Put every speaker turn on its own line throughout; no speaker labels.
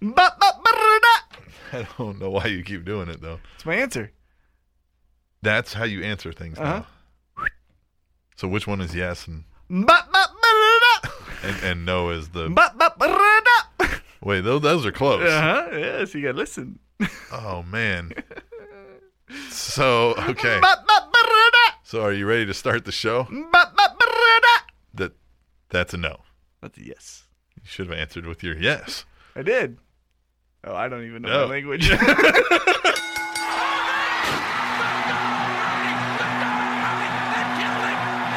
Ba- ba- ba-da-da.
I don't know why you keep doing it though.
It's my answer.
That's how you answer things
Uh-huh.
now. So which one is yes and
Ba- ba- ba-da-da.
and, and no is the
Ba- ba- ba-da-da.
wait? Those those are close.
Uh-huh. Yes, you gotta listen.
Oh man. So okay.
Ba- ba- ba-da-da.
So are you ready to start the show?
Ba- ba- ba-da-da.
That that's a no.
That's a yes.
You should have answered with your yes.
I did. Oh, I don't even know
No.
my language.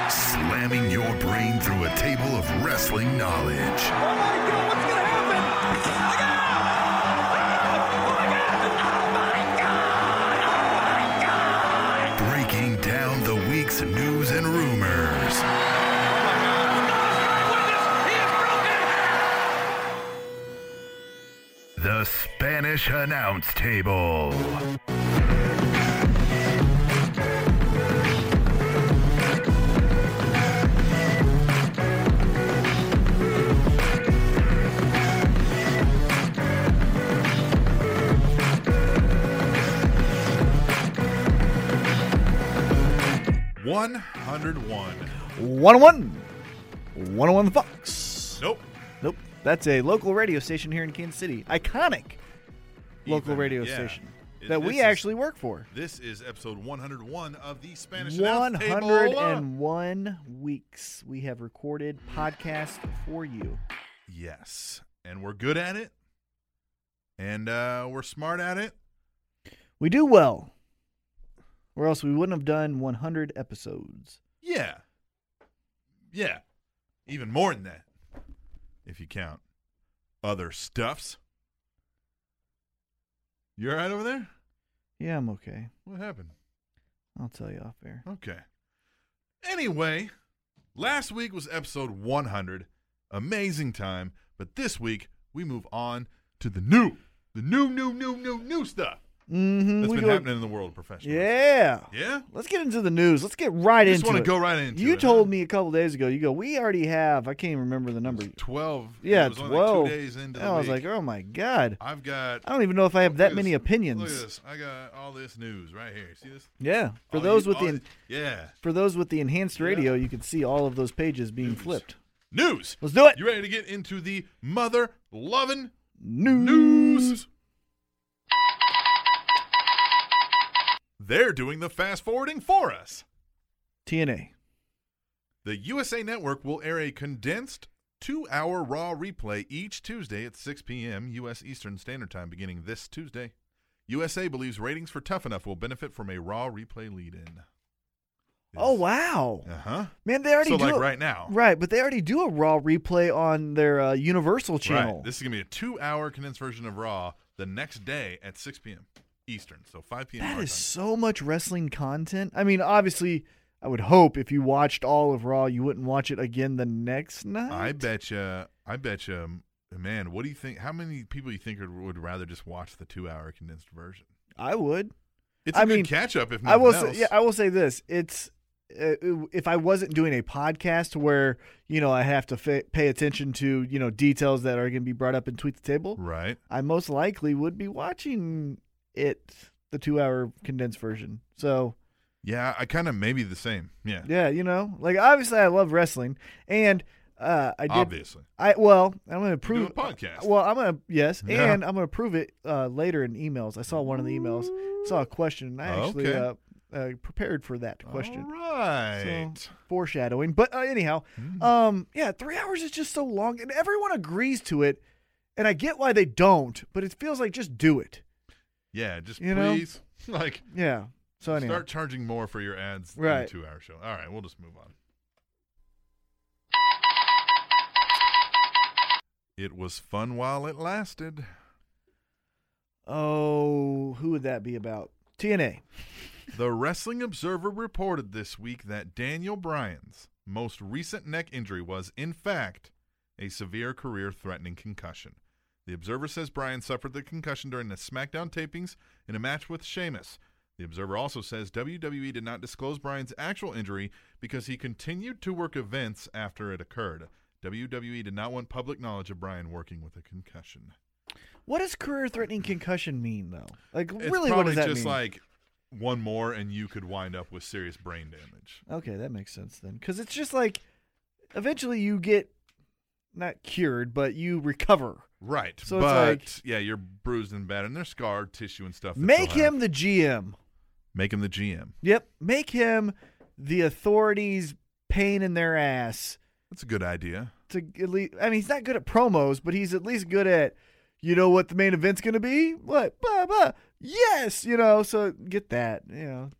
Slamming your brain through a table of wrestling knowledge. Breaking down the week's news and rumors. The Spanish announce table.
One hundred one.
101. 101 the oh Fox.
Nope.
Nope. That's a local radio station here in Kansas City. Iconic local
Even,
radio
yeah.
station
It-
that we
this is-
actually work for.
This is episode 101 of the Spanish Announce Table.
101 weeks we have recorded podcast for you.
Yes. And we're good at it. And uh, we're smart at it.
We do well, or else we wouldn't have done 100 episodes.
Yeah. Yeah. Even more than that. If you count other stuffs. You all right over there?
Yeah, I'm okay.
What happened?
I'll tell you off air.
Okay. Anyway, last week was episode 100. Amazing time. But this week, we move on to the new, the new, new, new, new, new stuff
Mm-hmm.
that's
we
been
go-
happening in the world of professional.
Yeah.
Yeah?
Let's get into the news. Let's get right
I
into
just want to
it.
go right into
you
it.
told me a couple days ago. You go. We already have. I can't even remember the number.
12.
Yeah,
It was only like
twelve.
two days into the
I was
week.
like, oh my god.
I've got
I don't even know if I have
Look
that
at
many
this. Look at
opinions.
this. I got all this news right here. See this?
Yeah. For
All
those
you- oh,
with
all
the
thi- yeah
for those with the enhanced radio, you can see all of those pages being
News.
flipped.
news.
Let's do it.
You ready to get into the mother loving
News.
news? They're doing the fast forwarding for us.
TNA.
The USA Network will air a condensed two-hour Raw replay each Tuesday at 6 p.m. U.S. Eastern Standard Time, beginning this Tuesday. USA believes ratings for Tough Enough will benefit from a Raw replay lead-in.
Oh wow,
Uh huh.
man! They already
So
do
like
a-
right now.
right? But they already do a Raw replay on their uh, Universal channel.
Right. This is gonna be a two-hour condensed version of Raw the next day at 6 p.m. Eastern, so 5 p.m.
That
our
is
time.
so much wrestling content. I mean, obviously, I would hope if you watched all of Raw, you wouldn't watch it again the next night.
I bet you. I bet you, man. What do you think? How many people you think would, would rather just watch the two-hour condensed version?
I would.
It's a
I
good
mean,
catch-up. If
I
nothing
will.
else.
Say, yeah, I will say this. It's uh, if I wasn't doing a podcast where you know I have to fa- pay attention to you know details that are going to be brought up in tweet the table,
right.
I most likely would be watching it, the two-hour condensed version. So
Yeah, I kind of maybe the same. Yeah,
yeah, you know, like obviously I love wrestling, and uh, I did.
obviously.
I well, I'm going to
We're doing
prove uh,
a podcast.
Well, I'm gonna yes,
Yeah.
and I'm gonna prove it uh, later in emails. I saw one of the emails, saw a question, and I actually
Okay.
uh, uh, prepared for that question.
All
So,
right.
foreshadowing, but uh, anyhow,
Mm.
um, yeah, three hours is just so long, and everyone agrees to it, and I get why they don't, but it feels like just do it.
yeah, just
you know,
please, like,
Yeah. So anyhow,
start charging more for your ads. in
Right.
a two-hour show. All right, we'll just move on. It was fun while it lasted.
oh, who would that be about? TNA.
The Wrestling Observer reported this week that Daniel Bryan's most recent neck injury was, in fact, a severe career threatening concussion. The Observer says Bryan suffered the concussion during the SmackDown tapings in a match with Sheamus. The Observer also says WWE did not disclose Bryan's actual injury because he continued to work E events after it occurred. WWE did not want public knowledge of Bryan working with a concussion.
What does career-threatening concussion mean, though? Like,
It's
really, what
probably
does that
just
mean?
like one more, and you could wind up with serious brain damage.
okay, that makes sense then, because it's just like eventually you get not cured, but you recover.
Right.
So it's
but
like-
yeah, you're bruised and bad, and there's scar tissue and stuff. that
Make
you'll have.
him the GM.
Make him the GM.
Yep, make him the authorities' pain in their ass.
That's a good idea.
to at least. I mean, he's not good at promos, but he's at least good at, you know, what the main event's going to be. What? Blah blah. Yes, you know. So get that. You know,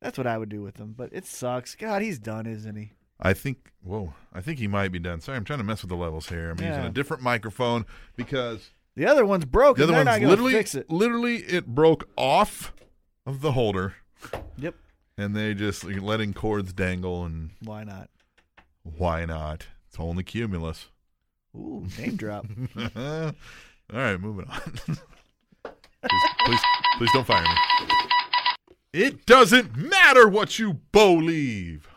that's what I would do with him. But it sucks. God, he's done, isn't he?
I think. Whoa. I think he might be done. Sorry, I'm trying to mess with the levels here. I'm using
Yeah.
a different microphone because
The other one's broken.
the other
They're not
one's
gonna
literally,
fix it.
literally, it broke off of the holder,
Yep.
and they just like, letting cords dangle. And
Why not?
why not? It's only cumulus.
Ooh, name drop.
All right, moving on. please, please, please don't fire me. It doesn't matter what you believe.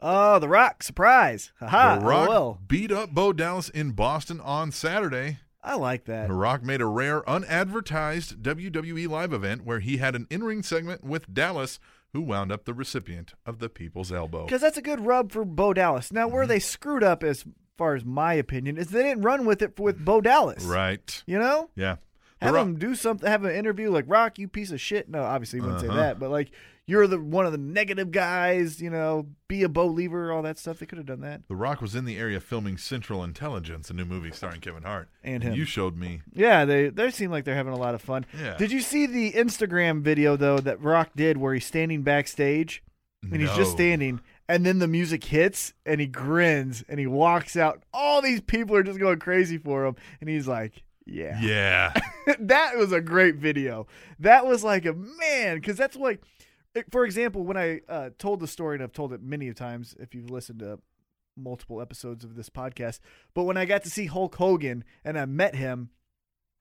Oh, The Rock surprise. Haha.
the Rock
Ah, oh, Well,
beat up Bo Dallas in Boston on Saturday.
I like that.
The Rock made a rare, unadvertised WWE live event where he had an in-ring segment with Dallas, who wound up the recipient of the People's Elbow.
Because that's a good rub for Bo Dallas. Now,
Mm-hmm.
where they screwed up, as far as my opinion, is they didn't run with it with Bo Dallas.
Right?
You know?
Yeah. The
Have
Rock-
him do something. Have an interview like Rock, you piece of shit. No, obviously you wouldn't
Uh-huh.
say that, but like you're the one of the negative guys. You know, be a believer, all that stuff. They could have done that.
The Rock was in the area filming Central Intelligence, a new movie starring Kevin Hart.
And him.
You showed me.
Yeah, they they seem like they're having a lot of fun.
Yeah.
Did you see the Instagram video though that Rock did where he's standing backstage and he's just
No.
standing and then the music hits and he grins and he walks out. All these people are just going crazy for him and he's like, yeah.
Yeah.
that was a great video. That was like a man, because that's like, eh, for example, when I uh, told the story, and I've told it many times if you've listened to multiple episodes of this podcast, but when I got to see Hulk Hogan and I met him,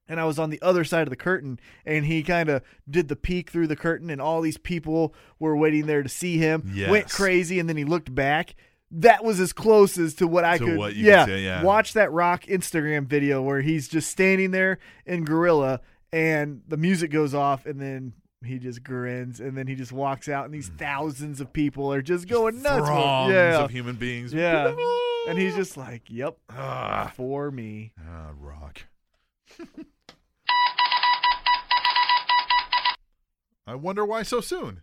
and I was on the other side of the curtain, and he kind of did the peek through the curtain, and all these people were waiting there to see him. Went
Yes.
crazy, and then he looked back. That was as close as to what I
To
could,
what you could
yeah,
say, yeah.
watch watch that rock Instagram video where he's just standing there in gorilla and the music goes off and then he just grins and then he just walks out and these thousands of people are just going nuts. for-
Throngs
yeah.
of human beings.
Yeah. And he's just like, Yep,
ah,
for me.
ah, rock. I wonder why so soon.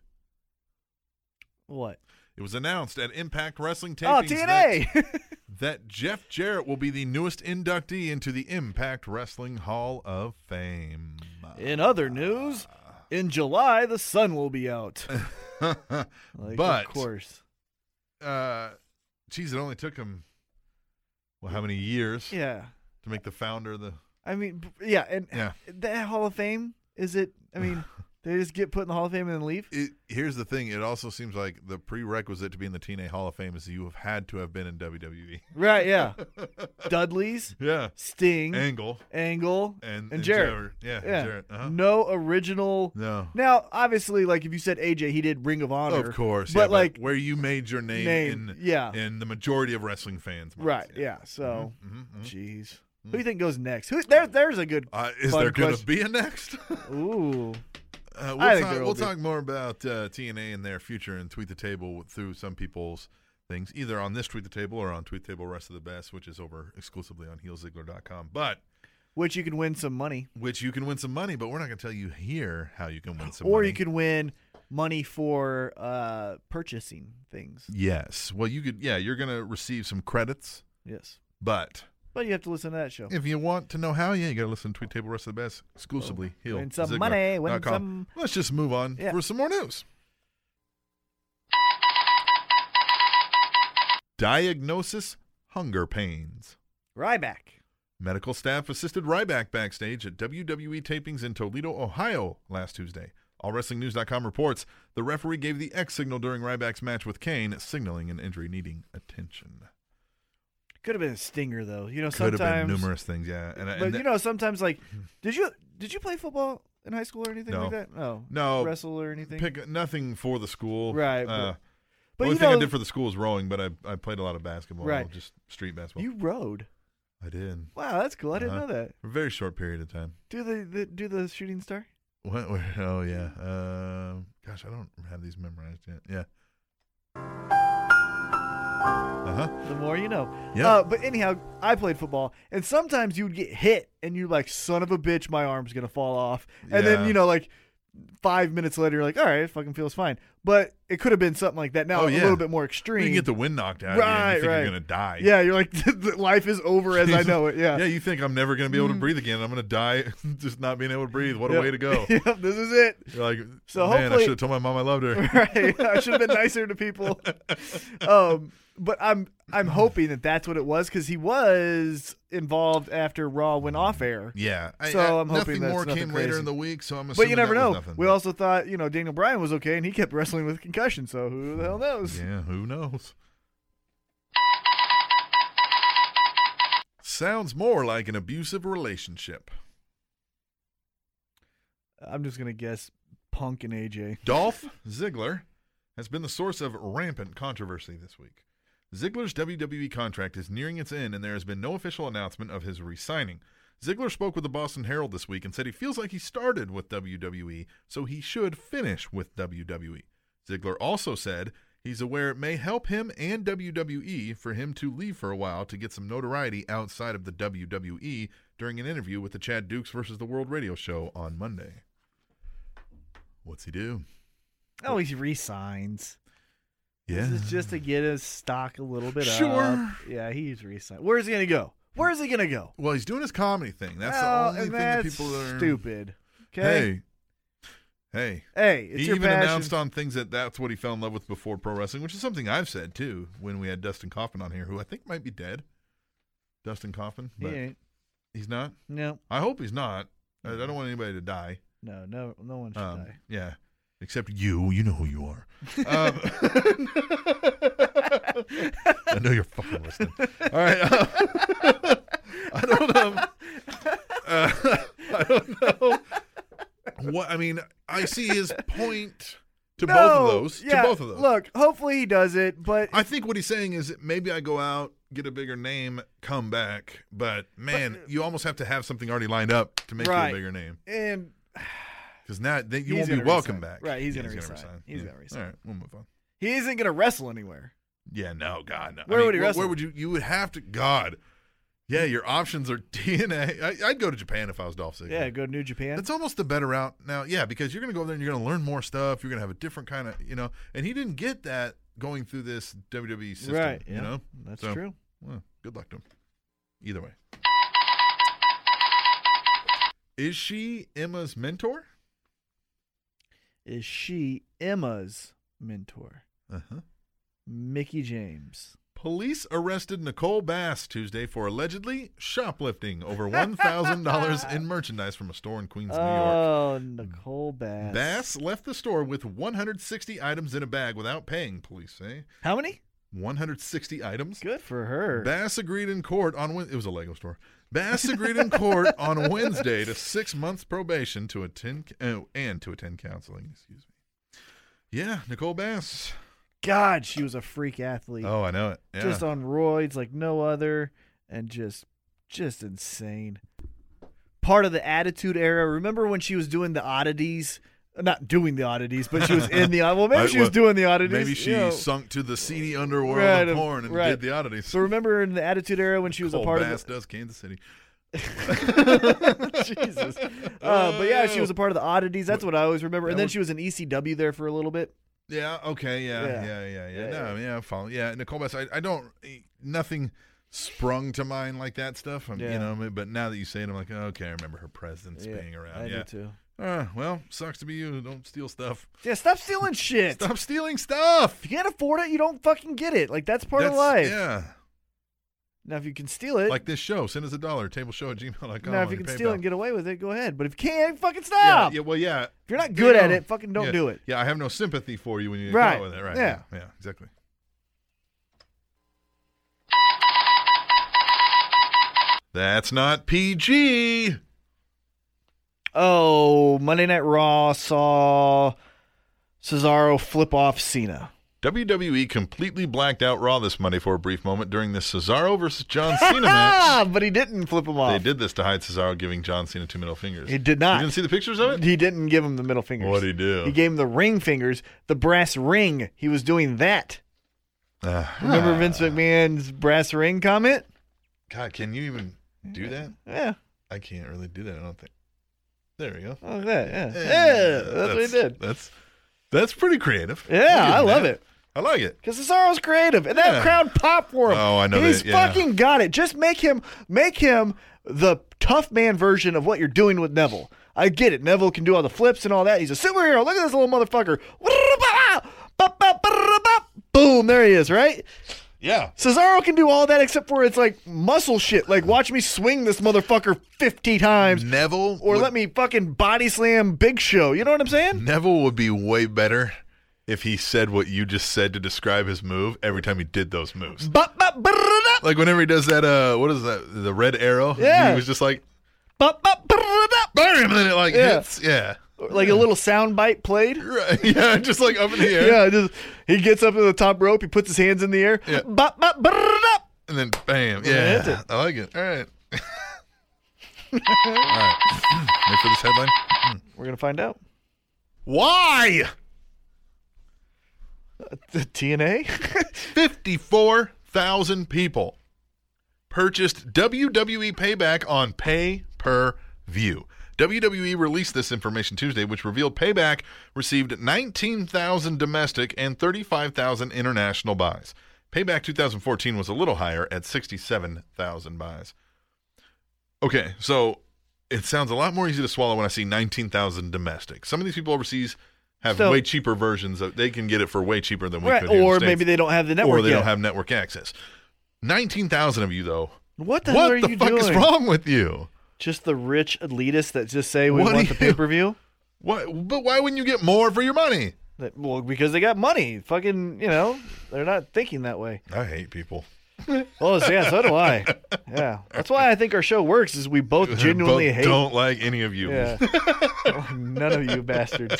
What?
It was announced at Impact Wrestling
Oh,
tapings That,
TNA.
that Jeff Jarrett will be the newest inductee into the Impact Wrestling Hall of Fame.
in other news, in July the sun will be out. Like,
but
of course.
uh geez, it only took him well how many years
Yeah.
to make the founder of the
I mean b- yeah, and
Yeah.
that Hall of Fame, is it I mean, they just get put in the Hall of Fame and then leave?
it, here's the thing it also seems like the prerequisite to be in the TNA Hall of Fame is you have had to have been in E. WWE.
Right, yeah. Dudley's,
Yeah.
Sting,
Angle
Angle,
and,
and, Jared.
Yeah, and
Yeah.
Jarrett. Uh-huh.
No original.
No.
Now, obviously, like if you said AJ, he did Ring of Honor.
Of course. yeah,
But like,
where you made your name,
name,
in
yeah.
in the majority of wrestling fans. minds,
right. Yeah. So,
Mhm, mhm.
jeez. Who do you think goes next? Who there? There's a good.
Uh, is
fun
there going to
question.
be a next?
Ooh. I
Uh, we'll
think
talk,
there
we'll
will be.
talk more about uh, TNA and their future and Tweet the Table through some people's things, either on this Tweet the Table or on Tweet Table Rest of the Best, which is over exclusively on heelzigler.com. But
Which you can win some money,
which you can win some money, but we're not going to tell you here how you can win some
or
money.
you can win money for uh purchasing things.
Yes. Well, you could. Yeah, you're going to receive some credits,
Yes.
but
But you have to listen to that show.
if you want to know how, yeah, you got to listen to Tweet Table Rest of the Best exclusively.
Win
heelzigler.com.
some money, win some-
Let's just move on
Yeah.
for some more news. Diagnosis hunger pains.
Ryback.
Medical staff assisted Ryback backstage at WWE tapings in Toledo, Ohio last Tuesday. AllWrestlingNews.com reports the referee gave the X signal during Ryback's match with Kane, signaling an injury needing attention.
Could have been a stinger though. You know,
Could
sometimes
have been numerous things, yeah. And, and
but you know, sometimes like, did you did you play football in high school or anything
No.
like that? No,
No.
wrestle or anything.
pick nothing for the school,
Right, but-
Uh,
but
only
you
thing
know,
I did for the school was rowing, but I, I played a lot of basketball,
Right.
just street basketball.
you rode.
I did.
Wow, that's cool. I didn't
Uh-huh.
know that.
For a very short period of time.
Do the, the do the shooting star?
What? where- oh yeah. Um gosh, I don't have these memorized yet. Yeah. Uh huh.
The more you know.
Yeah.
Uh, but anyhow, I played football, and sometimes you'd get hit, and you're like, "Son of a bitch, my arm's gonna fall off." And
Yeah.
then you know, like five minutes later, you're like, "All right, it fucking feels fine." But it could have been something like that. Now
Oh,
a
yeah.
little bit more
You
extreme.
can get the wind knocked out.
Right,
Of you, and you think
right.
You're gonna die.
yeah, you're like, "Life is over as I know it." Yeah. Mm-hmm.
Yeah. You think I'm never gonna be able to breathe again? I'm gonna die just not being able to breathe. What a
Yep.
way to go.
yep, this is it.
You're like,
So
man, I
hopefully-
should have told my mom I loved her.
right. I should have been nicer to people. Um, but I'm I'm hoping that that's what it was because he was involved after Raw went off air.
Yeah. I-
So
I-
I'm hoping
nothing
that's
more
nothing
came later
crazy.
in the week. So I'm assuming.
But you never
that was
know.
nothing.
We also thought you know Daniel Bryan was okay, and he kept wrestling with concussion. So who the hell knows?
Yeah, who knows? Sounds more like an abusive relationship.
I'm just gonna guess Punk and AJ.
Dolph Ziggler has been the source of rampant controversy this week. Ziggler's WWE contract is nearing its end, and there has been no official announcement of his re signing. Ziggler spoke with the Boston Herald this week and said he feels like he started with WWE, so he should finish with WWE. Ziggler also said he's aware it may help him and WWE for him to leave for a while to get some notoriety outside of the WWE during an interview with the Chad Dukes versus the World Radio Show on Monday. What's he do?
Oh, he resigns.
Yeah.
This is just to get his stock a little bit
Sure.
up. Yeah, he's resigned. Where's he gonna go? Where's he gonna go?
well, he's doing his comedy thing. That's
Well,
the only
and
thing that
that's
people are
stupid. Okay.
Hey, hey.
Hey, it's
he
your
even
passion.
announced on things that that's what he fell in love with before pro wrestling, which is something I've said too when we had Dustin Coffin on here, who I think might be dead. Dustin Coffin,
he
but
ain't.
he's not.
No,
I hope he's not. I, I don't want anybody to die.
no, no, no one should
Um,
die.
yeah, except you. You know who you are. Um, I know you're fucking listening. All right. um, I don't um, know. Uh, I don't know. What I mean, I see his point to both
No,
of those.
Yeah,
to both of those.
Look, hopefully he does it, but
I think what he's saying is that maybe I go out, get a bigger name, come back, but man, you almost have to have something already lined up to make
uh, Right.
you a bigger name.
and
Because now then you
He's
won't be
gonna
welcome
resign.
back.
Right, he's
Yeah,
gonna
He's
resign.
gonna resign.
He's
Yeah.
gonna resign.
All right, we'll move on.
he isn't gonna wrestle anywhere.
Yeah, no, God, no. I
Where
mean,
would he
wh- Where
wrestle?
would you? You would have to. God. Yeah, your options are TNA. I, I'd go to Japan if I was Dolph Ziggler.
Yeah, go to New Japan.
That's almost the better route now. Yeah, because you're going to go there and you're going to learn more stuff. You're going to have a different kind of, you know. And he didn't get that going through this WWE system.
right.
You
yeah,
know.
that's
So,
true.
Well, good luck to him. Either way. Is she Emma's mentor?
Is she Emma's mentor,
Uh huh.
Mickey James?
Police arrested Nicole Bass Tuesday for allegedly shoplifting over $1,000 in merchandise from a store in Queens, New York. Mm.
Oh, Nicole Bass.
Bass left the store with 160 items in a bag without paying, police say.
How many?
160 items?
Good for her.
Bass agreed in court on Wed- it was a Lego store. Bass agreed in court on Wednesday to six months probation to attend oh, and to attend counseling. Excuse me. Yeah, Nicole Bass.
God, she was a freak athlete.
Oh, I know it. Yeah.
Just on roids like no other, and just, just insane. Part of the Attitude Era. Remember when she was doing the oddities? Not doing the oddities, but she was in the. Well, maybe
I-
she was
well,
doing the oddities.
Maybe she
you know.
sunk to the seedy underworld
Right,
of
of-
porn and
right.
did the oddities.
So remember in the Attitude Era when she was
Cole
a part
Bass
of
does Kansas City.
the, Jesus, uh, but yeah, she was a part of the Oddities. That's what I always remember. And
That
then
was-
she was in ECW there for a little bit.
Yeah. Okay. Yeah. Yeah.
Yeah.
Yeah. Yeah.
Yeah,
no. Yeah. I follow. Yeah. Nicole Bass. I, I don't. eh, Nothing sprung to mind like that stuff. I'm, You
Yeah.
know. But now that you say it, I'm like, okay, I remember her presence being around.
I
yeah.
do too.
Uh, well, sucks to be you. Don't steal stuff.
Yeah, stop stealing shit.
Stop stealing stuff.
If you can't afford it, you don't fucking get it. Like that's part of
That's-
life.
Yeah.
Now if you can steal it,
Like this show. Send us a dollar. Tableshow at gmail.com.
now
on
if you can
your
steal
PayPal.
it and get away with it, go ahead. But if you can't, fucking
yeah,
stop.
yeah. Well, yeah.
If you're not
You
good at
know.
it, fucking don't
Yeah.
do it.
Yeah. I have no sympathy for you when you get
Right.
caught with it. Right.
Yeah.
Yeah. Exactly. That's not PG.
Oh, Monday Night Raw saw Cesaro flip off Cena.
WWE E completely blacked out Raw this Monday for a brief moment during the Cesaro versus John Cena match.
but he didn't flip him off.
They did this to hide Cesaro giving John Cena two middle fingers.
He did not.
You didn't see the pictures of it?
He didn't give him the middle fingers.
What'd he do?
He gave him the ring fingers, the brass ring. He was doing that.
Ah.
Remember Vince McMahon's brass ring comment?
God, can you even do that?
Yeah,
I can't really do that. I don't think. There we go.
like that. Yeah, yeah, that's, what he did.
Eh, That's that's pretty creative. Look
Yeah,
at
I love
that.
it.
I like it.
Because Cesaro's creative, and that
Yeah.
crowd popped for him.
Oh, I know
He's
that, yeah.
fucking got it. Just make him, make him the tough man version of what you're doing with Neville. I get it. Neville can do all the flips and all that. He's a superhero. Look at this little motherfucker. Boom! There he is. Right.
Yeah.
Cesaro can do all that except for it's like muscle shit. Like watch me swing this motherfucker fifty times,
Neville
or
would,
let me fucking body slam Big Show. You know what I'm saying?
Neville would be way better if he said what you just said to describe his move every time he did those moves.
Bop, bop, brrrr,
Like whenever he does that, uh, what is that? The red arrow.
Yeah.
He was just like,
bop, bop, brrrr,
bam, and then it like
Yeah.
hits. Yeah.
like a little sound bite played.
Right. Yeah, just like up in the air.
Yeah, just he gets up to the top rope, he puts his hands in the air.
Yeah.
Bop, bop, brrrr, up.
And then bam.
that's
Yeah. I like it. All right. All right. Wait for this headline.
We're gonna find out.
Why?
The TNA?
54,000 people purchased WWE Payback on pay per view. WWE E released this information Tuesday, which revealed Payback received 19,000 domestic and 35,000 international buys. Payback 2014 was a little higher at 67,000 buys. Okay, so it sounds a lot more easy to swallow when I see 19,000 domestic. Some of these people overseas have
So-
way cheaper versions. Of, they can get it for way cheaper than we
right.
could. here in the
Or
States
maybe they don't have the network
or they
yet.
don't have network access. Nineteen thousand of you though.
what the hell
what
are
the
you
fuck
doing?
is wrong with you?
Just the rich elitists that just say we
What
want
do
the
you-
pay per view.
What? But why wouldn't you get more for your money?
That- Well, because they got money. Fucking, you know, they're not thinking that way.
I hate people.
Well, yeah, so do I. Yeah, that's why I think our show works. Is we both genuinely
Both
hate.
Don't like any of you.
Yeah. Oh, None of you bastards.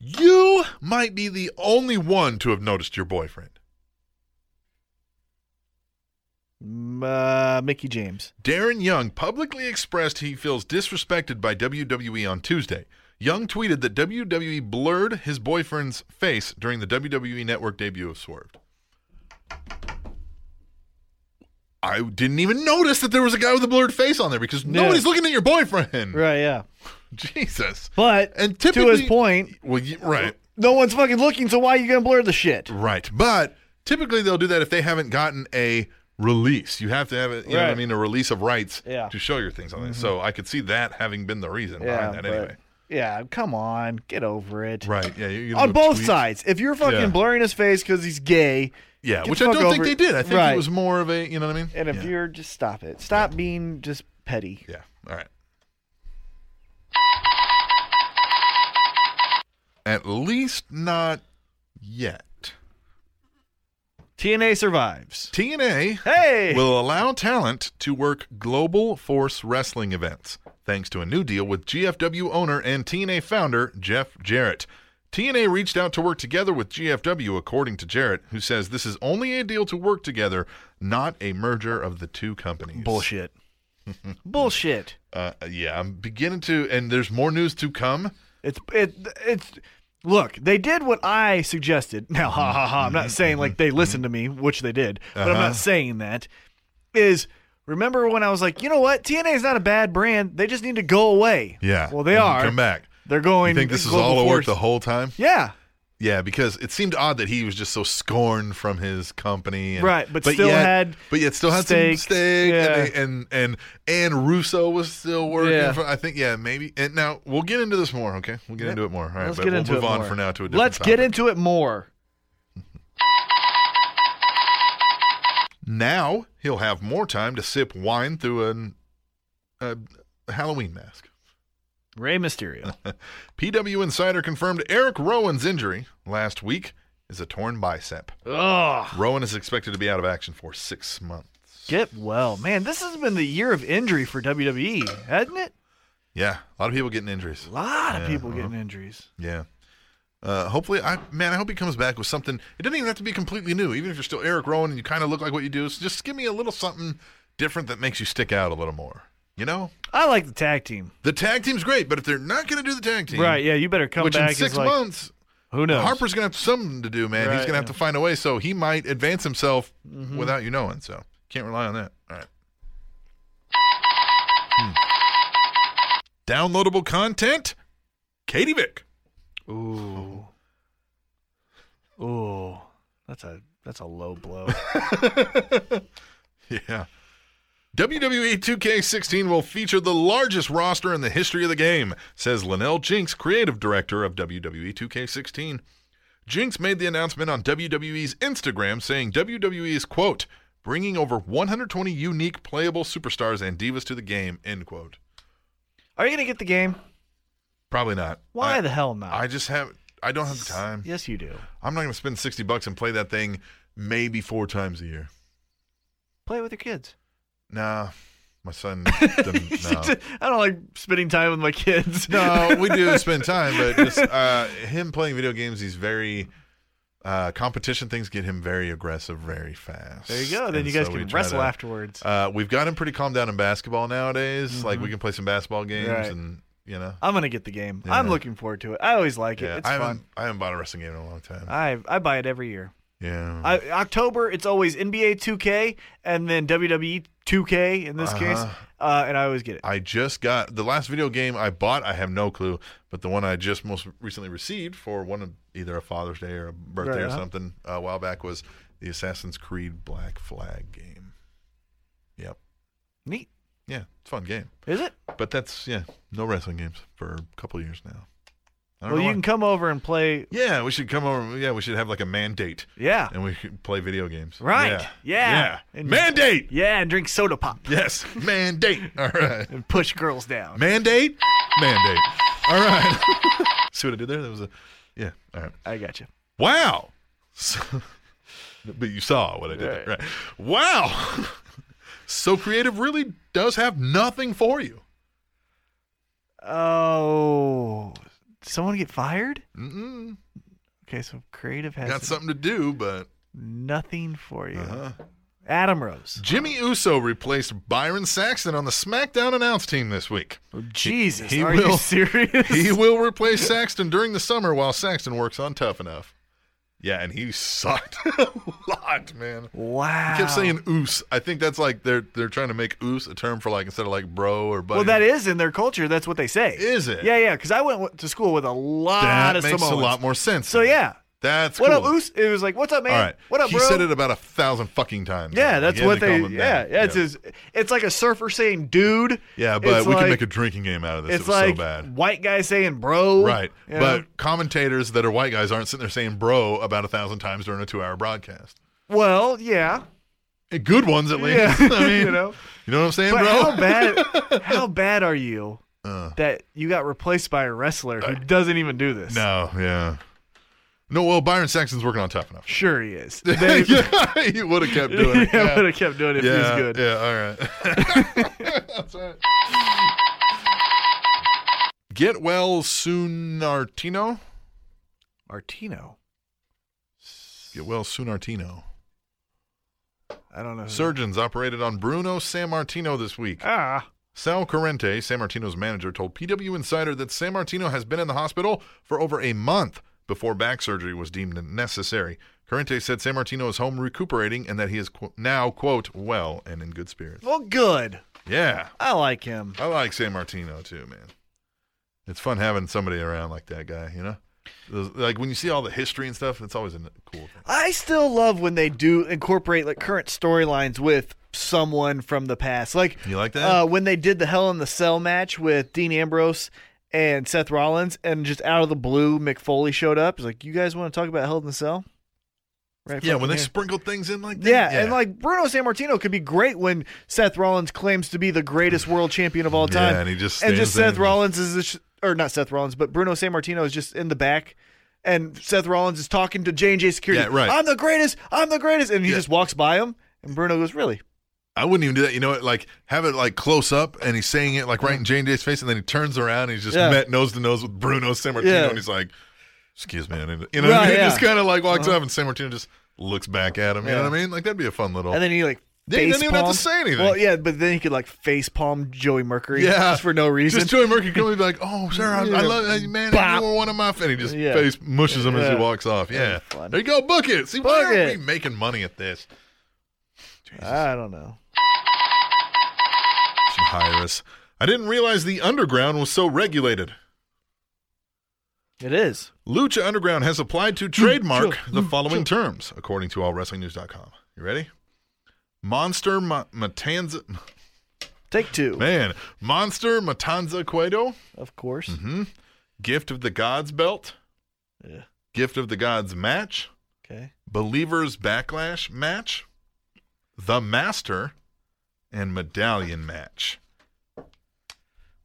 You might be the only one to have noticed your boyfriend.
Mm, Uh, Mickey James.
Darren Young publicly expressed he feels disrespected by WWE on Tuesday. Young tweeted that WWE blurred his boyfriend's face during the WWE Network debut of Swerved. I didn't even notice that there was a guy with a blurred face on there because
Yeah.
nobody's looking at your boyfriend.
Right. Yeah.
Jesus.
But
And
to his
typically-
point,
Well, you, right,
no one's fucking looking. So why are you gonna blur the shit?
right. But typically they'll do that if they haven't gotten a release. You have to have a, you know what I
Right.
mean, a release of rights
Yeah. Mm-hmm.
to show your things on it. So I could see that having been the reason
Yeah.
behind that
but-
anyway.
Yeah. Come on, get over it.
Right. Yeah. you- you
On
look
both
tweet-
sides. If you're fucking
Yeah.
blurring his face because he's gay,
Yeah,
Get
which
the
I
fuck
don't think
over
they
it.
did. I think
Right.
it was more of a, you know what I mean?
and if
yeah.
you're just stop it. Stop being just petty.
Yeah. All right. At least not yet.
TNA survives.
TNA
Hey.
will allow talent to work Global Force wrestling events, thanks to a new deal with GFW owner and TNA founder Jeff Jarrett. TNA reached out to work together with GFW, according to Jarrett, who says this is only a deal to work together, not a merger of the two companies.
Bullshit. Bullshit.
Uh, yeah, I'm beginning to, and there's more news to come.
It's it it's look, they did what I suggested. Now ha ha ha, I'm not saying like they listened to me, which they did, but I'm
Mm-hmm, Uh-huh.
not saying that. Is remember when I was like, you know what, TNA is not a bad brand. They just need to go away.
Yeah.
Well they
and
are.
Come back.
They're going
You think this is
Global
all a work
Force.
the whole time?
Yeah.
Yeah, because it seemed odd that he was just so scorned from his company, and,
Right, but still
yet,
had
but yet still had
stakes,
some stake,
yeah.
and, they- and and and Russo was still working.
Yeah.
For, I think, yeah, maybe. And now we'll get into this more. Okay, we'll get into it more. All right,
Let's
but
get
we'll
into
move
it
on
more.
for now to a different
Let's get into it more.
Now he'll have more time to sip wine through an, a Halloween mask.
Ray Mysterio.
PW Insider confirmed Eric Rowan's injury last week is a torn bicep.
Ugh.
Rowan is expected to be out of action for six months.
Get well. Man, this has been the year of injury for WWE, hasn't it?
Yeah, a lot of people getting injuries.
A lot of
Yeah,
people
uh-huh.
getting injuries.
Yeah. Uh, hopefully, I man, I hope he comes back with something. It doesn't even have to be completely new. Even if you're still Eric Rowan and you kind of look like what you do, so just give me a little something different that makes you stick out a little more. You know,
I like the tag team.
the tag team's great, but if they're not going to do the tag team,
Right, yeah, you better come
which
back
in
as,
six
like,
months,
Who knows?
Harper's going to have something to do, man. He's
Right,
going to have
yeah. Mm-hmm.
to find a way, so he might advance himself without you knowing. So can't rely on that. All right. Hmm. Downloadable content, Katie Vick.
Ooh. Ooh. That's a that's a low blow.
Yeah. E WWE 2K16 will feature the largest roster in the history of the game, says Linnell Jinx, creative director of E WWE 2K16. Jinx made the announcement on WWE's Instagram saying WWE is, quote, bringing over 120 unique playable superstars and divas to the game, end quote.
Are you gonna get the game?
Probably not.
Why
I,
the hell not?
I just have, I don't have the time.
Yes, you do.
I'm not going to spend 60 bucks and play that thing maybe four times a year.
Play it with your kids.
Nah, my son, doesn't- no.
I don't like spending time with my kids.
No, we do spend time, but just uh, him playing video games, he's very uh, competition things get him very aggressive very fast.
There you go. Then
And
you guys
so we
can
try
wrestle
to-
afterwards.
Uh, we've got him pretty calmed down in basketball nowadays. Like we can play some basketball games,
Mm-hmm. Right.
and you know,
I'm gonna get the game.
Yeah.
I'm looking forward to it. I always like it.
yeah,
It's
I haven't
fun.
I haven't bought a wrestling game in a long time.
I I buy it every year.
yeah,
I, October, it's always NBA 2K and then WWE 2K in this case, uh, and I always get it.
Uh-huh. I just got the last video game I bought. I have no clue, but the one I just most recently received for one of either a Father's Day or a birthday
Right,
or
uh-huh.
something uh, a while back was the Assassin's Creed Black Flag game. Yep,
Neat,
yeah, it's a fun game,
is it?
but that's yeah, no wrestling games for a couple years now. I don't
Well,
know
you
why.
can come over and play.
yeah, we should come over. Yeah, we should have like a mandate,
Yeah,
and we could play video games.
Right.
yeah,
Yeah.
yeah.
And-
mandate.
yeah, and drink soda pop
Yes, mandate. All right.
and push girls down.
Mandate? Mandate. All right. See what I did there? That was a. Yeah. All right.
I got you.
Wow. So- but you saw what I did. there,
Right.
right. Wow. so creative really does have nothing for you.
Oh, did someone get fired?
Mm-mm.
Okay, so creative has
Got something to do, but.
nothing for you.
Uh-huh.
Adam Rose.
Jimmy Uso replaced Byron Saxton on the SmackDown announce team this week.
Jesus,
he
are
will-
you serious?
He will replace Saxton during the summer while Saxton works on Tough Enough. Yeah, and he sucked a lot, man.
wow.
I kept saying oos. I think that's like they're they're trying to make oos a term for like instead of like bro or buddy.
Well, that is in their culture. That's what they say.
Is it?
Yeah, yeah. Because I went w- to school with a lot
that
of
makes
Samoans.
a lot more sense.
So yeah.
that's
What
cool.
up, Oos? It was like, what's up, man?
All right,
What up,
he
bro?
said it about a thousand fucking times.
yeah,
Like,
that's
he had
what
to
they.
calm
Yeah,
it
yeah,
down.
It's his, It's like a surfer saying, "Dude."
Yeah, but
It's
we can
like-
make a drinking game out of this.
It's
it was
like
so bad.
white guy saying, "Bro."
Right,
you know?
but commentators that are white guys aren't sitting there saying "bro" about a thousand times during a two-hour broadcast.
well, yeah,
Eh, Good ones, at least.
yeah.
I mean,
you know.
you know what I'm saying,
But
bro?
how bad? How bad are you
Uh.
that you got replaced by a wrestler who doesn't even do this?
No, yeah, no. Well, Byron Saxton's working on tough enough.
Sure, he is. They, yeah,
he would have kept doing it.
would have kept doing it if he was good.
Yeah, all right. That's right. Get well soon, Artino.
Martino.
Get well soon, Artino.
Uh-huh. I don't know. who-
Surgeons operated on Bruno San Martino this week.
Ah.
Sal Corrente, San Martino's manager, told PW Insider that San Martino has been in the hospital for over a month before back surgery was deemed necessary. Corrente said San Martino is home recuperating and that he is qu- now, quote, well and in good spirits.
Well, good.
Yeah.
I like him.
I like San Martino too, man. It's fun having somebody around like that guy, you know? Those- Like when you see all the history and stuff, it's always a n- cool thing.
I still love when they do incorporate like current storylines with someone from the past. Like
You like that?
uh, when they did the Hell in the Cell match with Dean Ambrose and Seth Rollins, and just out of the blue, McFoley showed up. He's like, "You guys want to talk about Hell in the Cell?" Right?
yeah, when
fucking
they
here.
sprinkle things in like that.
Yeah, and like Bruno San Martino could be great when Seth Rollins claims to be the greatest world champion of all
Yeah,
time.
and he just
and
stands
just
there
Seth
and-
Rollins is the sh- or not Seth Rollins, but Bruno San Martino is just in the back. And Seth Rollins is talking to J and J security.
Yeah, right.
I'm the greatest. I'm the greatest. And he
Yeah.
just walks by him, and Bruno goes, "Really?
I wouldn't even do that. You know what? Like have it like close up and he's saying it like right in Jane Jay's face and then he turns around and he's just
Yeah.
met nose to nose with Bruno San Martino
Yeah.
and he's like, excuse me. I need to, you know, what I
Right,
mean?
yeah. Uh-huh.
just kind of like walks up and San Martino just looks back at him. You know what I mean? Like that'd be a fun little.
And then he like
Yeah, he
face
doesn't even have to
palmed-
say anything.
Well, yeah, but then he could like face palm Joey Mercury
Yeah.
just for no reason.
just Joey Mercury could be like, "Oh, sir, I, I love hey, man.
Bop.
You were one of my." f-" And he just
Yeah.
face mushes him as he
Yeah.
walks off. Yeah,
That'd be fun.
there you go. Book it. See, why
Book
aren't
it.
we making money at this? Jesus,
I don't know.
should hire us. I didn't realize the underground was so regulated.
It is.
Lucha Underground has applied to trademark the following terms, according to allwrestlingnews.com. You ready? Monster Ma- Matanza,
Take two.
man, Monster Matanza Cueto, Mm-hmm.
Of course.
Gift of the Gods belt, Mm-hmm.
Yeah.
Gift of the Gods match,
Okay.
Believers Backlash match, The Master, and Medallion match.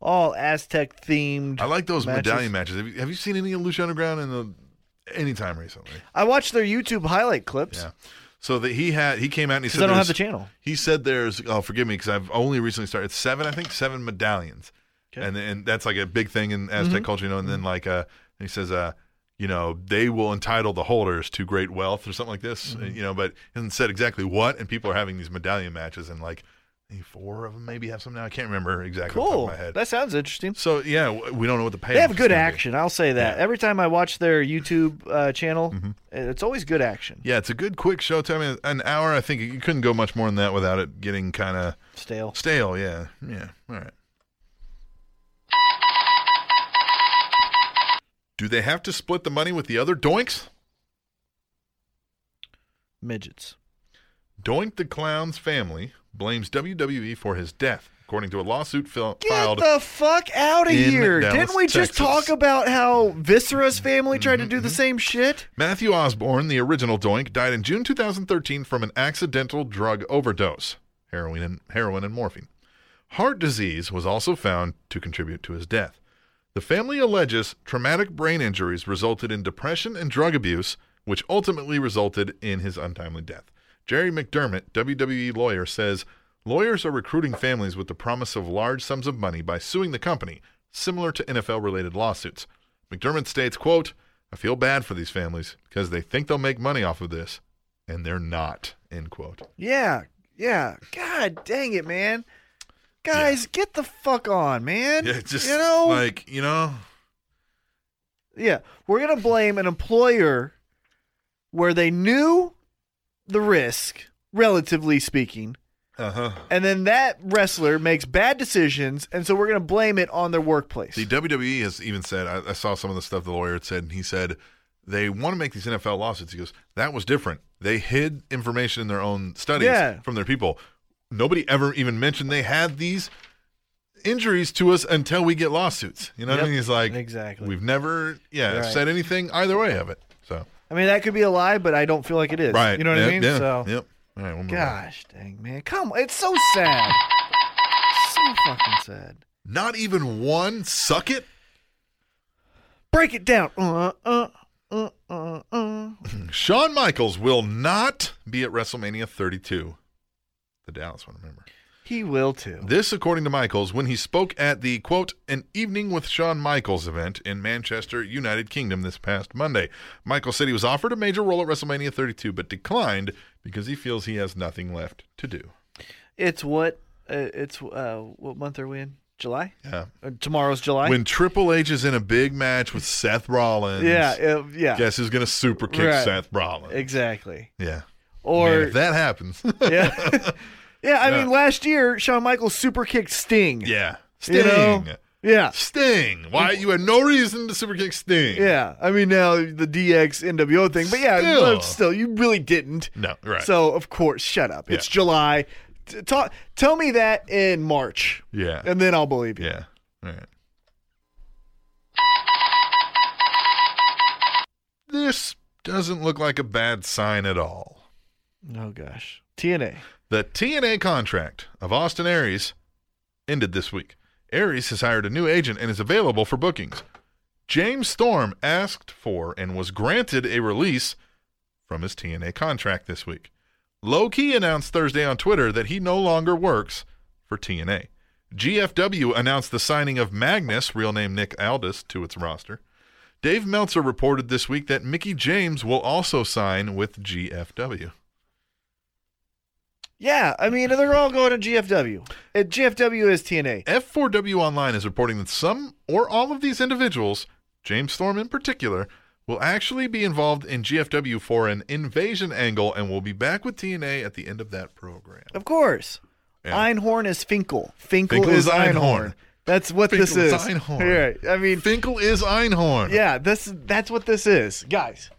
All Aztec themed.
I like those
Matches.
medallion matches. Have you, have you seen any of Lucha Underground in the anytime recently?
I watched their YouTube highlight clips
Yeah. So that he had he came out and he
because
said
I don't have
there's-
the channel.
He said there's oh forgive me because I've only recently started it's seven I think seven medallions,
Okay. Mm-hmm.
and and that's like a big thing in Aztec culture you know and then like uh and he says uh you know they will entitle the holders to great wealth or something like this
Mm-hmm.
you know but he hasn't said exactly what and people are having these medallion matches and like I think four of them maybe have some now I can't remember exactly off the top
Cool.
of my head
That sounds interesting.
so yeah w- we don't know what the payoff
They have
is
good
gonna be.
action. I'll say that. Every time I watch their YouTube uh, channel,
Mm-hmm.
it's always good action.
yeah it's a good quick show time mean, an hour I think you couldn't go much more than that without it getting kind of
Stale.
Stale, yeah. Yeah. All right. Do they have to split the money with the other doinks?
Midgets.
Doink the Clown's family blames WWE for his death, according to a lawsuit fil-
Get
filed.
the fuck out of
in
here.
Dallas,
Didn't we just
Texas. Mm-hmm,
talk about how Viscera's family tried to do the same shit?
Matthew Osborne, the original Doink, died in June 2013 from an accidental drug overdose, heroin and, heroin and morphine. Heart disease was also found to contribute to his death. The family alleges traumatic brain injuries resulted in depression and drug abuse, which ultimately resulted in his untimely death. Jerry McDermott, WWE lawyer, says lawyers are recruiting families with the promise of large sums of money by suing the company, similar to NFL related lawsuits. McDermott states, quote, I feel bad for these families because they think they'll make money off of this, and they're not, end quote.
Yeah. Yeah. God dang it, man. Guys, get the fuck on, man.
Yeah, just
you know,
like, you know,
yeah, we're gonna blame an employer where they knew the risk, relatively speaking,
uh huh.
and then that wrestler makes bad decisions, and so we're gonna blame it on their workplace.
The WWE has even said, I, I saw some of the stuff the lawyer had said, and he said they want to make these NFL lawsuits. He goes, that was different. They hid information in their own studies
Yeah.
from their people. Nobody ever even mentioned they had these injuries to us until we get lawsuits. You know what I
Yep.
mean? He's like,
Exactly.
We've never, yeah,
Right.
said anything either way of it. So,
I mean, that could be a lie, but I don't feel like it is.
right,
You know what
yeah,
I mean?
Yeah,
so,
yep. All right, we'll move on.
gosh dang, man, come, it's so sad, so fucking sad.
Not even one suck it.
Break it down. Uh, uh, uh, uh, uh.
Shawn Michaels will not be at WrestleMania 32. The Dallas one, remember.
He will too.
This, according to Michaels, when he spoke at the quote, an evening with Shawn Michaels event in Manchester, United Kingdom this past Monday. Michaels said he was offered a major role at WrestleMania 32, but declined because he feels he has nothing left to do.
It's what? Uh, it's uh, what month are we in? July?
Yeah.
Uh, tomorrow's July.
When Triple H is in a big match with Seth Rollins,
yeah, uh, yeah,
guess who's going to super kick
Right.
Seth Rollins?
exactly.
yeah. Man,
Or
if that happens.
yeah, yeah. I mean,
Yeah.
last year Shawn Michaels super kicked Sting.
yeah. Sting.
You know? yeah,
Sting. Why? You had no reason to super kick Sting.
yeah. I mean, now the DX NWO thing, but yeah,
Still.
but still you really didn't.
No, right.
So of course, shut up. It's
Yeah.
July. T- talk, tell me that in March,
yeah.
and then I'll believe you.
Yeah. All right. This doesn't look like a bad sign at all.
Oh gosh, TNA.
The TNA contract of Austin Aries ended this week. Aries has hired a new agent and is available for bookings. James Storm asked for and was granted a release from his TNA contract this week. Low Key announced Thursday on Twitter that he no longer works for TNA. GFW announced the signing of Magnus, real name Nick Aldis, to its roster. Dave Meltzer reported this week that Mickey James will also sign with GFW.
Yeah, I mean they're all going to GFW. And GFW is TNA.
F4W Online is reporting that some or all of these individuals, James Storm in particular, will actually be involved in GFW for an invasion angle and will be back with TNA at the end of that program.
Of course.
Yeah.
Einhorn is Finkel. Finkel,
Finkel
is
is Einhorn.
Einhorn. That's what this
Finkel is
is.
Einhorn.
Yeah, I mean,
Finkel is Einhorn.
yeah, this that's what this is, guys.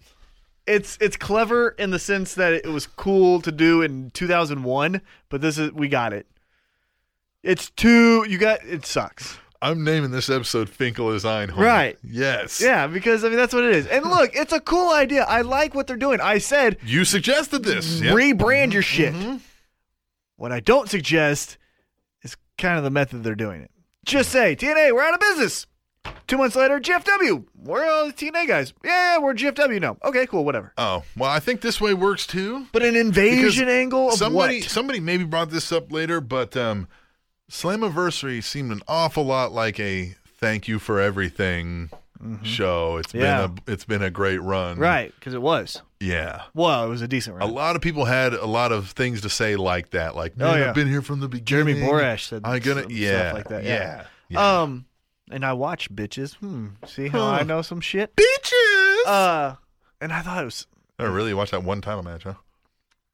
It's it's clever in the sense that it was cool to do in 2001, but this is we got it. It's too you got it sucks.
I'm naming this episode Finkel is Einhorn.
Right.
Yes.
Yeah, because I mean that's what it is. And look, it's a cool idea. I like what they're doing. I said
You suggested this. Yep. Mm-hmm.
rebrand your shit. What I don't suggest is kind of the method they're doing it. Just say, TNA, we're out of business. Two months later, GFW. We're all the TNA guys. Yeah, we're GFW now. Okay, cool, whatever.
oh, well, I think this way works too.
But an
Because
invasion angle of
somebody
what?
somebody maybe brought this up later, but um Slammiversary seemed an awful lot like a thank you for everything show. It's
Mm-hmm. Yeah.
been a it's been a great run.
Right, because it was.
Yeah.
Well, it was a decent
A
round.
lot of people had a lot of things to say like that. Like, man,
Oh, yeah.
I've been here from the
Jeremy
beginning.
Borash said
I gonna
some
yeah
stuff like that.
yeah.
Yeah.
yeah.
Um, and I watch bitches. Hmm. See how
Huh.
I know some shit?
bitches.
Uh, and I thought it was
I really watched that one title match, huh?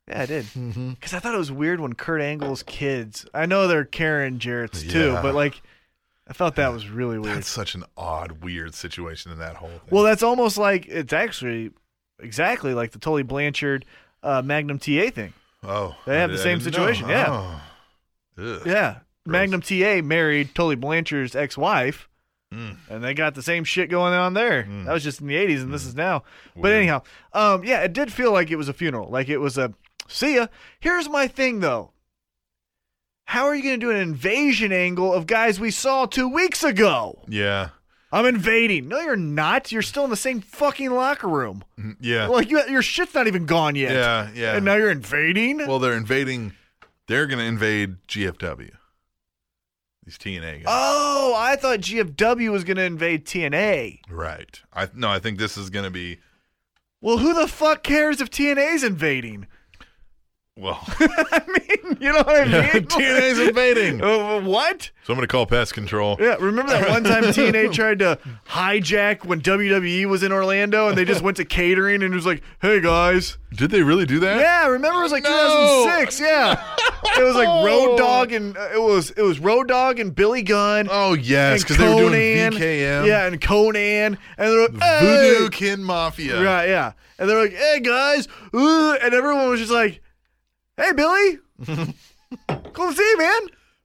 Yeah, I did. Because I thought it was weird when Kurt Angle's kids. I know they're Karen Jarrett's too,
Yeah.
but like, I felt that was really weird.
That's such an odd, weird situation in that whole thing.
well, that's almost like it's actually exactly like the Tully Blanchard uh, Magnum TA thing.
oh,
they
I
have the
did- I
same
didn't know.
situation, yeah.
Oh. Ugh.
Yeah. Magnum TA married Tully Blanchard's ex wife,
Mm.
and they got the same shit going on there.
Mm.
That was just in the 80s, and this is now. But
Hmm. Weird.
anyhow, um, yeah, it did feel like it was a funeral. Like it was a see ya. Here's my thing though. How are you going to do an invasion angle of guys we saw two weeks ago?
Yeah.
I'm invading. No, you're not. You're still in the same fucking locker room.
Mm, Yeah.
Like you, your shit's not even gone yet.
yeah. Yeah.
And now you're invading.
well, they're invading. They're going to invade GFW. These TNA guys.
oh, I thought GFW was going to invade TNA.
right. I no. I think this is going to be.
Well, who the fuck cares if TNA's invading?
Well,
I mean, you know what I mean?
TNA's invading. So
Uh, what?
I'm going to call pest control.
Yeah, remember that one time TNA tried to hijack when WWE was in Orlando and they just went to catering and it was like, hey guys.
Did they really do that?
Yeah, remember it was like
No.
2006. Yeah. It was like Road Dog and uh, it was it was Road Dog and Billy Gunn.
Oh yes,
and
because they were doing
Conan.
VKM.
Yeah, and Conan. And they're like, hey.
Voodoo Kin Mafia.
Right, yeah. And they're like, hey guys. Ooh, and everyone was just like, hey, Billy. cool to see you, man.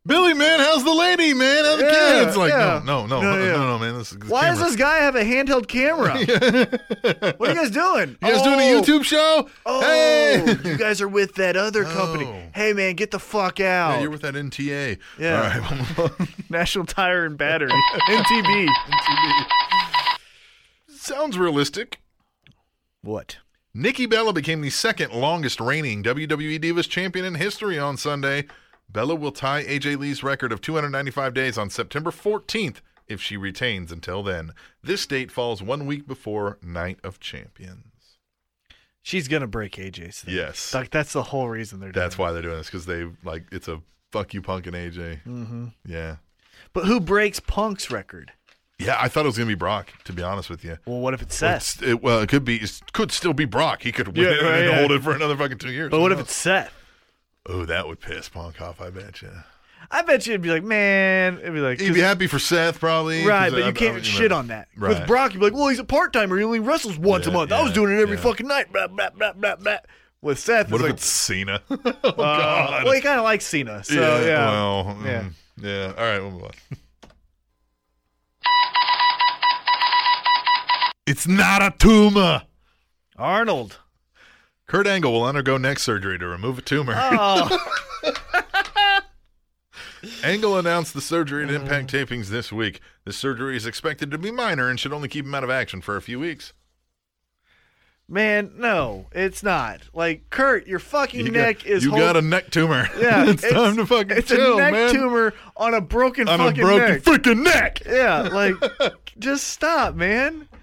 Billy, man, how's the lady, man? How's the
Yeah,
kid? It's like,
yeah.
no, no, no,
No,
no,
yeah.
no, no, man. This, this
Why
camera.
does this guy have a handheld camera? What are you guys doing?
You guys doing a YouTube show?
Oh,
hey!
you guys are with that other company.
Oh.
Hey, man, get the fuck out.
Yeah, you're with that NTA.
Yeah.
All right.
National Tire and Battery, NTB.
Sounds realistic.
What?
Nikki Bella became the second longest reigning WWE Divas champion in history on Sunday. Bella will tie AJ Lee's record of 295 days on September 14th if she retains until then. This date falls one week before Night of Champions.
She's gonna break AJ's thing.
Yes.
Like that's the whole reason they're doing.
That's why they're doing this because they like it's a fuck you punk and AJ. Mm-hmm. Yeah,
it. But who breaks Punk's record?
yeah. I thought it was gonna be Brock. To be honest with you,
Well, what if it's
It's-
Seth?
it, well, it could be. It could still be Brock. He could win
Yeah,
it
right,
and
yeah.
hold it for another fucking two years.
But what
Who
if it's Seth?
knows? Oh, that would piss Punk off. I bet you.
I bet you it'd be like, man, it'd be like,
He'd be happy for Seth probably.
right,
'cause
but
I-
you
I-
can't
you know.
shit on that.
Right.
With Brock, you'd be like, well, he's a part timer. He only wrestles once
Yeah,
a month. I was
yeah,
doing it every
yeah.
fucking night. Blah blah blah blah blah. With Seth,
What
it's
if
like, "Uh,
it's Cena? oh God.
well, he kind of likes Cena, so yeah.
Well, mm, yeah.
Yeah.
All right, we'll move on. it's not a tumor.
Arnold.
Kurt Angle will undergo neck surgery to remove a tumor.
Oh,
Angle announced the surgery at Impact
Mm.
tapings this week. The surgery is expected to be minor and should only keep him out of action for a few weeks.
man, no, it's not. Like Kurt, your fucking
You
neck
got,
is
you
whole-
got a neck tumor.
yeah.
it's, time to fucking
it's
chill,
a neck
man.
tumor on a broken
On a
fucking
broken
neck.
freaking neck.
yeah, like just stop, man.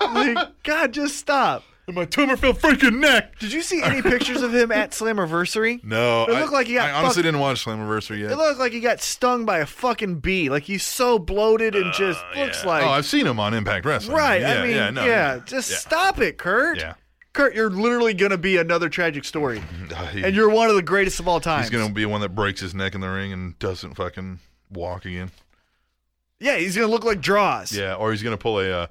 Like, God, just stop.
And my tumor filled freaking neck.
Did you see any pictures of him at Slammiversary?
No,
It
I-
looked like he got
I honestly
fucked-
didn't watch Slammiversary yet.
It looked like he got stung by a fucking bee. Like he's so bloated and just
Uh,
looks
yeah.
like
Oh, I've seen him on Impact Wrestling.
right.
Yeah,
I mean,
yeah, no,
just
yeah.
stop it, Kurt.
Yeah.
Kurt, you're literally gonna be another tragic story,
Uh, he-
and you're one of the greatest of all time.
he's gonna be one that breaks his neck in the ring and doesn't fucking walk again.
yeah, he's gonna look like draws.
Yeah, or he's gonna pull a. Uh,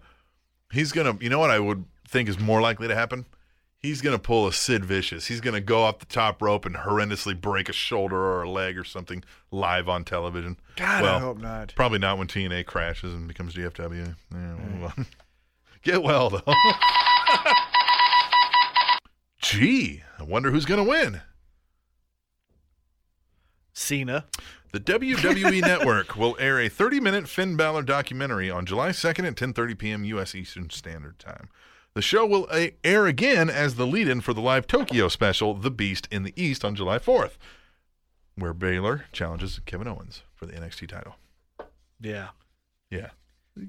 he's gonna. You know what I would think is more likely to happen. He's gonna pull a Sid Vicious. He's gonna go off the top rope and horrendously break a shoulder or a leg or something live on television.
God,
well,
I hope not.
Probably not when TNA crashes and becomes GFW. Yeah, we'll move on. Get well though. Gee, I wonder who's gonna win.
Cena.
The WWE Network will air a 30-minute Finn Balor documentary on July 2nd at 10:30 p.m. U.S. Eastern Standard Time. The show will a- air again as the lead-in for the live Tokyo special, The Beast in the East, on July 4th, where Baylor challenges Kevin Owens for the NXT title.
Yeah.
Yeah,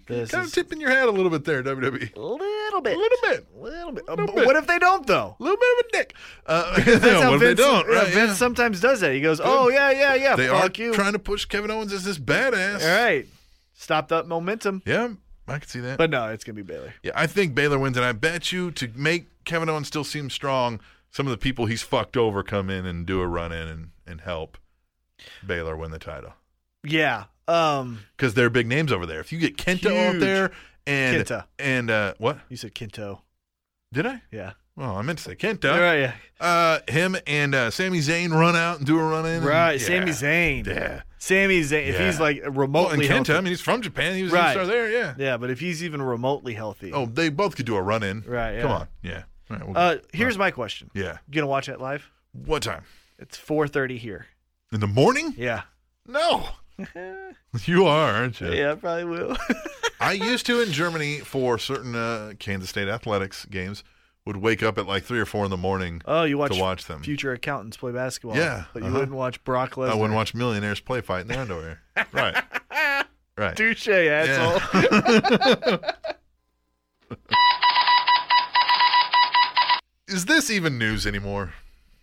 This
kind of
is-
tipping your hat a little bit there, WWE.
A little bit.
A little bit,
little bit.
Little
Uh,
bit.
but What if they don't though?
a little bit of a dick. Uh, what if they
Vince,
don't?
yeah,
Right?
Vince
yeah.
sometimes does that. He goes, "Oh yeah, yeah, yeah.
they are
fuck you."
trying to push Kevin Owens as this badass.
All right, stopped up momentum.
Yeah, I can see that.
But no, it's gonna be Bailey.
Yeah, I think Baylor wins, and I bet you to make Kevin Owens still seem strong, some of the people he's fucked over come in and do a run in and, and help Baylor win the title
Yeah. Um.
because they're big names over there. If you get Kenta out
Huge.
there and
Kenta.
and uh, what
You said Kinto.
did I?
Yeah.
Well, I meant to say
All
Kenta.
right. Yeah.
Uh, him and uh, Sami Zayn run out and do a run in.
Right,
yeah.
Sami Zayn.
Yeah.
Sammy Zayn. If
Yeah.
he's like
Well, and
remotely
Kenta, I
healthy,
mean, he's from Japan. He was
Right.
a star there. Yeah.
yeah, but if he's even remotely healthy,
Oh, they both could do a run in.
Right,
Come
yeah.
on. Yeah. All right, we'll-
uh, here's my question:
yeah.
You gonna watch that live?
What time?
It's 4:30 here.
In the morning?
Yeah,
No. You are, aren't you?
yeah, I probably will.
I used to in Germany for certain uh, Kansas State athletics games would wake up at like three or four in the morning
oh, you watch,
to watch them.
future accountants play basketball?
Yeah,
but you
uh-huh.
wouldn't watch Brock
I
Lesnar.
wouldn't watch millionaires play fight in their underwear. right. Right.
Touche, asshole.
Is this even news anymore?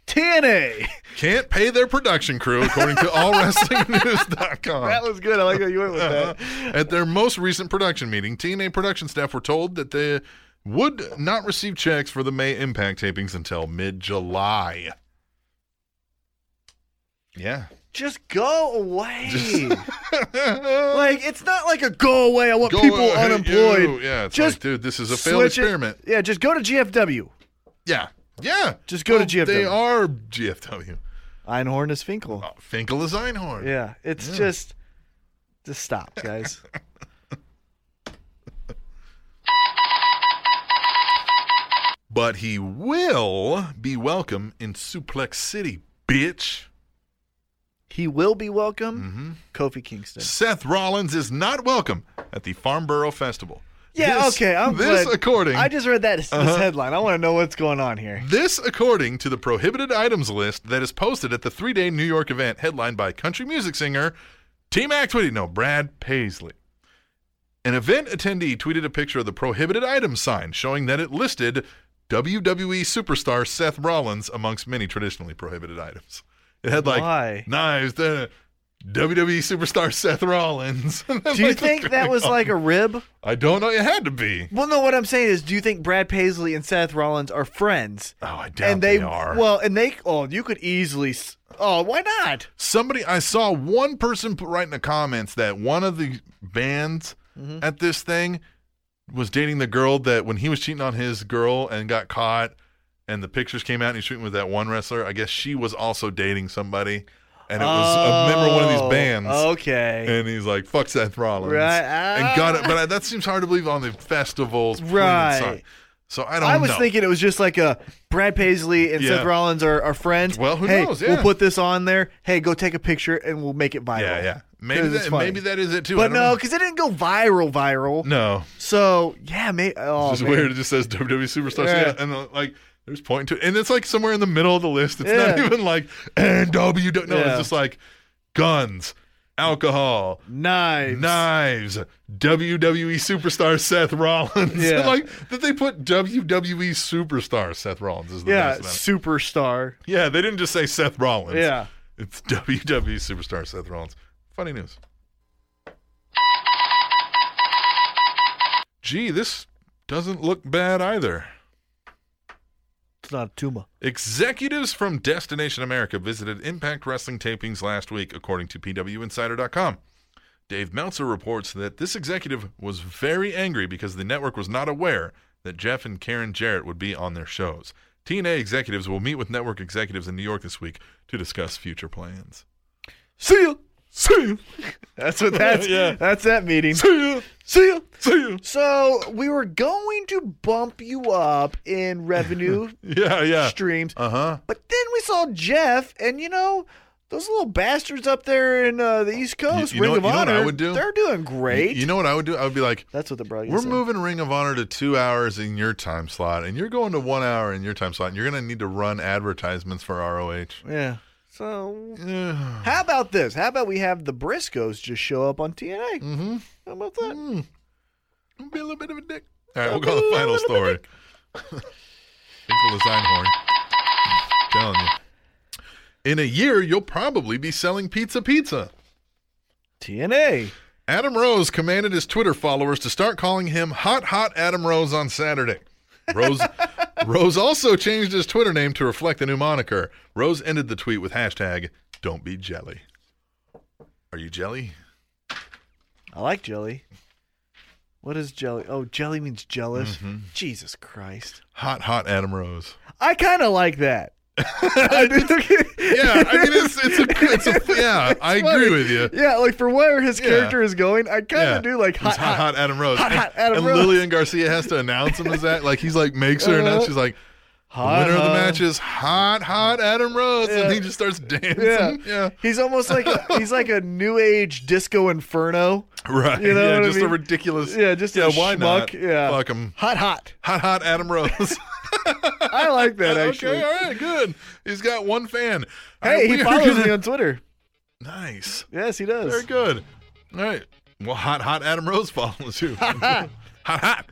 TNA.
Can't pay their production crew, according to allwrestlingnews.com.
That was good. I like how you went with
Uh-huh.
that.
At their most recent production meeting, TNA production staff were told that they would not receive checks for the May Impact tapings until mid July. Yeah.
Just go away.
Just-
like it's not like a go away. I want
Go
people
away,
unemployed.
you. Yeah, it's
Just
like, dude, this is a failed
Switch it.
experiment.
Yeah, just go to GFW.
Yeah. Yeah.
Just go to
They
GFW.
are GFW.
Einhorn is Finkel.
Oh, Finkel is Einhorn.
Yeah, it's just just stop, guys.
But he will be welcome in Suplex City, bitch.
he will be
Mm-hmm.
welcome. Kofi Kingston.
Seth Rollins is not welcome at the Farnborough Festival.
Yeah,
This-
okay. I'm
this
glad.
according Uh-huh.
I just read that this headline. I want to know what's going on here.
this according to the prohibited items list that is posted at the three-day New York event, headlined by country music singer T Mac tweeted no Brad Paisley. An event attendee tweeted a picture of the prohibited items sign showing that it listed WWE superstar Seth Rollins amongst many traditionally prohibited items. It had like
Why?
knives, the WWE superstar Seth Rollins. And then,
Do you
like,
think that was
on.
like a rib?
I don't know. It had to be.
Well, no. What I'm saying is, do you think Brad Paisley and Seth Rollins are friends?
Oh, I doubt
and they,
are.
well, and they. Oh, you could easily. s- Oh, why not?
Somebody, I saw one person put right in the comments that one of the bands
Mm-hmm.
at this thing was dating the girl that when he was cheating on his girl and got caught, and the pictures came out and he's cheating with that one wrestler. I guess she was also dating somebody, and it was a member of one of
Oh,
these bands.
Okay.
And he's like, "Fuck Seth Rollins,"
Right, Ah.
and got it. But I, that seems hard to believe on the festivals, playing that song.
Right.
So I don't.
I was
know.
thinking it was just like a Brad Paisley and
Yeah.
Seth Rollins are, are friends.
Well, who
hey,
knows?
We'll
Yeah.
put this on there. Hey, go take a picture and we'll make it viral.
Yeah, yeah. Maybe
'Cause it's
that,
funny.
maybe that is it too.
But
I don't
no,
know.
because it didn't go viral, viral.
no,
So yeah, maybe. Oh,
it's just
man.
weird. It just says WWE superstars,
Yeah.
yeah. and uh, like there's pointing to, and it's like somewhere in the middle of the list. It's not
Yeah.
even like and W. No,
Yeah.
it's just like guns, alcohol,
Knives.
knives, WWE superstar Seth Rollins.
Yeah.
like that they put WWE superstar Seth Rollins is the
yeah,
best. about it.
superstar.
Yeah, they didn't just say Seth Rollins.
Yeah.
It's WWE superstar Seth Rollins. Funny news. Gee, this doesn't look bad either.
It's not a tumor.
Executives from Destination America visited Impact Wrestling tapings last week, according to PWInsider.com. Dave Meltzer reports that this executive was very angry because the network was not aware that Jeff and Karen Jarrett would be on their shows. TNA executives will meet with network executives in New York this week to discuss future plans.
See ya.
See you.
That's what that's
Yeah.
that's that meeting.
See ya.
See ya.
See you.
So we were going to bump you up in revenue
Yeah, yeah.
streams,
Uh huh.
but then we saw Jeff, and you know those little bastards up there in uh, the East Coast,
you
Ring
know-
of
you know what
Honor.
I would do?
They're doing great.
You know what I would do? I would be like,
that's what the brother.
We're moving Ring of Honor to two hours in your time slot, and you're going to one hour in your time slot, and you're going to need to run advertisements for ROH.
Yeah. So
mm-hmm.
how about this? How about we have the Briscoes just show up on TNA?
Mm-hmm.
How about that?
Mm. I'll Be a little bit of a dick. All right, we'll go to the final story. Finkel is Einhorn. I'm telling you. In a year, you'll probably be selling pizza pizza.
TNA.
Adam Rose commanded his Twitter followers to start calling him Hot Hot Adam Rose on Saturday. Rose Rose also changed his Twitter name to reflect the new moniker. Rose ended the tweet with hashtag Don't be jelly. Are you jelly?
I like jelly. What is jelly? Oh, jelly means jealous.
Mm-hmm.
Jesus Christ.
Hot Hot Adam Rose.
I kind of like that. I do think-
Yeah, I mean it's it's a, it's a yeah. I agree with you.
yeah, like for where his
Yeah.
character is going, I kind of
Yeah.
do like
It's
hot, hot,
hot, Adam Rose.
Hot,
and,
hot Adam
and
Rose.
Lillian Garcia has to announce him as that. Like he's like makes her
Uh-huh.
announce. She's like,
hot,
the winner of the
hot.
match is hot, hot Adam Rose, and he just starts dancing.
Uh-huh. Yeah.
Yeah,
He's almost like a, he's like a new age disco inferno.
right.
You know
yeah,
what I
just
mean?
a ridiculous.
Yeah, just
yeah.
a
why
schmuck.
not?
Yeah,
fuck him.
hot, hot.
Hot, hot Adam Rose.
I like that actually.
okay, all right, good. He's got one fan. All right,
Hey,
we
he
are
follows
gonna-
me on Twitter.
Nice,
Yes, he
very
does.
good. All right. Well, hot, hot Adam Rose follows you. hot, hot, hot,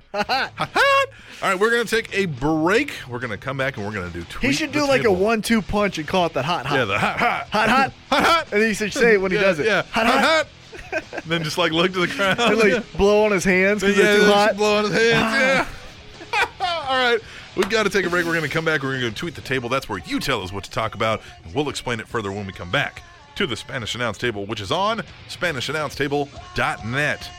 hot. All right, we're gonna take a break. We're gonna come back and we're gonna do. Tweet
He should
the
do like a
table.
one-two punch and call it the hot, hot,
Yeah, the hot, hot,
hot, hot,
hot, hot.
and then he should say it when he
yeah,
does it.
Yeah,
hot, hot.
hot. then just like look to the crowd.
And, like blow on his hands because
yeah,
they're too
just
hot. Ah.
blow on his hands. Yeah. All right. We've got to take a break. We're going to come back. We're going to go tweet the table. That's where you tell us what to talk about, and we'll explain it further when we come back to the Spanish Announce Table, which is on SpanishAnnounceTable.net.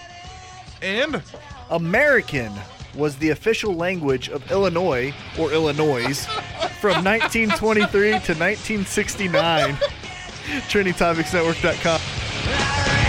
And
American was the official language of Illinois or Illinois from 1923 to 1969. TrainingTopicsNetwork.com.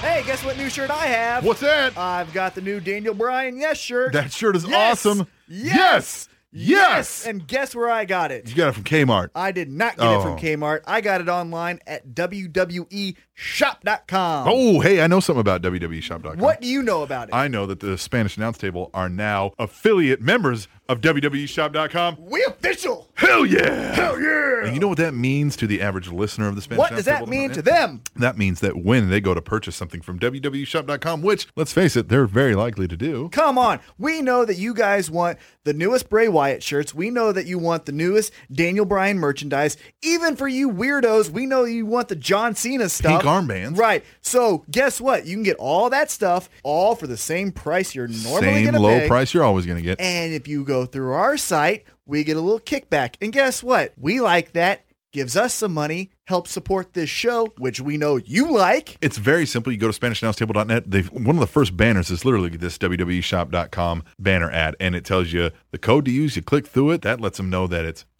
Hey, guess what new shirt I have?
what's that?
I've got the new Daniel Bryan Yes shirt.
that shirt is
Yes!
awesome.
Yes!
Yes. Yes!
And guess where I got it?
You got it from Kmart.
I did not get it from
Oh.
Kmart. I got it online at E WWEshop.com.
Oh, hey, I know something about E WWE Shop.com.
What do you know about it?
I know that the Spanish Announce Table are now affiliate members of E WWEshop.com.
we official.
Hell yeah!
Hell yeah.
And you know what that means to the average listener of the Spanish
What
Announce
does that
Table?
mean to them?
That means that when they go to purchase something from E WWEshop.com, which, let's face it, they're very likely to do.
Come on. We know that you guys want the newest Bray Wyatt shirts. We know that you want the newest Daniel Bryan merchandise. Even for you weirdos, we know you want the John Cena stuff.
armbands.
Right. So guess what? You can get all that stuff all for the same price you're normally
Same
gonna
low
pay.
price you're always going to get.
And if you go through our site, we get a little kickback. And guess what? We like that. Gives us some money, helps support this show, which we know you like.
It's very simple. You go to SpanishAnnounceTable.net. They've one of the first banners is literally this E WWEshop.com banner ad, and it tells you the code to use. You click through it. That lets them know that it's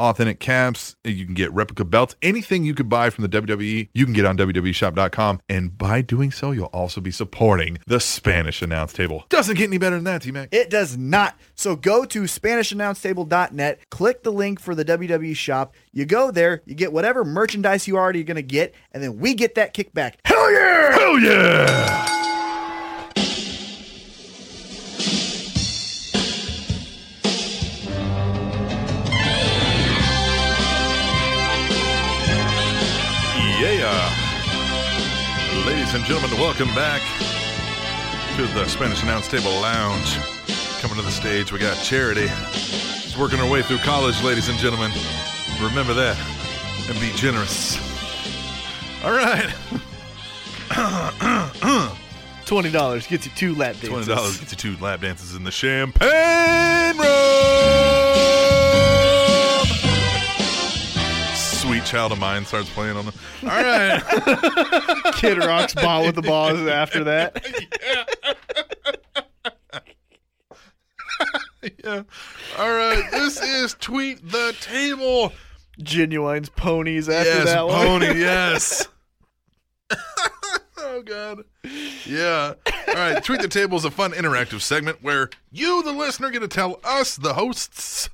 authentic caps. You can get replica belts. Anything you could buy from the WWE, you can get on E WWEshop.com. And by doing so, you'll also be supporting the Spanish announce table. Doesn't get any better than that, T Mac.
It does not. So go to SpanishAnnounceTable.net, click the link for the WWE shop. You go there, you get whatever merchandise you already going to get, and then we get that kickback.
Hell yeah! Hell yeah! Yeah. Ladies and gentlemen, welcome back to the Spanish Announce Table Lounge. Coming to the stage, we got Charity. She's working her way through college, ladies and gentlemen. Remember that and be generous. All right.
$20 gets you two lap dances.
Twenty dollars gets you two lap dances in the champagne room. Sweet child of mine starts playing on the. All right.
Kid Rock's ball with the balls after that.
yeah. All right. This is tweet the table.
Genuine's ponies after
yes,
that one.
pony. Yes. oh God. Yeah. All right. Tweet the table is a fun interactive segment where you, the listener, get to tell us, the hosts,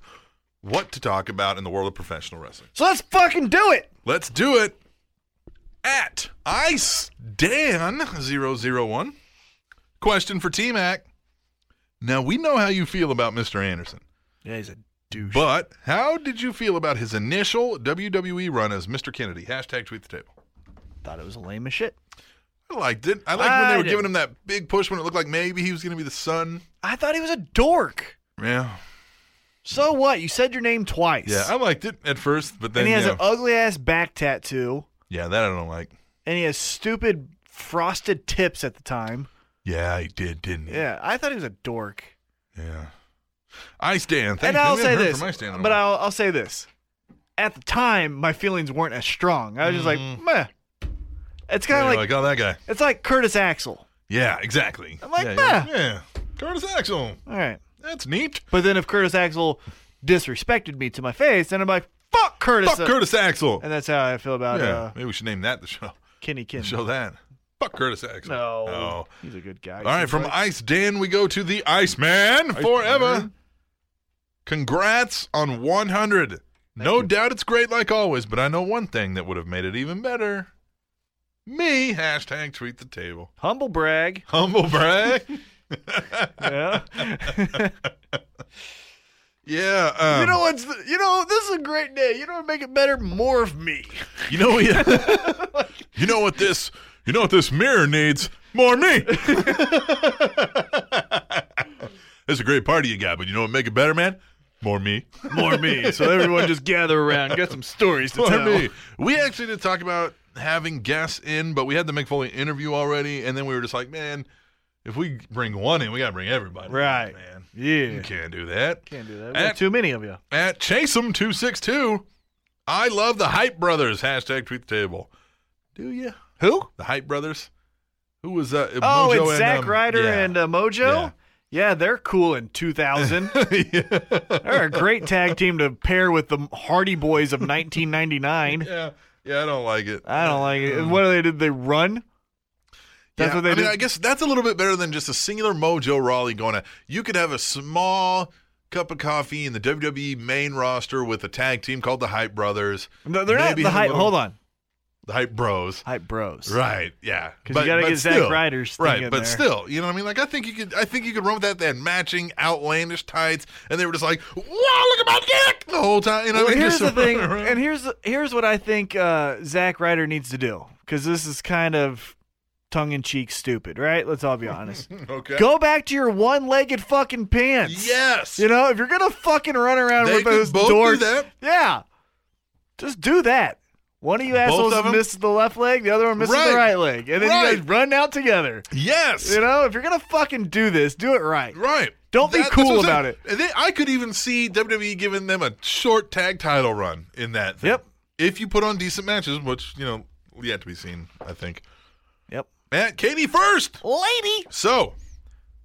what to talk about in the world of professional wrestling.
So let's fucking do it.
Let's do it. At Ice Dan 001. Question for T Mac. Now we know how you feel about Mr. Anderson,
Yeah, he's a douche.
but how did you feel about his initial WWE run as Mr. Kennedy? Hashtag tweet the table.
Thought it was lame as shit.
I liked it. I liked when
I
they were
didn't.
giving him that big push when it looked like maybe he was going to be the son.
I thought he was a dork.
Yeah,
So what? You said your name twice.
yeah, I liked it at first, but then
and he has
yeah,
an ugly ass back tattoo,
yeah, that I don't like.
and he has stupid frosted tips at the time.
Yeah, he did, didn't he?
Yeah, I thought he was a dork.
yeah. Ice Dan,
and
thank you.
I'll
We
say
haven't heard
this,
from Ice Dan in a
but
while.
I'll, I'll say this: at the time, my feelings weren't as strong. I was just like,
Mhm.
meh. It's
Yeah,
kind of
you're
like
like, oh, that guy.
it's like Curtis Axel.
Yeah, exactly.
I'm like,
yeah,
"Bah."
yeah, yeah. Curtis Axel.
All right,
That's neat.
but then if Curtis Axel disrespected me to my face, then I'm like, fuck Curtis.
Fuck Curtis Axel.
And that's how I feel about
yeah,
uh,
maybe we should name that the show.
Kenny Kin.
Show that. Fuck Curtis Axel.
No,
Oh.
he's a good guy.
All right, from Ice Dan, we go to the Iceman forever. Congrats on 100. no doubt it's great like always, but I know one thing that would have made it even better. Me, hashtag tweet the table.
humble brag.
Humble brag.
Yeah.
yeah. Um,
you know what's the, you know this is a great day. You know what would make it better? More of me.
You know, you know what this, you know what this mirror needs more me. That's a great party you got, but you know what make it better, man? More me, more me.
So everyone just gather around, got some stories to
more
tell.
me. We actually did talk about having guests in, but we had the Mick Foley interview already, and then we were just like, man, if we bring one in, we gotta bring everybody. in,
Right.
man. You
Yeah.
can't do that.
Can't do that.
We got
too many of you.
at Chaseum262. I love the Hype Brothers. Hashtag tweet the table. Do you?
Who?
The Hype Brothers? Who was that?
Oh,
Mojo
it's Zack
um,
Ryder
yeah.
and uh, Mojo. Yeah. they're cool in 2000. uh,
yeah.
they're a great tag team to pair with the Hardy Boys of 1999.
yeah. Yeah, I don't like it.
I don't like it. What do they did? They run. That's
Yeah,
what they
I
did.
mean, I guess that's a little bit better than just a singular Mojo Raleigh going to. You could have a small cup of coffee in the WWE main roster with a tag team called the Hype Brothers,
no, they're
maybe
not the
have a
hype.
little-
Hold on,
the Hype Bros.
hype bros.
Right. Yeah.
'Cause you
But-
gotta
but
get Zack
still-
Ryder's thing
right,
in
but
there.
still, you know what I mean? Like I think you could, I think you could run with that. They had matching, outlandish tights, and they were just like, "Wow, look at my dick!" the whole time. You know,
Well,
what I mean?
here's the
Just
thing,
around.
and here's the, here's what I think uh, Zack Ryder needs to do because this is kind of tongue in cheek stupid, right? Let's all be honest.
okay,
Go back to your one legged fucking pants.
yes,
You know, if you're gonna fucking run around
they
with those
could both
dorks,
do that.
yeah, just do that. One of you assholes
of 'em?
misses the left leg, the other one misses
Right.
the right leg, and then you
Right.
guys run out together.
Yes,
You know, if you're gonna fucking do this, do it right.
right.
Don't be
that's
cool
what I'm
about
saying.
it.
And they, I could even see WWE giving them a short tag title run in that. Thing.
Yep.
If you put on decent matches, which you know yet to be seen, I think.
Yep.
Matt, Katie first.
Lady.
So,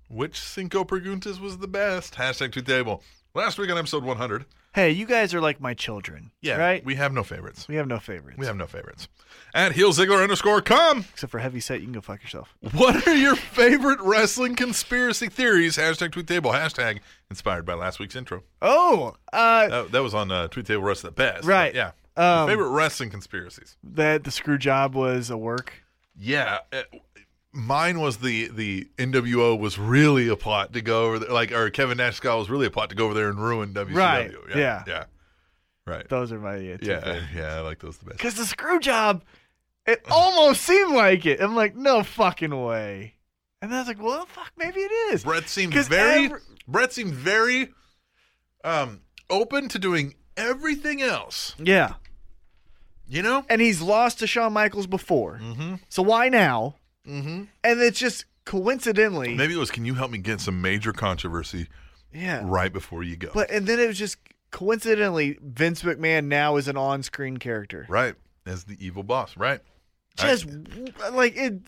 which Cinco Preguntas was the best? Hashtag to table. Last week on episode 100,
hey, you guys are like my children.
Yeah,
Right?
We have no favorites.
We have no favorites.
We have no favorites. At heel Ziggler underscore com.
Except for heavy set, you can go fuck yourself.
What are your favorite wrestling conspiracy theories? Hashtag tweet table. Hashtag inspired by last week's intro.
Oh, uh,
That, that was on uh, tweet table wrestling the best. but
Right.
Yeah.
Um,
favorite wrestling conspiracies.
that the screw job was a work.
Yeah. uh, mine was the the NWO was really a plot to go over there, like or Kevin Nash Scott was really a plot to go over there and ruin WCW.
Right,
Yeah.
yeah.
Right.
Those are my yeah.
yeah. Yeah. I like those the best.
Because the screw job, it almost seemed like it. I'm like, no fucking way. And then I was like, well, fuck, maybe it is.
Brett seemed
'Cause
very
every-
Brett seemed very um open to doing everything else.
Yeah.
You know?
And he's lost to Shawn Michaels before. Mm-hmm. So why now?
Mm-hmm.
And it's just coincidentally.
Maybe it was can you help me get some major controversy
yeah.
right before you go.
But and then it was just coincidentally Vince McMahon now is an on-screen character.
right. As the evil boss, right? I-
Just w like it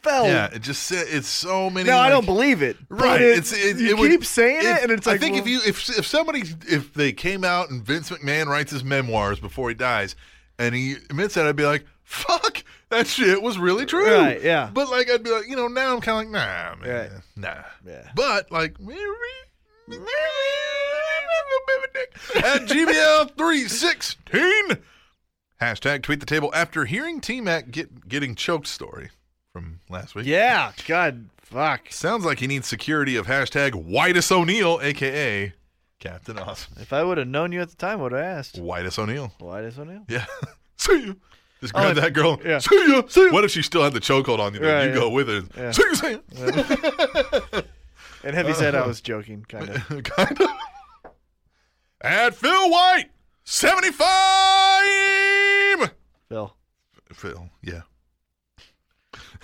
fell.
yeah, it just said it's so many.
No, I
like-
don't believe it. but
Right,
it-
it's it,
you
it would-
keep saying it,
if-
and it's like
I think if
well,
you if if somebody if they came out and Vince McMahon writes his memoirs before he dies, and he admits that, I'd be like, "Fuck, that shit was really true."
Right, yeah.
But like, I'd be like, you know, now I'm kind of like, nah,
Right.
man, nah.
Yeah.
But like, maybe. maybe- At GBL three sixteen, hashtag tweet the table after hearing T Mac get getting choked story from last week.
yeah, God, fuck.
Sounds like he needs security of hashtag Whitus O'Neill, aka Captain Awesome.
If I would have known you at the time, I would have asked.
Whitus O'Neill.
Why does one know?
Yeah. See you. Just grab
Oh,
that girl.
yeah.
See you. What if she still had the chokehold on you? Then
Right,
you go with her.
Yeah.
See you. See you.
And Heavy said
Oh.
I was joking, kind of.
kind of. At Phil White, seventy-five.
Phil.
Phil. Yeah.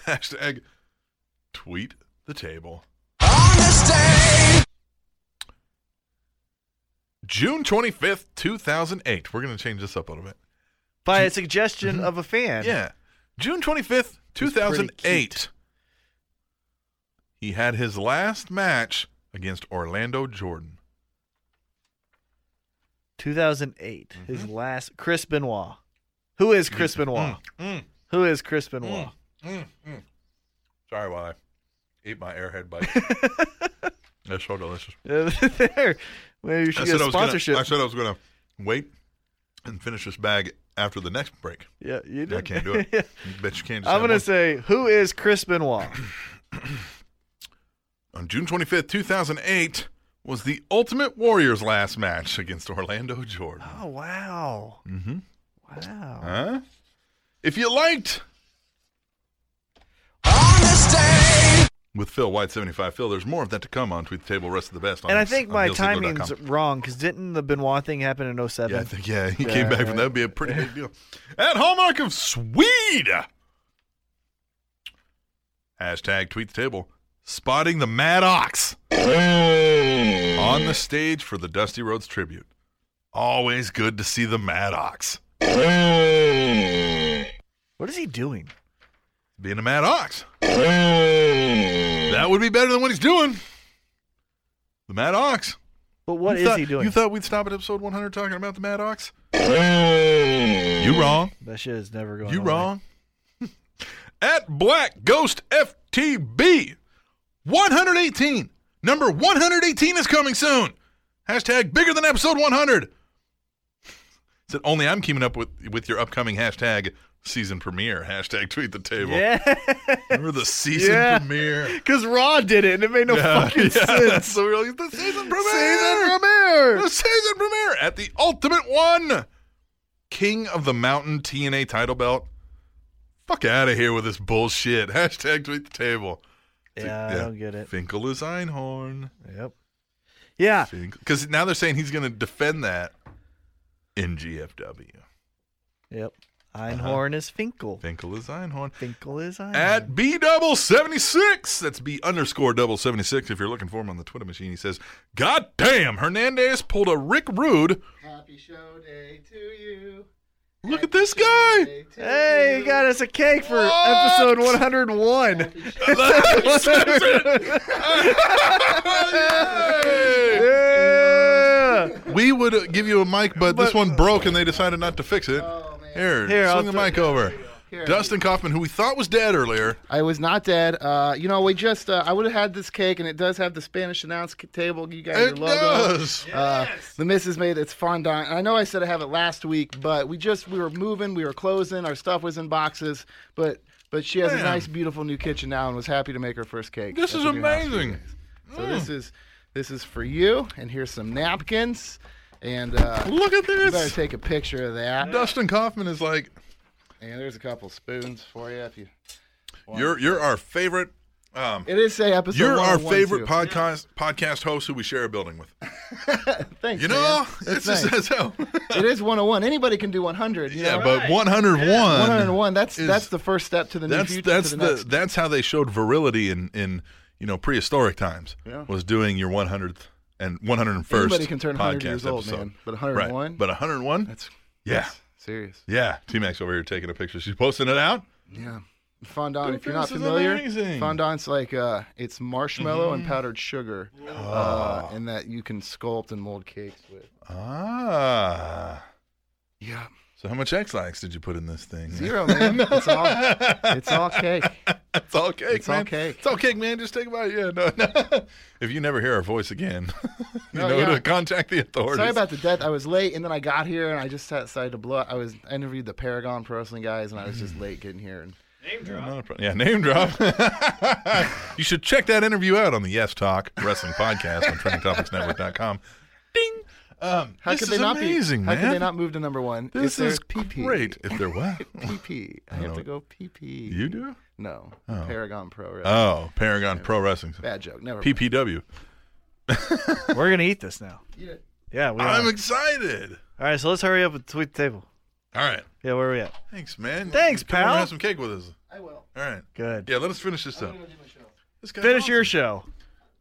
Hashtag tweet the table. June 25th, 2008. We're going to change this up a little bit.
By a suggestion of a fan.
Mm-hmm. Yeah. June 25th,
He's pretty
2008. He had his last match against Orlando Jordan.
2008.
Mm-hmm.
His last. Chris Benoit. Who is Chris Benoit?
Mm,
Who is Chris Benoit?
mm, mm. Sorry while I ate my airhead bite. That's so delicious.
there. Maybe we
I
should
said
get
I
a
was gonna-
sponsorship.
I said I was going to wait and finish this bag after the next break.
yeah, you did.
I can't do it.
Yeah.
You bet you can't. Just
I'm
have
gonna
one.
say, who is Chris Benoit?
On June 25th, 2008, was the Ultimate Warrior's last match against Orlando Jordan.
oh wow,
Mm-hmm.
wow.
Huh? If you liked. With Phil White 75 Phil, there's more of that to come on Tweet the Table, Rest of the Best. On
and I
his-
think
on
my
hillsingler.com.
timing's wrong because didn't the Benoit thing happen in 07?
Yeah, I think, yeah, he
Yeah,
came back
right.
from that. would be a pretty big deal. At Hallmark of Swede. Hashtag tweet the table. Spotting the Mad Ox on the stage for the Dusty Rhodes tribute. Always good to see the Mad Ox.
What is he doing?
Being a Mad Ox. That would be better than what he's doing. The Mad Ox.
But what is
You thought-
he doing?
You thought we'd stop at episode 100 talking about the Mad Ox? You wrong.
that shit is never going.
You
away.
wrong. At Black Ghost FTB 118. Number 118 is coming soon. Hashtag bigger than episode 100. Said only I'm keeping up with with your upcoming hashtag season premiere. Hashtag tweet the table.
Yeah,
Remember the season
Yeah.
premiere?
because Raw did it and it made no
Yeah,
fucking
yeah.
sense.
So we're like, the season premiere.
Season premiere.
The season premiere at the ultimate one. King of the Mountain TNA title belt. Fuck out of here with this bullshit. Hashtag tweet the table.
Yeah, I
Yeah.
don't get it.
Finkel is Einhorn.
Yep. Yeah,
Because now they're saying he's going to defend that in GFW.
yep.
Uh-huh.
Einhorn is Finkel.
Finkel is Einhorn.
Finkel is Einhorn.
At B double 76. That's B underscore double 76 if you're looking for him on the Twitter machine. He says, God damn, Hernandez pulled a Rick Rude.
Happy show day to you.
Look at this guy.
Day to
hey, he
you.
got us a cake for
What?
episode 101.
Hey!
yeah.
we would uh, give you a mic, but, this one broke and they decided not to fix it.
Oh, man.
Here,
Here, I'll
swing the
throw-
mic over.
Here.
Dustin Kaufman, who we thought was dead earlier.
I was not dead. Uh, you know, we just uh, I would have had this cake, and it does have the Spanish announce c- table. You got your
It
logo.
does.
Uh, the missus made its fondant. And I know I said I have it last week, but we just we were moving, we were closing, our stuff was in boxes, but but she has
Man.
a nice, beautiful new kitchen now, and was happy to make her first cake.
This
at
is
the new house we
amazing. Mm.
made. So this is this is for you, and here's some napkins, and uh,
Look at
you better
this.
take a picture of that.
Dustin Kaufman is like,
And there's a couple spoons for you if you.
you're you're our favorite. Um,
It is a episode.
you're our
101
favorite
too.
podcast podcast host who we share a building with.
Thanks,
You
man.
know, it's
That's
just that's
nice.
how.
it is 101. Anybody can do 100. You
yeah,
know?
but 101.
101. That's
is-
that's the first step to the
that's
new future.
that's
to
the,
the, next.
that's how they showed virility in in you know prehistoric times
Yeah.
was doing your 100th and 101st
Anybody can turn 100
podcast
years old,
episode.
man, but 101?
right. but 101
That's
yeah
that's serious.
yeah T Max over here taking a picture she's posting it out
Yeah. Fondant, if you're
This
not
is
familiar,
amazing. Mm-hmm.
fondant's like uh, it's marshmallow and powdered sugar, uh, and that you can sculpt and mold cakes with.
ah
Yeah,
so how much X lax did you put in this thing
zero man. it's all it's all cake.
it's all cake
It's all
man.
cake.
it's all cake man just take about yeah no, no. if you never hear our voice again you
No,
know
yeah.
to contact the authorities
Sorry about the death. I was late, and then I got here, and I just decided to blow. I was I interviewed the Paragon Pro Wrestling guys, and I was just
Mm.
late getting here. And
Not a pro- Yeah, name drop. you should check that interview out on the Yes Talk Wrestling Podcast on TrainingTopicsNetwork.com. Ding. Um,
how
this
could
is
they not
amazing,
be?
man.
How could they not move to number one?
this
if
is
there's PP.
great. If there E? what?
PP. I
know.
have to go PP.
you do?
No. Paragon Pro Wrestling.
Oh, Paragon Pro Wrestling.
Bad joke. Never. mind.
PPW.
We're gonna eat this now.
Eat it.
Yeah, we are.
I'm excited.
All right, so let's hurry up and tweet the table.
All right.
Yeah, where are we at?
Thanks, man.
Thanks,
Come over and
pal.
Have some cake with us.
I will.
All right.
Good.
Yeah, let us finish this up. This guy's
Finish your
awesome.
show.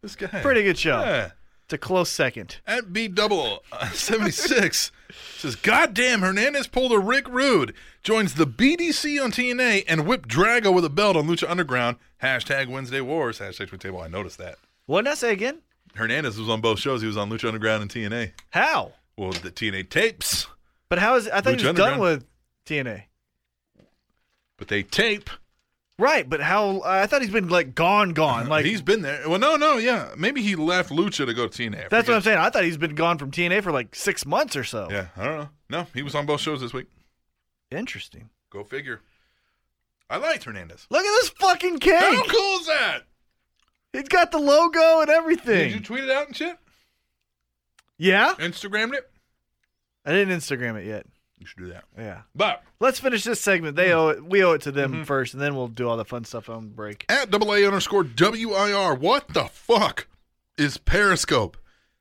This guy.
Pretty good show.
Yeah.
It's a close second.
at B double seventy six says, "Goddamn, Hernandez pulled a Rick Rude, joins the BDC on TNA, and whipped Drago with a belt on Lucha Underground." Hashtag Wednesday Wars. Hashtag Tweet Table. I noticed that
What did I say again?
Hernandez was on both shows. He was on Lucha Underground and TNA.
How?
Well, the TNA tapes,
But how is I thought
Lucha
he was done
Underground.
with TNA.
but they tape.
Right, but how? I thought he's been like gone, gone. Like
he's been there. Well, no, no, yeah, maybe he left Lucha to go to TNA. I
that's what I'm
forget.
saying. I thought he's been gone from TNA for like six months or so.
Yeah, I don't know. No, he was on both shows this week.
Interesting.
Go figure. I liked Hernandez.
Look at this fucking
How
cake.
cool is that?
It's got the logo and
Did you
everything.
tweet it out and shit?
Yeah,
Instagrammed it?
I didn't Instagram it yet.
You should do that.
Yeah.
But
Let's finish this segment.
Hmm.
They owe it. We owe it to them
Mm-hmm.
first, and then we'll do all the fun stuff on break.
at double A underscore WIR, what the fuck is Periscope?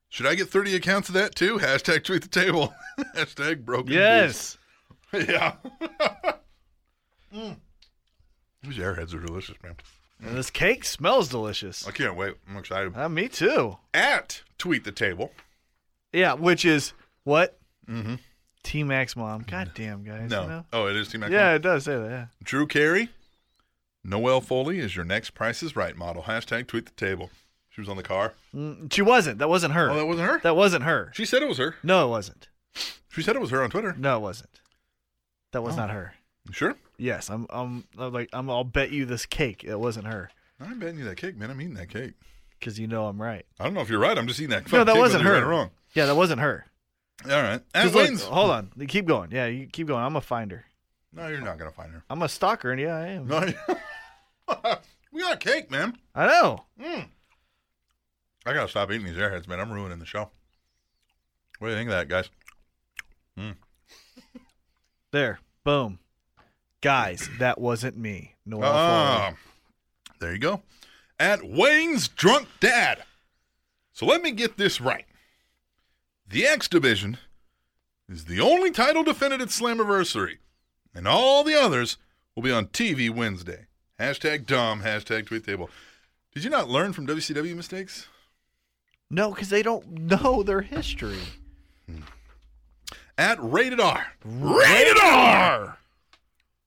Should I get 30 accounts of that too? Hashtag tweet the table. Hashtag broken.
Yes.
juice. Yeah. Mm. These airheads are delicious, man.
And this cake smells delicious.
I can't wait. I'm excited.
Uh, me too.
At tweet the table.
Yeah, which is what? Mm-hmm. T Max mom. God damn, guys.
Mm-hmm. No.
you know?
Oh, it is T Mac.
Yeah, it does say that. Yeah.
Drew Carey. Noelle Foley is your next Price is Right model. Hashtag tweet the table. She was on the car.
Mm, She wasn't. That wasn't her.
Oh, that wasn't her?
that wasn't her.
She said it was her.
No, it wasn't.
She said it was her on Twitter.
No, it wasn't. That
Oh.
was not her.
You sure?
Yes, I'm. I'm, I'm like. I'm, I'll bet you this cake. It wasn't her
I'm betting you that cake, man. I'm eating that cake.
because you know I'm right.
I don't know if you're right. I'm just eating that.
No,
fucking
that
cake,
wasn't
whether
her.
you're Right or wrong.
Yeah, that wasn't her.
All right. At
'Cause look,
Wayne's.
hold on. Keep going. Yeah, you keep going. I'm gonna find her.
No, you're not gonna find her.
I'm a stalker, and yeah, I am.
No. you- we got cake, man. Mm.
I know.
I gotta stop eating these airheads, man. I'm ruining the show. What do you think of that, guys?
There. Boom. Guys, that wasn't me. No.
Ah, there you go. At Wayne's drunk dad. So let me get this right. The X Division is the only title defended at Slammiversary, and all the others will be on TV Wednesday. Hashtag dumb. Hashtag tweet table. Did you not learn from WCW mistakes?
no, because they don't know their history.
at Rated R. Rated R!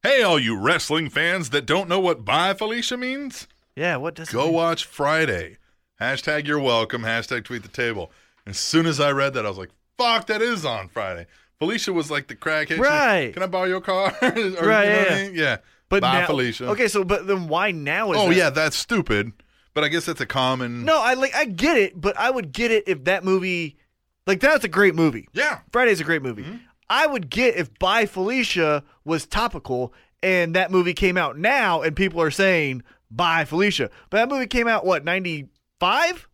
Hey, all you wrestling fans that don't know what bye Felicia means,
Yeah. What does? it
go
mean?
watch Friday. Hashtag you're welcome. Hashtag tweet the table. As soon as I read that, I was like, fuck, that is on Friday. Felicia was like the crackhead. She-
Right.
Can I borrow your car? Or, you know what
Right,
I
yeah.
mean? Yeah.
But
Bye,
now,
Felicia.
Okay, so but then why now is
Oh
that-
yeah, that's stupid. But I guess that's a common.
No, I like I get it, but I would get it if that movie like that's a great movie.
Yeah.
Friday's a great
Mm-hmm.
movie. I would get if By Felicia was topical and that movie came out now and people are saying By Felicia. But that movie came out what, 95?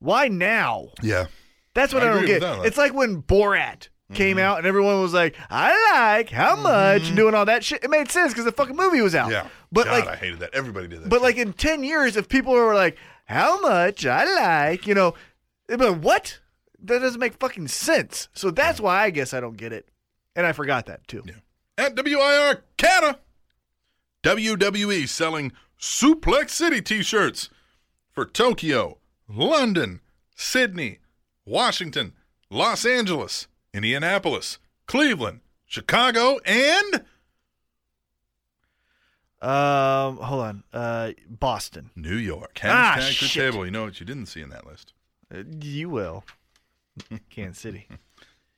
Why now?
Yeah.
That's what
I
I, don't
agree
get.
with that. Mm-hmm.
It's like when Borat came out and everyone was like, "I like how much and doing all that shit." It made sense because the fucking movie was out.
Yeah.
Oh. but
God,
like,
I hated that. Everybody did that.
but
shit.
like in ten years, if people were like, "How much I like," you know, they'd be like, "What?" That doesn't make fucking sense. So that's why I guess I don't get it, and I forgot that too.
Yeah. at WIR Canada. WWE selling Suplex City t shirts for Tokyo, London, Sydney, Washington, Los Angeles, Indianapolis, Cleveland, Chicago, and
Um, hold on, uh, Boston.
New York. Hashtag
Ah,
the
shit.
table. You know what you didn't see in that list?
Uh, you will, Kansas City.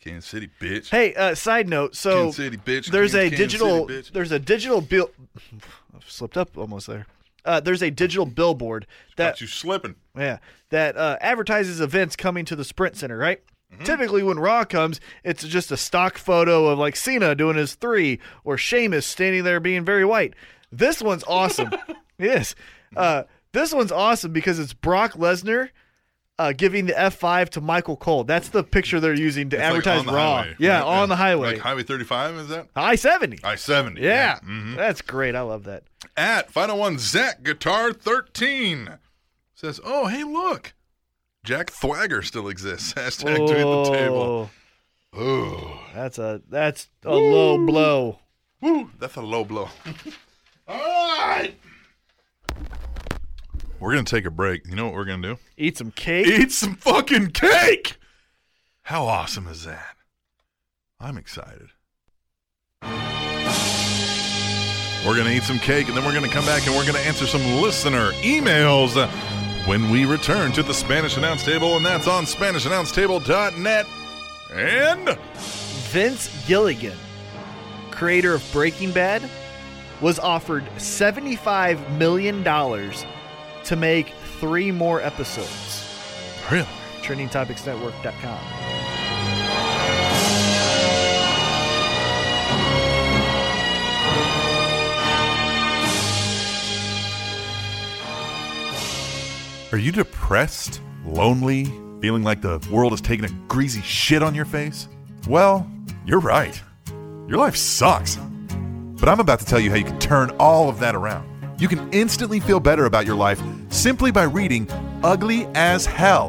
Kansas City, bitch.
Hey, uh, side note. So
Kansas City, bitch.
there's a
Kansas City,
digital
bitch.
there's a digital bill slipped up almost there uh, there's a digital billboard that
Got you slipping.
yeah that uh, advertises events coming to the sprint center right
Mm-hmm.
typically when raw comes it's just a stock photo of like cena doing his three or Sheamus standing there being very white this one's awesome yes uh, this one's awesome because it's brock lesnar uh, giving the F5 to Michael Cole. That's the picture they're using to
It's like
advertise
on the
Raw.
highway,
yeah,
right?
on the highway.
Like Highway 35, is that?
I 70.
I 70.
Yeah,
Mhm.
that's great. I love that.
At final one, Zach Guitar 13 says, Oh, hey, look. Jack Thwagger still exists. Hashtag tweet the table.
Whoa,
Ooh.
That's a that's a low blow.
Woo, that's a low blow. All right. We're going to take a break. You know what we're going to do?
Eat some cake.
Eat some fucking cake. How awesome is that? I'm excited. We're going to eat some cake and then we're going to come back and we're going to answer some listener emails uh, when we return to the Spanish Announce Table, and that's on SpanishAnnounceTable.net. And
Vince Gilligan, creator of Breaking Bad, was offered seventy-five million dollars to make three more episodes.
really,
TrendingTopicsNetwork.com.
are you depressed, lonely, feeling like the world is taking a greasy shit on your face? Well, you're right. Your life sucks. But I'm about to tell you how you can turn all of that around. You can instantly feel better about your life simply by reading Ugly as Hell,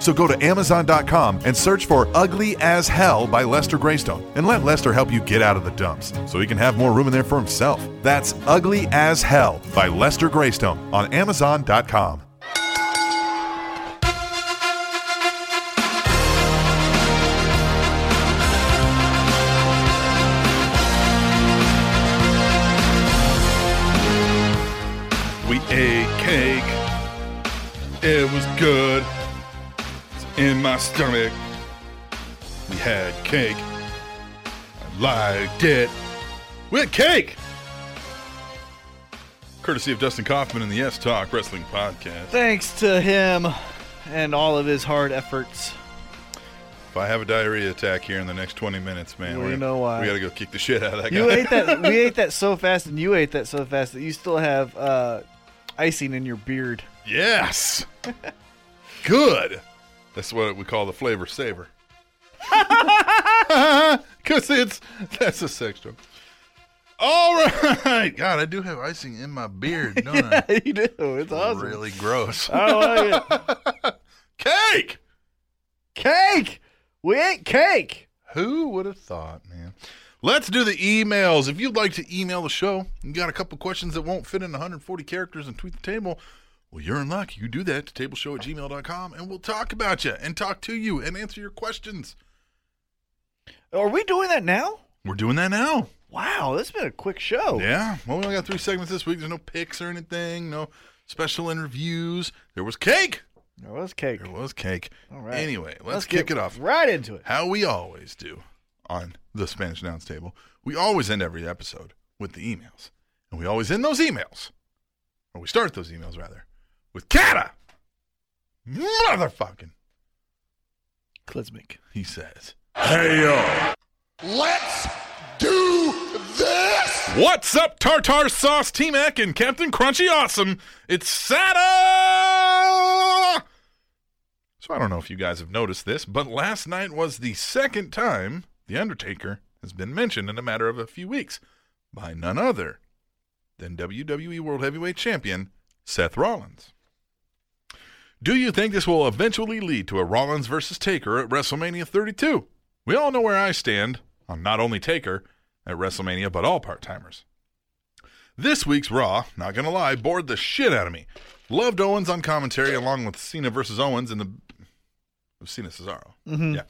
So go to Amazon.com and search for Ugly as Hell by Lester Greystone and let Lester help you get out of the dumps so he can have more room in there for himself. That's Ugly as Hell by Lester Greystone on Amazon.com. We ate cake. It was good. It's in my stomach. We had cake. I liked it. We had cake! Courtesy of Dustin Kaufman and the Yes Talk Wrestling Podcast.
Thanks to him and all of his hard efforts.
If I have a diarrhea attack here in the next 20 minutes, man,
Well,
we're
you
gonna-
know why.
we gotta go kick the shit out of that guy.
You ate that. We ate that so fast, and you ate that so fast that you still have uh, icing in your beard.
Yes. Good. That's what we call the flavor saver. Because it's that's a sex joke. All right. God, I do have icing in my beard, don't I?
you do. It's awesome.
Really gross.
I like it.
Cake.
Cake. We ate cake.
Who would have thought, man? Let's do the emails. If you'd like to email the show, you got a couple questions that won't fit in 140 characters and tweet the table. Well, you're in luck. You do that to tableshow at gmail.com, and we'll talk about you and talk to you and answer your questions.
Are we doing that now?
We're doing that now.
Wow, this has been a quick show.
Yeah. Well, we only got three segments this week. There's no picks or anything, no special interviews. There was cake.
There was cake.
There was cake.
All right.
Anyway, let's,
get
kick it off.
Right into it.
How we always do on the Spanish Nouns Table, we always end every episode with the emails. And we always end those emails, or we start those emails rather, with Kata! Motherfucking,
Klizmic.
he says.
Hey yo!
Let's do this! What's up, Tartar Sauce Team Mac and Captain Crunchy Awesome? It's Sada! So I don't know if you guys have noticed this, but last night was the second time The Undertaker has been mentioned in a matter of a few weeks by none other than WWE World Heavyweight Champion Seth Rollins. Do you think this will eventually lead to a Rollins versus Taker at WrestleMania 32? We all know where I stand on not only Taker at WrestleMania, but all part timers. This week's Raw, not gonna lie, bored the shit out of me. Loved Owens on commentary along with Cena versus Owens and the Cena Cesaro.
Mm-hmm.
Yeah.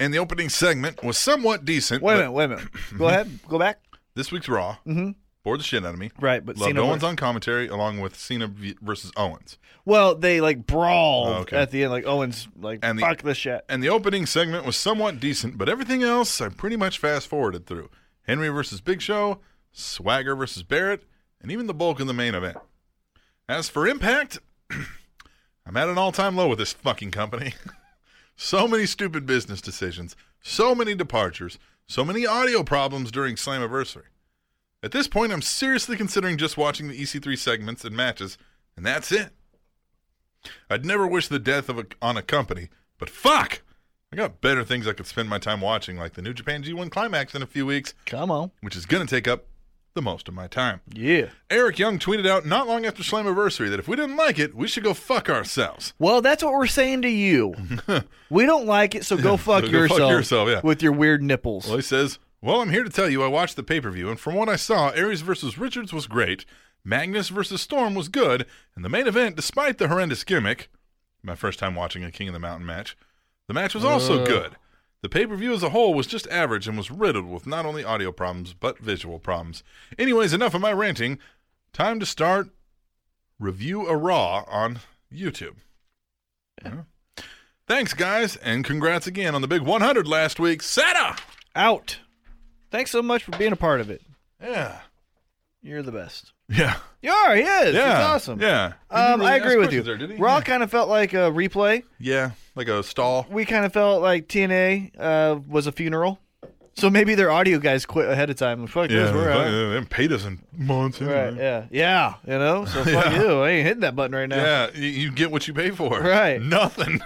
And the opening segment was somewhat decent.
Wait a
but
minute, wait a minute. Go ahead. Go back.
This week's Raw
Mm-hmm.
bored the shit out of me.
Right, but
Loved
Cena
Owens on commentary along with Cena v- versus Owens.
Well, they like brawled
Oh, okay.
at the end. Like Owens, like
And the-
fuck this shit.
And the opening segment was somewhat decent, but everything else I pretty much fast forwarded through. Henry versus Big Show, Swagger versus Barrett, and even the bulk of the main event. As for Impact, I'm at an all time low with this fucking company. so many stupid business decisions, so many departures, so many audio problems during Slammiversary. At this point, I'm seriously considering just watching the EC3 segments and matches, and that's it. I'd never wish the death of a, on a company, but fuck, I got better things I could spend my time watching, like the New Japan G1 Climax in a few weeks,
Come on.
which is going to take up the most of my time.
Yeah.
Eric Young tweeted out not long after Slammiversary that if we didn't like it, we should go fuck ourselves.
Well, that's what we're saying to you. we don't like it, so go fuck
fuck
yourself.
yourself, yeah.
With your weird nipples.
Well, he says, Well, I'm here to tell you I watched the pay per view, and from what I saw, Aries versus Richards was great, Magnus versus Storm was good, and the main event, despite the horrendous gimmick, my first time watching a King of the Mountain match, the match was also good. The pay per view as a whole was just average and was riddled with not only audio problems, but visual problems. Anyways, enough of my ranting. Time to start Review a Raw on YouTube. Yeah. Thanks, guys, and congrats again on the big 100 last week. Santa!
Out. Thanks so much for being a part of it.
Yeah.
You're the best.
Yeah.
You are. He is.
yeah.
He's awesome.
Yeah.
Um, I agree with you. Raw
Rock.
kind of felt like a replay.
Yeah. Like a stall.
We kind of felt like TNA uh, was a funeral. So maybe their audio guys quit ahead of time. Fuck
Yeah.
this, we're
fuck,
out.
They haven't paid us in months.
Right,
anyway.
yeah. Yeah, you know? So fuck
Yeah.
you. I ain't hitting that button right now.
Yeah, you, you get what you pay for.
Right.
Nothing.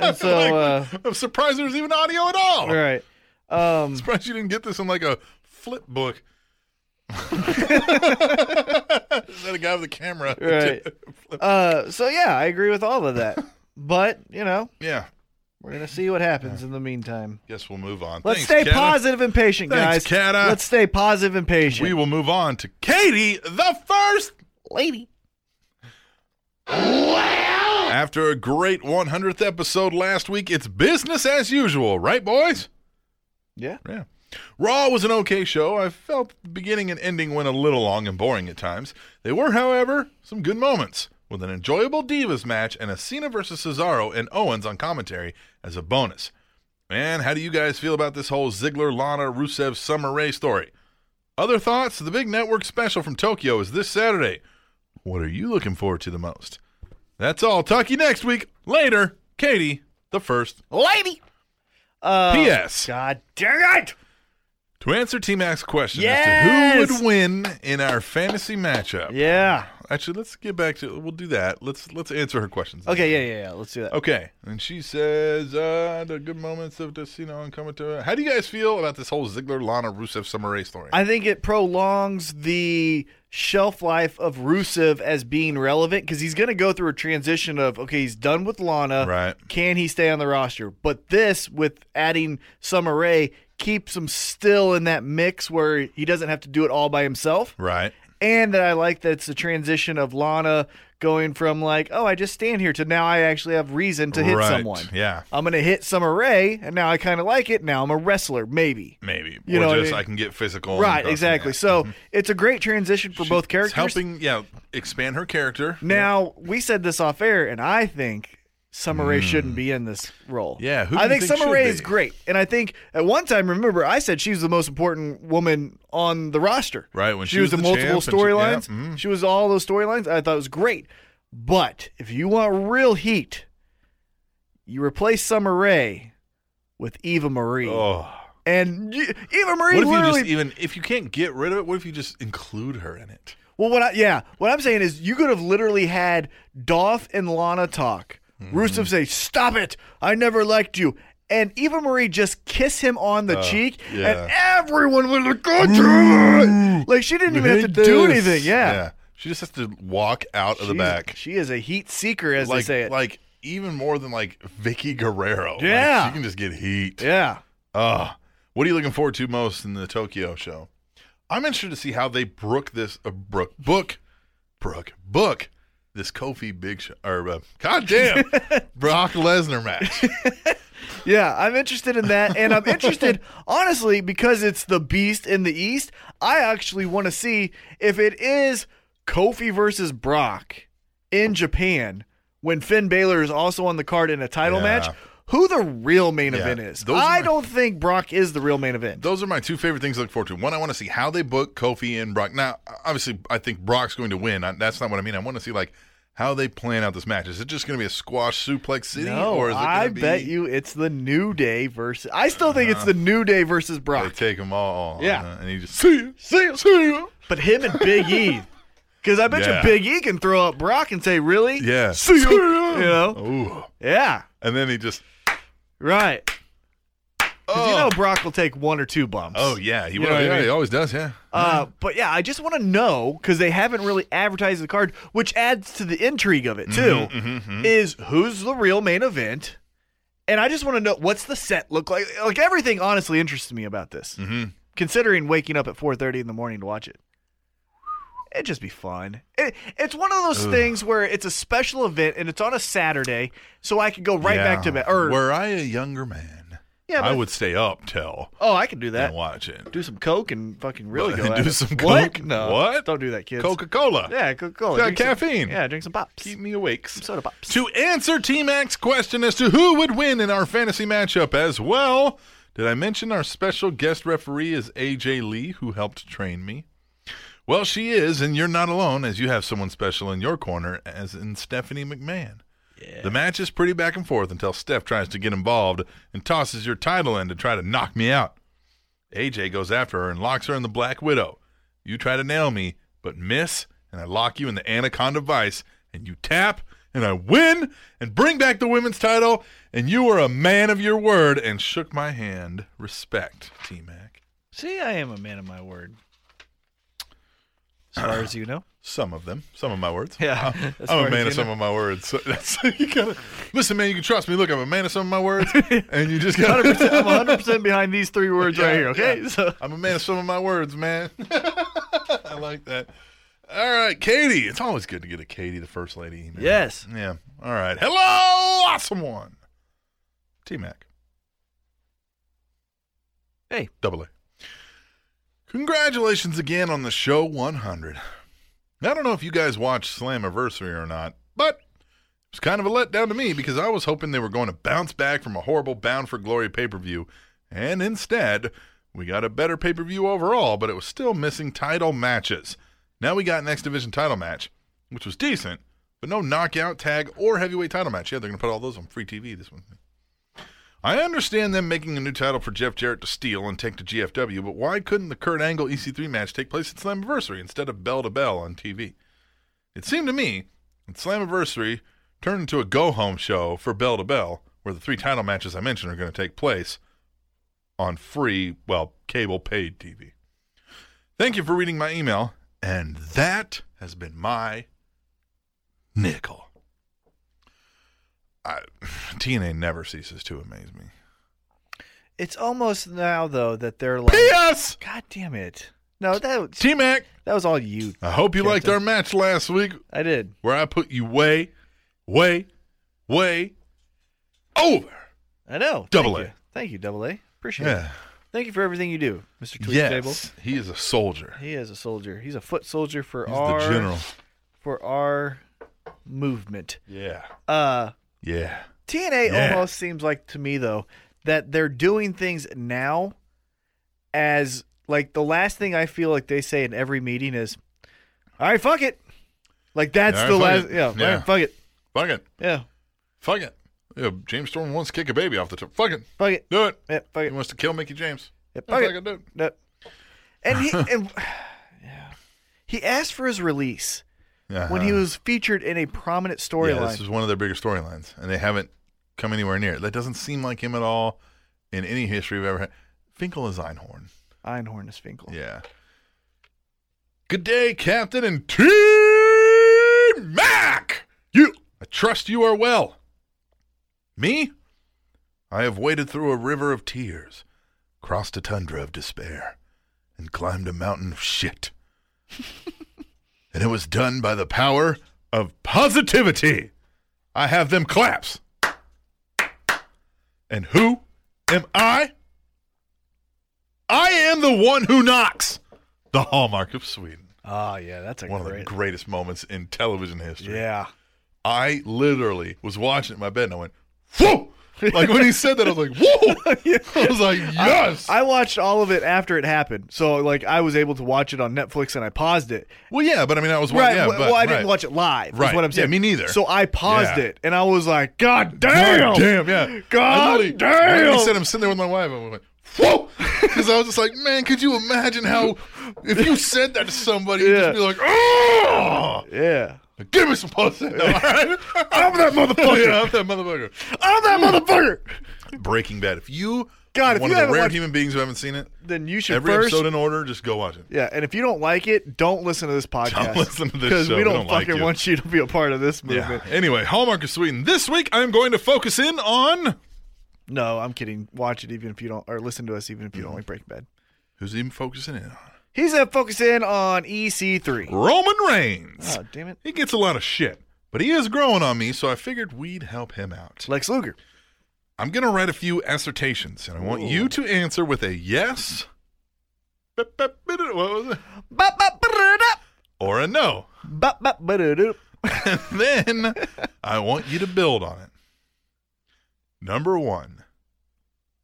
And so, uh,
I'm surprised there's even audio at all.
all right. Um,
surprised you didn't get this in like a flip book. Is that a guy with a camera?
Right. uh, so, yeah, I agree with all of that. But, you know,
yeah.
we're going to see what happens in the meantime.
Guess we'll move on.
Let's
Thanks,
stay
Kenna.
positive and patient, guys.
Thanks, Kenna.
Let's stay positive and patient.
We will move on to Katie the first
Lady.
After a great 100th episode last week, it's business as usual, right, boys?
Yeah.
Yeah. Raw was an okay show. I felt the beginning and ending went a little long and boring at times. They were, however, some good moments, with an enjoyable Divas match and a Cena versus Cesaro and Owens on commentary as a bonus. Man, how do you guys feel about this whole Ziggler, Lana, Rusev, Summer Rae story? Other thoughts? The big network special from Tokyo is this Saturday. What are you looking forward to the most? That's all. Talk to you next week. Later, Katie, the first.
Lady. Uh,
P.S.
God dang it.
To answer T Mac's question as
Yes!
to who would win in our fantasy matchup.
Yeah.
Actually, let's get back to we'll do that. Let's let's answer her questions.
Okay, yeah, yeah, yeah. Let's do that.
Okay. And she says, uh, the good moments of the Cena and coming to How do you guys feel about this whole Ziggler Lana Rusev Summer Rae story?
I think it prolongs the shelf life of Rusev as being relevant because he's going to go through a transition of okay, he's done with Lana,
Right.
Can he stay on the roster? But this, with adding Summer Rae, keeps him still in that mix where he doesn't have to do it all by himself.
Right.
And that I like that it's a transition of Lana going from like, oh, I just stand here to now I actually have reason to hit
right.
someone.
Yeah.
I'm gonna hit Summer Rae, and now I kind of like it. Now I'm a wrestler, maybe.
Maybe.
You
or
know what I
just I,
mean?
can get physical. and go
Right,
from
exactly.
there.
So it's a great transition for both characters.
It's Mm-hmm. helping, yeah, expand her character.
Now we said this off air, and I think Summer Rae shouldn't be in this role.
Mm. Yeah, who do
I
you
think,
think
Summer
should
Rae
be?
is great, and I think at one time, remember, I said she was the most important woman on the roster.
Right, when
she,
she
was,
was
in
the
multiple
champ and she- yeah,
storylines,
mhm.
she was all those storylines. I thought it was great, but if you want real heat, you replace Summer Rae with Eva Marie,
Oh.
and you, Eva Marie
What if you
literally
just even if you can't get rid of it? What if you just include her in it?
Well, what I yeah, what I'm saying is you could have literally had Dolph and Lana talk.
Mm-hmm.
Rusev say, "Stop it! I never liked you." And Eva Marie just kiss him on the cheek,
Uh, yeah.
and everyone would have gone through it. Like she didn't even have to do anything. Yeah,
She just has to walk out of the
She's-
back.
She is a heat seeker, as
like,
they say it.
like even more than like Vicky Guerrero. Like,
Yeah.
she can just get heat.
yeah,
Ah, what are you looking forward to most in the Tokyo show? I'm interested to see how they brook this uh, brook book brook book this Kofi Big Show or uh, goddamn Brock Lesnar match.
yeah. I'm interested in that, and I'm interested, honestly, because it's the Beast in the East. I actually want to see if it is Kofi versus Brock in Japan when Finn Balor is also on the card in a title
Yeah.
match. Who the real main
Yeah,
event is?
those
I
are-
don't think Brock is the real main event.
Those are my two favorite things to look forward to. One, I want to see how they book Kofi and Brock. Now, obviously, I think Brock's going to win. I, that's not what I mean. I want to see like how they plan out this match. Is it just going to be a squash suplex city,
no,
or is it going
I
to be Uh-huh.
bet you it's the New Day versus. I still think it's the New Day versus
they
Brock.
take them all?
Yeah.
uh, and you just see you, see you, see you.
But him and Big E, because I bet
Yeah.
you Big E can throw up Brock and say, "Really?
Yeah.
See ya. You know?
Ooh.
Yeah.
And then he just
Right. 'Cause
oh.
You know Brock will take one or two bumps.
Oh yeah, he,
know what I
yeah,
mean?
he always does. Yeah,
Uh, but yeah, I just want to know because they haven't really advertised the card, which adds to the intrigue of it
Mm-hmm,
too. Is who's the real main event? And I just want to know what's the set look like. Like everything, honestly, interests me about this. Mm-hmm. Considering waking up at four thirty in the morning to watch it, it'd just be fun. It, it's one of those things where it's a special event and it's on a Saturday, so I could go right back to bed. Or
were I a younger man,
Yeah,
I
but-
would stay up till
oh, I could do that.
and watch it.
Do some coke and fucking really
What?
go. at
Do
it.
some
What?
coke?
No,
What?
Don't do that, kids.
Coca Cola.
Yeah, Coca-Cola.
Got
Drink some-
caffeine.
yeah, drink some pops.
keep me awake.
some soda pops.
To answer Team Act's question as to who would win in our fantasy matchup as well, did I mention our special guest referee is AJ Lee, who helped train me? Well, she is, and you're not alone, as you have someone special in your corner, as in Stephanie McMahon. The match is pretty back and forth until Steph tries to get involved and tosses your title in to try to knock me out. AJ goes after her and locks her in the Black Widow. You try to nail me, but miss, and I lock you in the Anaconda Vice, and you tap, and I win, and bring back the women's title, and you are a man of your word, and shook my hand. Respect, T Mac.
See, I am a man of my word. As far as you know.
Some of them, some of my words.
Yeah.
I'm a man of some of my words. So that's, you gotta listen, man. You can trust me. Look, I'm a man of some of my words, and you just gotta.
I'm 100 percent behind these three words right
Yeah,
here. Okay,
yeah.
so
I'm a man of some of my words, man. I like that. All right, Katie. It's always good to get a Katie, the first lady email.
Yes.
Yeah. All right. Hello, awesome one. T Mac.
Hey.
Double A. Congratulations again on the show 100. Now, I don't know if you guys watched Slammiversary or not, but it's kind of a letdown to me because I was hoping they were going to bounce back from a horrible Bound for Glory pay per view, and instead, we got a better pay per view overall, but it was still missing title matches. Now we got an X Division title match, which was decent, but no knockout, tag, or heavyweight title match. Yeah, they're going to put all those on free TV this one. I understand them making a new title for Jeff Jarrett to steal and take to GFW, but why couldn't the Kurt Angle EC3 match take place at Slammiversary instead of Bell to Bell on TV? It seemed to me that Slammiversary turned into a go home show for Bell to Bell, where the three title matches I mentioned are going to take place on free, well, cable paid TV. Thank you for reading my email And that has been my nickel. I, TNA never ceases to amaze me.
It's almost now though that they're like,
P.S.
God damn it! No, that was-
T Uh. Mac,
that was all you.
I hope you
Can't
liked
tell.
our match last week
I did.
where I put you way, way, way over.
I know.
Double
Thank
A.
You. Thank you, Double A. Appreciate it.
Yeah.
Thank you for everything you do, Mr. Tweet Table.
Yes. He is a soldier.
He is a soldier. He's a foot soldier for
He's
our
the general.
for our movement.
Yeah.
Uh
Yeah.
TNA
Yeah.
almost seems like to me though that they're doing things now as like the last thing I feel like they say in every meeting is, "All right, fuck it." Like that's
All right,
the
fuck
last.
it.
Yeah, all right,
Yeah.
fuck it.
Fuck it.
Yeah,
Fuck it. Yeah, James Storm wants to kick a baby off the top. Fuck it.
fuck it.
Do it.
Yeah, fuck
He
it.
wants to kill Mickey James.
Yeah,
Fuck
fuck
it.
it.
do it.
No. And he and yeah. he asked for his release when he
Uh-huh.
was featured in a prominent
yeah,
storyline.
this is one of their bigger storylines, and they haven't come anywhere near it. That doesn't seem like him at all in any history we've ever had. Finkel is Einhorn.
Einhorn is Finkel.
Yeah. Good day, Captain and Team Mac. You, I trust you are well. Me? I have waded through a river of tears, crossed a tundra of despair, and climbed a mountain of shit. and it was done by the power of positivity. I have them claps. And who am I? I am the one who knocks. The hallmark of Sweden.
Oh yeah, that's a
One of
great.
the greatest moments in television history.
yeah.
I literally was watching it in my bed and I went, whoa! Like when he said that, I was like, whoa! I was like, yes!
I watched all of it after it happened, so like I was able to watch it on Netflix and I paused it.
well, yeah, but I mean, I was wa- yeah,
well,
but,
well, I
right.
didn't watch it live.
Right.
Is what I'm
Yeah,
saying.
me neither.
So I paused
Yeah.
it and I was like, God
God
damn.
damn, yeah.
God
I literally-
damn!
When he said, I'm sitting there with my wife, and I went, whoa! Because I was just like, man, could you imagine how, if you said that to somebody, you'd
Yeah.
just be like, oh!
Yeah.
Give me some pussy. No, all right? I'm that motherfucker. yeah, I'm that motherfucker.
I'm that motherfucker.
Breaking Bad. If you,
God, if
one
you
of the
haven't
rare
watched-
human beings who haven't seen it,
Then you should
every
first.
episode in order, just go watch it.
yeah, and if you don't like it, don't listen to this podcast.
listen to this
because
show.
we
We
don't
don't like
fucking
you.
want you to be a part of this movement.
Anyway, Hallmark of Sweden. This week, I'm going to focus in on
No, I'm kidding. Watch it even if you don't, or listen to us even
Mm-hmm.
if you don't like Breaking Bad.
who's even focusing in on
He's gonna focus in on EC3.
Roman Reigns.
Oh damn it,
He gets a lot of shit, but he is growing on me, so I figured we'd help him out.
Lex Luger.
I'm going to write a few assertions, and I want you to answer with a yes. What was it?
Bop, bop, ba-da-da.
Or a no.
Bop, bop, ba-da-da.
and then I want you to build on it. Number one,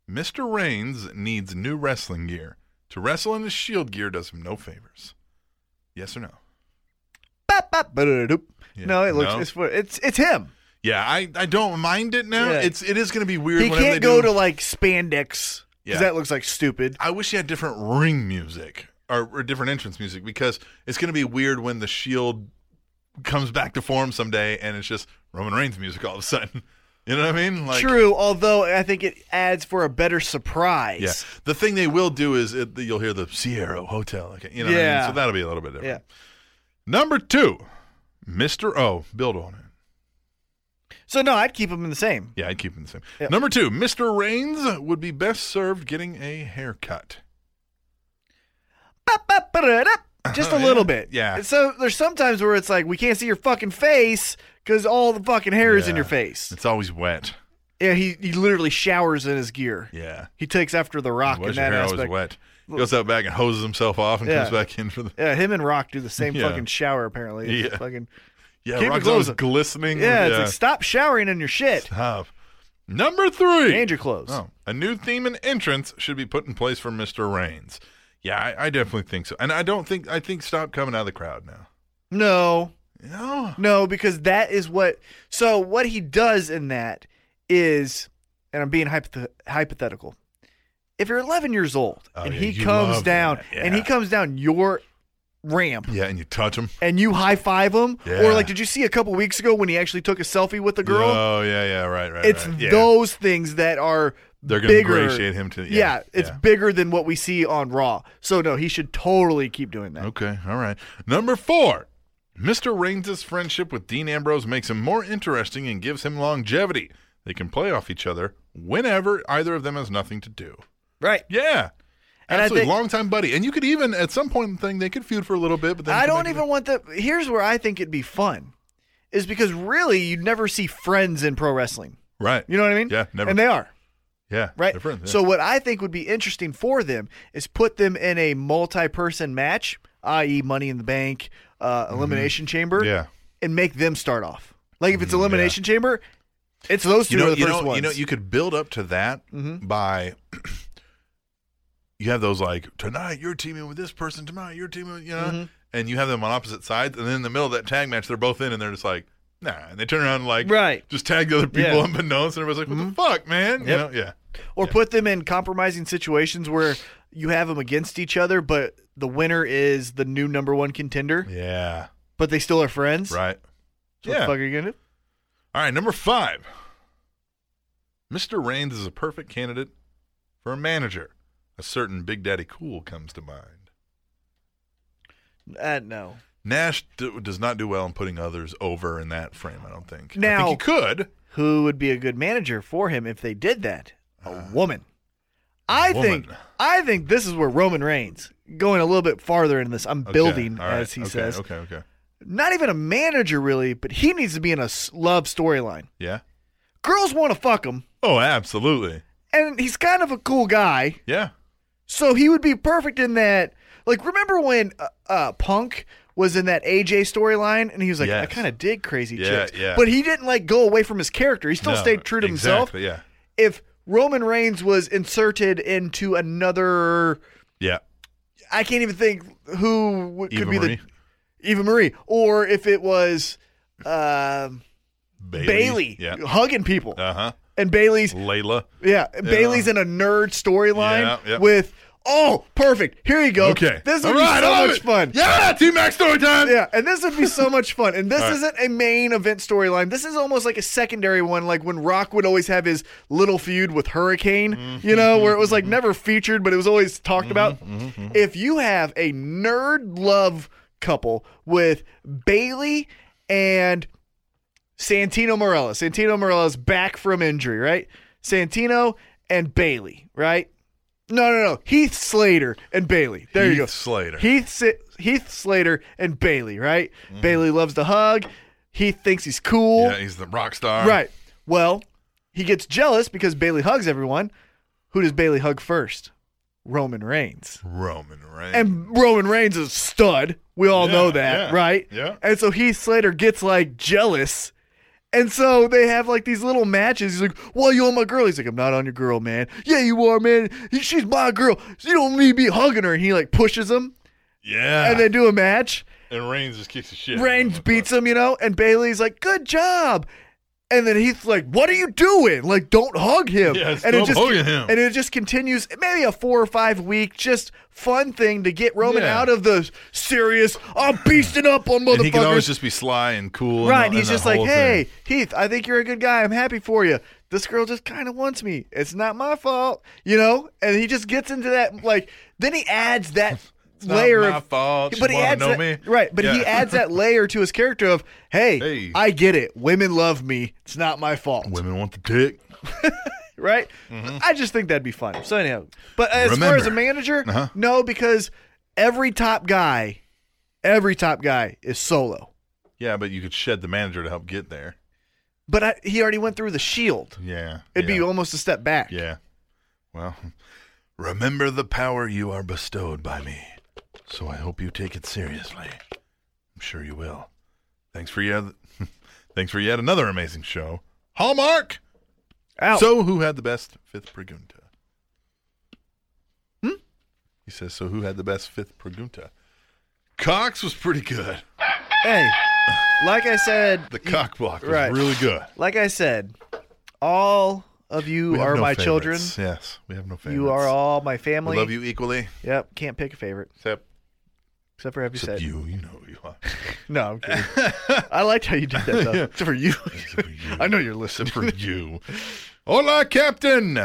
Mr. Reigns needs new wrestling gear. To wrestle in his shield gear does him no favors. Yes or no?
Bop, bop, ba-da-da.
Yeah.
No, it looks
No?
it's for it's it's him.
Yeah, I, I don't mind it now.
Yeah.
It's it is going to be weird.
He
whenever
can't
they
go
do-
to like spandex because
Yeah.
that looks like stupid.
I wish he had different ring music or, or different entrance music because it's going to be weird when the shield comes back to form someday and it's just Roman Reigns music all of a sudden. You know what I mean? Like,
True, although I think it adds for a better surprise.
Yeah. The thing they will do is it, you'll hear the Sierra Hotel. Okay. You know what I mean?
Yeah.
So that'll be a little bit different.
Yeah.
Number two, Mr. O. Build on it.
So no, I'd keep him in the same.
Yeah, I'd keep it the same.
Yep.
Number two, Mr. Reigns would be best served getting a haircut.
Bop, bop, ba-da-da. Just a
Uh-huh,
little
yeah.
bit.
Yeah.
And so there's sometimes where it's like we can't see your fucking face because all the fucking hair is in
Yeah.
your face.
It's always wet.
Yeah, he, he literally showers in his gear.
Yeah.
He takes after the Rock
Why
in
is your
that
hair always
aspect.
wet? Goes out back and hoses himself off and
Yeah.
comes back in for the.
Yeah, him and Rock do the same
Yeah.
fucking shower apparently. It's
Yeah.
fucking-
Yeah,
Keep your
Rock's
clothes
always
on.
glistening.
yeah, it's like stop showering in your shit.
Stop. Number three.
And your clothes.
Oh, a new theme and entrance should be put in place for Mr. Reigns. Yeah, I, I definitely think so. And I don't think I think stop coming out of the crowd now.
No.
No.
No, because that is what. So what he does in that is, and I'm being hypoth- hypothetical. If you're 11 years old
Oh,
and
yeah,
he
you
comes
love
down
that.
and he
Yeah.
comes down your ramp
Yeah, and you touch him.
and you high five him,
Yeah.
or like, did you see a couple weeks ago when he actually took a selfie with a girl?
Oh yeah, yeah, right, right.
It's
right. Yeah.
those things that are
They're going to
bigger-
ingratiate him to.
Yeah,
Yeah,
it's
yeah.
bigger than what we see on Raw. So no, he should totally keep doing that.
Okay, all right. Number four, Mr. Reigns' friendship with Dean Ambrose makes him more interesting and gives him longevity. They can play off each other whenever either of them has nothing to do.
Right.
Yeah.
And I
Absolutely,
think-
longtime buddy, and you could even at some point in the thing they could feud for a little bit, but then
I
you can
don't
make it-
even want the. Here's where I think it'd be fun, is because really you never see friends in pro wrestling.
right.
You know what I mean?
Yeah, never.
And they are
yeah,
right.
different, yeah.
So what I think would be interesting for them is put them in a multi-person match, i.e., Money in the Bank, uh, Elimination Chamber,
Mm-hmm. yeah, Mm,
and make them start off. Like if it's Elimination Chamber, it's those two
you know,
are the
you
first
know,
ones. Mm-hmm.
you know, you could build up to that by you have those like tonight you're teaming with this person, tonight you're teaming, with, you know,
Mm-hmm.
and you have them on opposite sides, and then in the middle of that tag match, they're both in, and they're just like, nah, and they turn around and like,
Right.
just tag the other people
Yeah. Mm-hmm.
unbeknownst, and everybody's like, what the fuck, man, you know, yeah,
or put them in compromising situations where you have them against each other, but the winner is the new number one contender,
yeah,
but they still are friends.
right,
So What the fuck are you gonna do?
All right, number five. Mr. Reigns is a perfect candidate for a manager. A certain Big Daddy Cool comes to mind.
Uh, no.
Nash d- does not do well in putting others over in that frame, I don't think. I
Now-
think he could.
Who would be a good manager for him if they did that? A woman. I
Uh-huh. woman.
think I think this is where Roman Reigns going a little bit farther in this. I'm
Okay,
building,
all right,
as he
okay,
says.
Okay, okay.
Not even a manager really, but he needs to be in a s- love storyline.
Yeah.
Girls want to fuck him,
Oh, absolutely.
and he's kind of a cool guy.
Yeah.
So he would be perfect in that. Like, remember when uh, uh, Punk was in that AJ storyline, and he was like, "I
Yes.
kind of dig crazy
Yeah,
chicks,"
yeah.
but he didn't like go away from his character. He still
No,
stayed true to himself.
exactly, Yeah.
If Roman Reigns was inserted into another,
Yeah.
I can't even think who w- could
Eva
be
Marie.
the Eva Marie, or if it was um
Bailey.
Bailey
Yeah.
hugging people,
Uh huh.
and Bailey's
Layla.
Yeah, Bailey's in a nerd storyline
Yeah, yeah.
with oh, perfect. Here you go.
Okay.
this
All
would
right,
be
I
so
love
much
it.
fun.
Yeah. Team Max story time.
Yeah, and this would be so much fun. And this
All right.
isn't a main event storyline. This is almost like a secondary one, like when Rock would always have his little feud with Hurricane,
Mm-hmm.
you know, where it was like never featured, but it was always talked about.
Mm-hmm.
If you have a nerd love couple with Bailey and Santino Morella. Santino Morella's back from injury, right? Santino and Bailey, right? No, no, no. Heath Slater and Bailey. There you
Heath
go.
Slater.
Heath Si- Heath Slater and Bailey, right? Bailey loves to hug. Heath thinks he's cool.
Mm-hmm. Yeah. He's the rock star.
Right. Well, he gets jealous because Bailey hugs everyone. Who does Bailey hug first? Roman Reigns.
Roman Reigns.
And Roman Reigns is a stud. We all
Yeah,
know that,
yeah,
right?
yeah.
And so Heath Slater gets like jealous. And so they have like these little matches. He's like, "Well, you on my girl?" He's like, "I'm not on your girl, man." Yeah, you are, man. She's my girl. You don't need to be hugging her. And he like pushes him,
yeah.
and they do a match.
And Reigns just kicks the shit.
Reigns beats him, you know, and Bailey's like, "Good job," and then Heath's like, "What are you doing? Like, don't hug him."
Yeah,
and
stop hugging him.
And it just continues, maybe a four or five week, just fun thing to get Roman
Yeah.
out of the serious. I'm beasting up on
And he can always
motherfuckers.
just be sly and cool.
right?
And,
he's just like, "Hey, Heath, I think you're a good guy. I'm happy for you." This girl just kind of wants me. It's not my fault, you know. And he just gets into that like. Then he adds that layer
not my
of
fault. She
but he
wanna
adds
know
that,
me.
right. But he
Yeah.
adds that layer to his character of, hey,
Hey.
I get it. Women love me. It's not my fault,
Women want the dick.
right? I just think that'd be fun. So anyhow, but as far
Remember.
as a manager,
Uh-huh.
no, because every top guy, every top guy is solo.
Yeah, but you could shed the manager to help get there.
But I, he already went through the shield.
Yeah.
It'd
yeah.
be almost a step back.
Yeah. Well, remember the power you are bestowed by me. So I hope you take it seriously. I'm sure you will. Thanks for yet. Thanks for yet another amazing show. Hallmark.
Ow.
So who had the best fifth pregunta? Hmm? He says, so who had the best fifth pregunta? Cox was pretty good.
hey, like I said,
The cock block was
right.
really good.
like I said, all of you
We have
are
no
my children.
favorites. Yes, we have no favorites.
You are all my family.
We love you equally.
Yep, can't pick a favorite
Except,
except for Happy
except
Said.
you. You know who you are.
No, I'm kidding. I liked how you did that though. Except for you.
Except for you.
I know you're listening.
Except for you. Hola, Captain.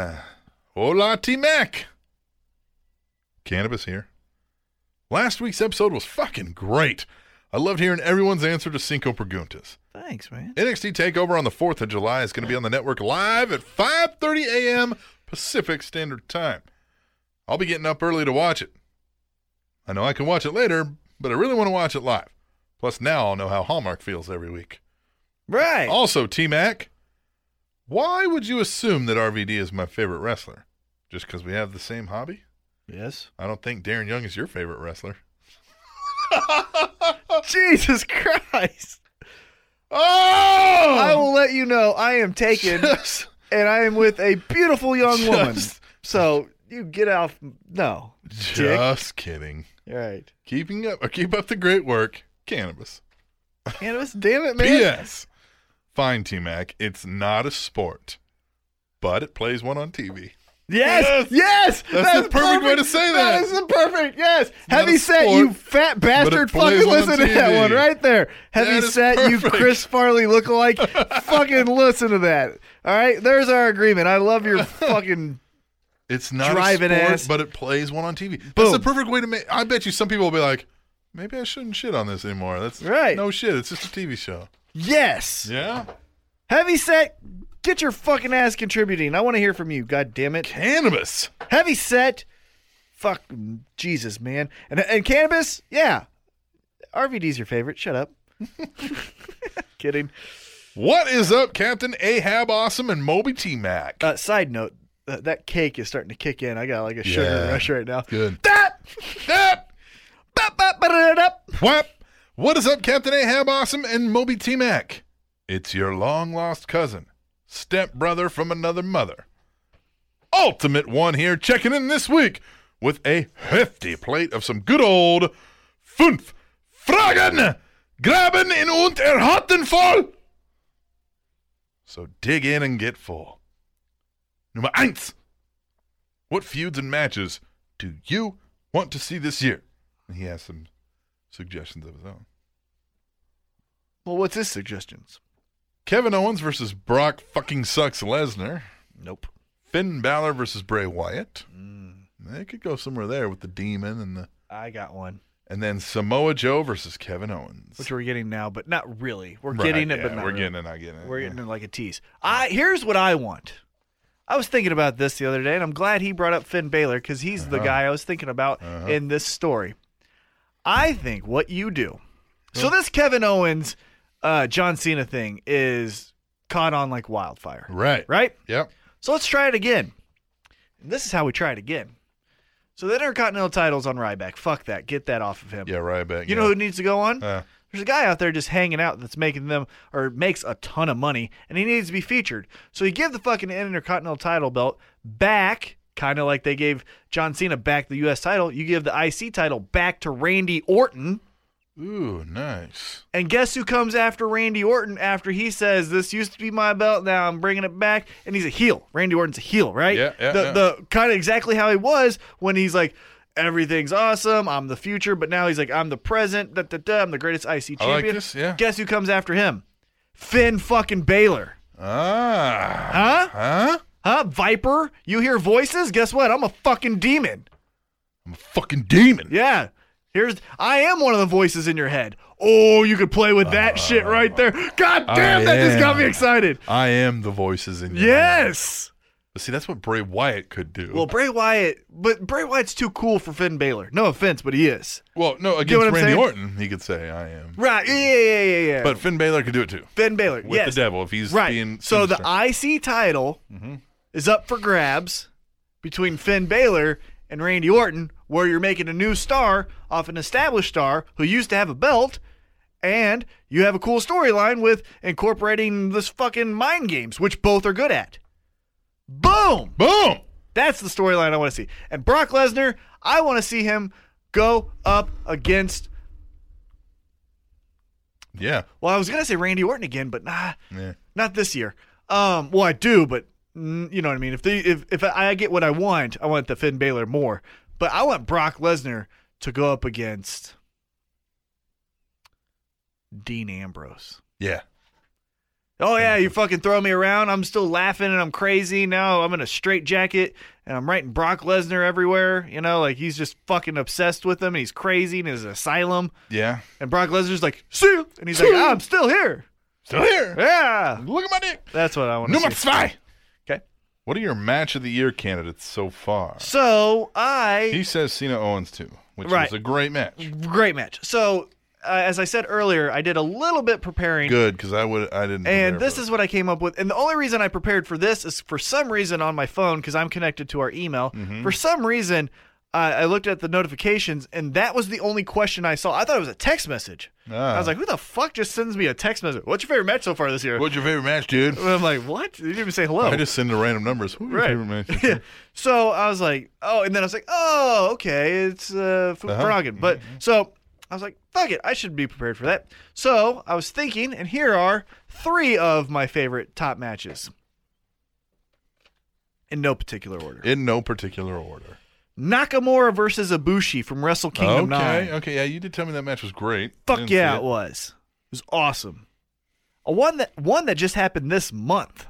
Hola, T Mac. Cannabis here. Last week's episode was fucking great. I loved hearing everyone's answer to Cinco Preguntas.
Thanks, man.
NXT Takeover on the 4th of July is going to be on the network live at 5:30 a.m. Pacific Standard Time. I'll be getting up early to watch it. I know I can watch it later, but I really want to watch it live. Plus now I'll know how Hallmark feels every week.
Right.
Also, T-Mac, why would you assume that RVD is my favorite wrestler? Just cuz we have the same hobby?
Yes.
I don't think Darren Young is your favorite wrestler.
Jesus Christ.
Oh!
I will let you know I am taken
Just-
and I am with a beautiful young woman.
Just-
So you get off. No.
just kidding.
All right.
keeping up or keep up the great work cannabis
Cannabis, damn it, man.
ps fine t-mac it's not a sport but it plays one on tv
Yes. Yes.
That's the perfect way to say that.
That is the perfect. Yes.
not
Heavy
a
set,
sport,
you fat bastard.
plays
Fucking
on
listen to that
TV.
one right there. Heavy
That is
set, you
perfect.
Chris Farley lookalike. fucking listen to that. All right. There's our agreement. I love your fucking.
it's not
Driving
a sport
ass.
but it plays one on tv that's
Boom.
the perfect way to make i bet you some people will be like maybe i shouldn't shit on this anymore that's
Right.
no shit it's just a tv show
Yes.
yeah
Heavy set, get your fucking ass contributing. I want to hear from you. God damn it.
cannabis
Heavy set. Fuck Jesus, man. And and cannabis, yeah. RVD's your favorite. Shut up. Kidding.
what is up captain ahab awesome and moby t-mac
Uh, side note, uh, that cake is starting to kick in. I got like a sugar
Yeah.
rush right now.
good
That.
Yep.
Bop, bop, ba-da-da-da.
What? What is up, Captain Ahab Awesome and Moby T Mac? It's your long lost cousin, stepbrother from another mother. Ultimate One here, checking in this week with a hefty plate of some good old Fünf Fragen, graben in und er erhalten voll. So dig in and get full. Number eins. What feuds and matches do you want to see this year? And he has some suggestions of his own.
Well, what's his suggestions?
Kevin Owens versus Brock fucking sucks Lesnar.
Nope.
Finn Balor versus Bray Wyatt.
Mm.
They could go somewhere there with the demon and the
I got one,
and then Samoa Joe versus Kevin Owens.
which we're getting now, but not really. We're
Right,
getting it,
yeah,
but not
we're
really.
getting it, not getting it.
We're getting like a tease. I here's what I want. I was thinking about this the other day, and I'm glad he brought up Finn Balor because he's the guy I was thinking about in this story. I think what you do. So this Kevin Owens, uh, John Cena thing is caught on like wildfire,
right.
right?
Yep.
So let's try it again. And this is how we try it again. So the Intercontinental title's on Ryback. Fuck that. Get that off of him.
Yeah, right back.
You know who needs to go on?
Uh.
There's a guy out there just hanging out that's making them or makes a ton of money, and he needs to be featured. So you give the fucking Intercontinental title belt back, kind of like they gave John Cena back the U.S. title. You give the IC title back to Randy Orton,
Uh, Ooh, nice.
and guess who comes after Randy Orton after he says, "This used to be my belt, now I'm bringing it back," and he's a heel. Randy Orton's a heel, right?
Yeah, yeah,
the
yeah.
the kind of exactly how he was when he's like. Everything's awesome. I'm the future, but now he's like, I'm the present. Da, da, da, I'm the greatest IC champion.
I like this, yeah.
Guess who comes after him? Finn fucking Baylor.
Ah.
Huh?
Huh?
Huh? Viper? You hear voices? Guess what? I'm a fucking demon.
I'm a fucking demon.
Yeah. Here's I am one of the voices in your head. Oh, you could play with that shit right there. God damn,
Uh, I
that just got
am.
me excited.
I am the voices in your head.
Yes.
But see, that's what Bray Wyatt could do.
Well, Bray Wyatt, but Bray Wyatt's too cool for Finn Baylor. No offense, but he is.
well no, against
know what I'm
Randy
saying?
Orton, he could say I am.
Right. Yeah, yeah, yeah, yeah. yeah.
But Finn Balor could do it too.
Finn Baylor,
With
yes.
the devil if he's
right.
being
so
sinister.
the IC title is up for grabs between Finn Baylor and Randy Orton, where you're making a new star off an established star who used to have a belt, and you have a cool storyline with incorporating this fucking mind games, which both are good at. Boom!
Boom!
That's the storyline I want to see. And Brock Lesnar, I want to see him go up against.
Yeah.
Well, I was gonna say Randy Orton again, but nah,
Yeah.
not this year. Um, well, I do, but mm, you know what I mean. If they, if if I get what I want, I want the Finn Balor more, but I want Brock Lesnar to go up against Dean Ambrose.
Yeah.
Oh yeah, you fucking throw me around. I'm still laughing and I'm crazy. Now I'm in a straight jacket and I'm writing Brock Lesnar everywhere. You know, like he's just fucking obsessed with him and he's crazy and his asylum.
Yeah.
And Brock Lesnar's like, see you. And he's like, I'm still here.
Still here.
Yeah.
Look at my dick.
That's what I want to
Number
see.
five.
Okay.
What are your match of the year candidates so far?
So I
He says Cena Owens too, which
Right.
was a great match.
great match. So uh, as I said earlier, I did a little bit preparing.
Good because I would I didn't.
And this is what I came up with. And the only reason I prepared for this is for some reason on my phone, because I'm connected to our email,
Mm-hmm.
for some reason, uh, I looked at the notifications and that was the only question I saw. I thought it was a text message. I
Ah.
was like, who the fuck just sends me a text message? What's your favorite match so far this year?
"What's your favorite match, dude?"
And I'm like, what? You didn't even say hello.
I just send the random numbers. Who's your
Right.
favorite match? Yeah.
So I was like, oh, and then I was like, oh, okay, it's uh, Fu-
Uh-huh.
Froggen. But so I was like, fuck it, I should be prepared for that. So I was thinking, and here are three of my favorite top matches in no particular order
In no particular order.
Nakamura versus Ibushi from Wrestle Kingdom
okay.
9.
Okay. Yeah, you did tell me that match was great. Didn't
Fuck
see
yeah,
it.
it was. It was awesome. A one that one that just happened this month.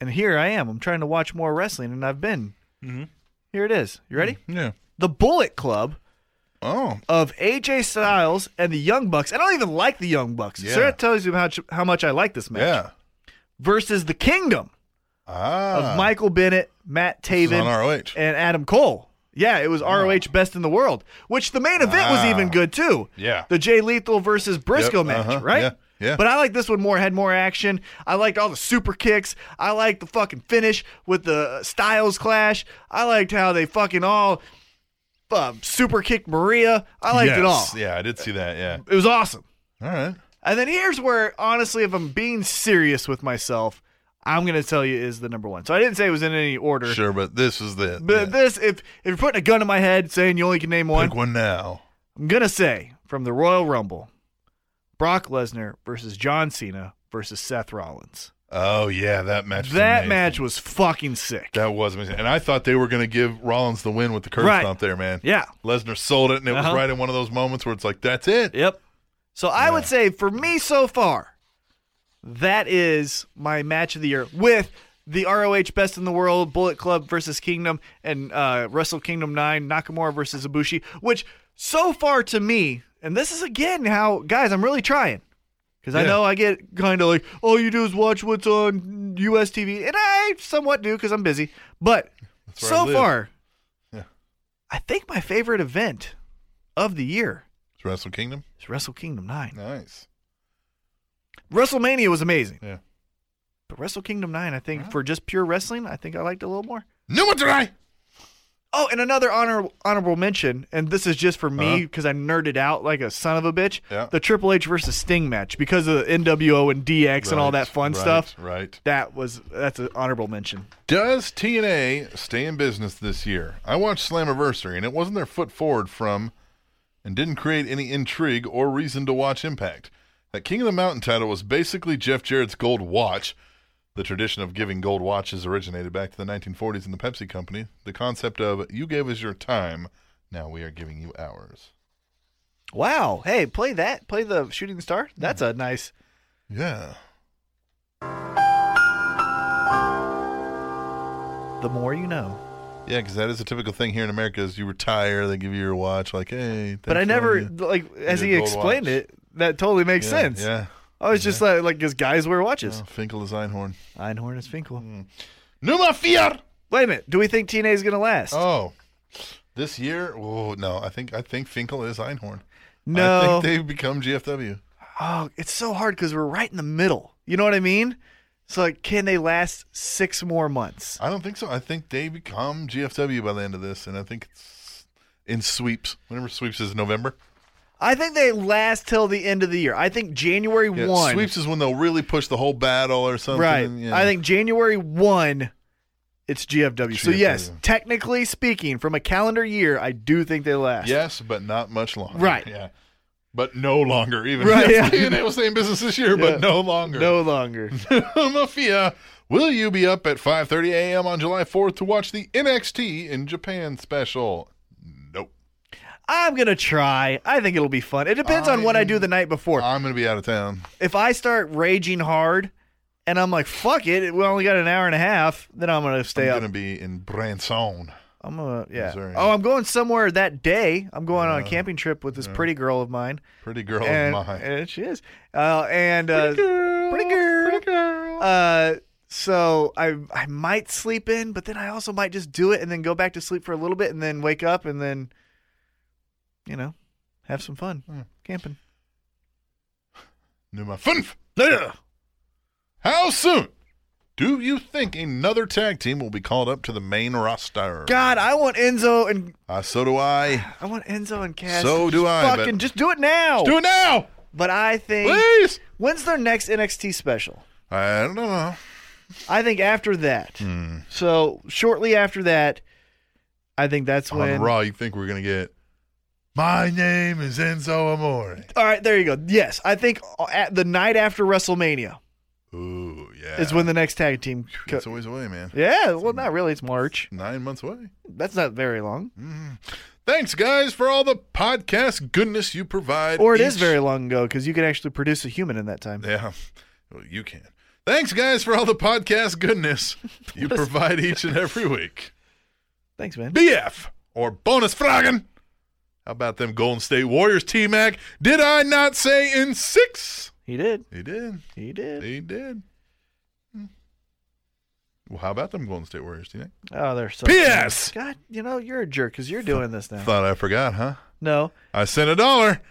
And here I am. I'm trying to watch more wrestling, and I've been.
Mhm.
Here it is. You ready?
Mm, Yeah.
The Bullet Club
Oh.
of AJ Styles and the Young Bucks. And I don't even like the Young Bucks.
Yeah.
So that tells you how much, how much I like this match.
Yeah.
Versus the Kingdom of
Ah.
Michael Bennett, Matt
This is
Taven,
on ROH.
and Adam Cole. Yeah, it was ROH Best in the World, which the main event was
Wow.
even good too.
Yeah.
The Jay Lethal versus Briscoe
Yep,
match,
uh-huh,
right?
yeah, yeah.
But I like this one more, had more action. I liked all the super kicks. I liked the fucking finish with the uh, Styles clash. I liked how they fucking all uh, super kicked Maria. I liked it all.
Yes. Yeah, I did see that. Yeah.
It was awesome.
All right.
And then here's where, honestly, if I'm being serious with myself, I'm going to tell you is the number one. So I didn't say it was in any order.
Sure, but this is the
But
yeah.
this, if if you're putting a gun in my head saying you only can name one,
pick one now.
I'm gonna say from the Royal Rumble, Brock Lesnar versus John Cena versus Seth Rollins.
Oh yeah, that match. was
that
amazing.
match was fucking sick.
That was amazing, and I thought they were going to give Rollins the win with the curb
Right.
stomp there, man.
yeah.
Lesnar sold it, and it was
Uh-huh.
right in one of those moments where it's like, that's it.
Yep. So I would say for me so far, that is my match of the year with the ROH Best in the World, Bullet Club versus Kingdom, and uh, Wrestle Kingdom 9, Nakamura versus Ibushi, which so far to me, and this is again how, guys, I'm really trying. Because I
Yeah.
know I get kind of like, all you do is watch what's on US TV. And I somewhat do because I'm busy. But
where I
so
live.
far,
Yeah.
I think my favorite event of the year
It's Wrestle Kingdom.
is Wrestle Kingdom 9.
Nice.
WrestleMania was amazing.
Yeah.
But Wrestle Kingdom 9, I think for just pure wrestling, I think I liked it a little more.
No one try.
Oh, and another honor, honorable mention, and this is just for me because I nerded out like a son of a bitch.
Yeah.
The Triple H versus Sting match because of the NWO and DX and all
Right,
that fun
right,
stuff.
Right.
That was that's an honorable mention.
Does TNA stay in business this year? I watched Slammiversary, and it wasn't their foot forward from, and didn't create any intrigue or reason to watch Impact. That King of the Mountain title was basically Jeff Jarrett's gold watch. The tradition of giving gold watches originated back to the 1940s in the Pepsi Company. The concept of you gave us your time, now we are giving you ours.
Wow. Hey, play that. Play the shooting star. That's a nice.
Yeah.
The more you know.
Yeah, because that is a typical thing here in America is you retire, they give you your watch, like, hey. thanks
But I
for
never
all you-
like as
your
he
gold
explained
watch.
it. That totally makes
Yeah,
sense.
Yeah.
I was just like, like, 'cause guys wear watches.
Oh, Finkel is Einhorn.
Einhorn is Finkel.
Numa Fiat!
Wait a minute. Do we think TNA is going to last?
Oh, this year? Oh no, I think I think Finkel is Einhorn.
no.
I think they've become GFW.
oh, it's so hard because we're right in the middle. You know what I mean? So, like, can they last six more months?
I don't think so. I think they become GFW by the end of this, and I think it's in sweeps. Whenever sweeps is November,
I think they last till the end of the year. I think January
Yeah,
1.
sweeps is when they'll really push the whole battle or something.
right.
yeah.
I think January 1, it's GFW. So, yes,
GFW.
technically speaking, from a calendar year, I do think they last.
yes, but not much longer.
Right.
Yeah. But no longer, even
Right,
if
yeah.
TNA will stay in business this year, but no longer.
No longer.
Mafia, will you be up at 5:30 a.m. on July 4th to watch the NXT in Japan special? Nope.
I'm gonna try. I think it'll be fun. It depends on what I do the night before.
I'm going to be out of town.
if I start raging hard and I'm like, fuck it, we only got an hour and a half, then I'm gonna stay
I'm
up.
going to be in Branson.
I'm gonna yeah.
Missouri.
Oh, I'm going somewhere that day. I'm going on a camping trip with this pretty girl of mine.
Pretty girl
and,
of mine.
and she is. Uh, and uh, pretty girl. Pretty girl. Uh, so I I might sleep in, but then I also might just do it and then go back to sleep for a little bit and then wake up and then, you know, have some fun
Hmm.
camping.
Nummer fünf. How soon do you think another tag team will be called up to the main roster?
God, I want Enzo and
Uh, so do I.
I want Enzo and Cass.
So
to
do
just
I, but-
Fucking just do it now.
Do it now,
But I think
please.
when's their next NXT special?
I don't know.
I think after that.
Hmm.
So shortly after that, I think that's when.
On Raw, you think we're gonna get? My name is Enzo Amore.
All right, there you go. Yes, I think uh, at the night after WrestleMania
Ooh, yeah.
is when the next tag team. Co-
it's always away, man.
yeah, well, not really. It's March.
Nine months away.
That's not very long,
Thanks, guys, for all the podcast goodness you provide.
or it is
each-
very long ago because you can actually produce a human in that time.
Yeah, well, you can. Thanks, guys, for all the podcast goodness you provide each and every week.
Thanks, man.
BF or bonus fragen. How about them Golden State Warriors, T Mac? Did I not say in six?
He did.
He did.
He did. Hmm.
He did. Well, how about them Golden State Warriors, T Mac?
Oh, they're so.
P.S.
God, you know you're a jerk because you're doing this now.
Thought I forgot, huh?
No,
I sent a dollar,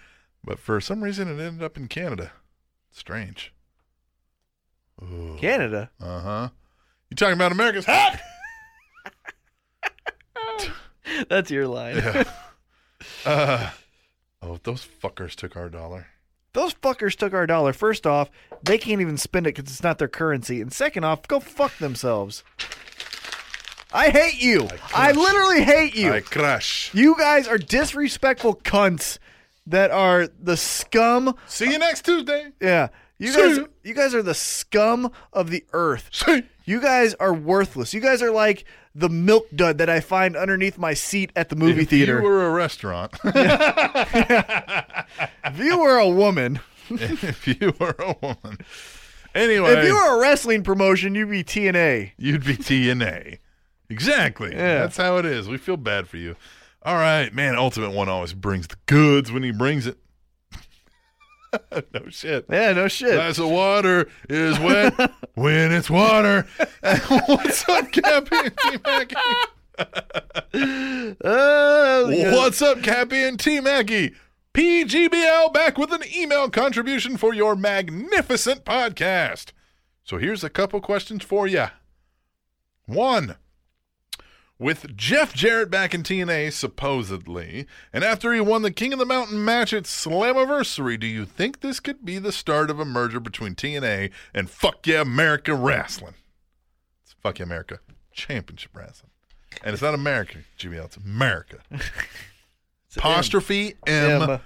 but for some reason it ended up in Canada. Strange.
Canada.
Uh huh. You talking about America's hat?
That's your line.
Uh, oh, those fuckers took our dollar.
Those fuckers took our dollar. First off, they can't even spend it because it's not their currency. And second off, go fuck themselves. I hate you. I, literally hate you.
I crash.
you guys are disrespectful cunts that are the scum.
See you next Tuesday.
Yeah. You
See
guys
ya.
you guys are the scum of the earth.
See.
You guys are worthless. You guys are like the milk dud that I find underneath my seat at the movie
if
theater.
You were a restaurant.
if you were a woman,
if you were a woman. Anyway,
if you were a wrestling promotion, you'd be TNA.
you'd be TNA. Exactly. That's how it is. We feel bad for you. All right, man. Ultimate One always brings the goods when he brings it. no shit.
Yeah, no shit.
Glass of water is wet when it's water. What's up, Cappy and T Mackie?
Uh,
What's up, Cappy and T Mackie? PGBL back with an email contribution for your magnificent podcast. So here's a couple questions for you. One. With Jeff Jarrett back in TNA, supposedly, and after he won the King of the Mountain match at Slammiversary, do you think this could be the start of a merger between TNA and Fuck Yeah America Wrestling? It's Fuck Yeah America Championship Wrestling. And it's not America, GBL, it's America. Apostrophe M,
M.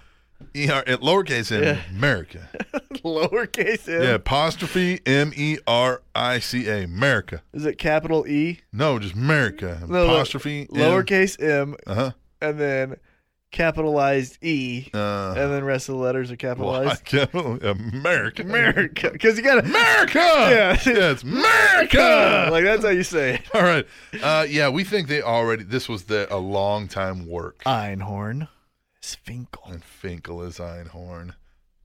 E R, at lowercase m, America.
Lowercase m.
Yeah, apostrophe M E R I C A, America.
Is it capital E?
No, just America.
No, no,
apostrophe M.
Lowercase m,
Uh-huh.
and then capitalized E,
Uh
and then rest of the letters are capitalized.
America.
America, because you gotta
America.
Yeah.
yeah, it's America.
like that's how you say it.
All right. Uh, yeah, we think they already. This was the a long time work.
Uh, Einhorn, Sphinkle.
and Finkel is Einhorn.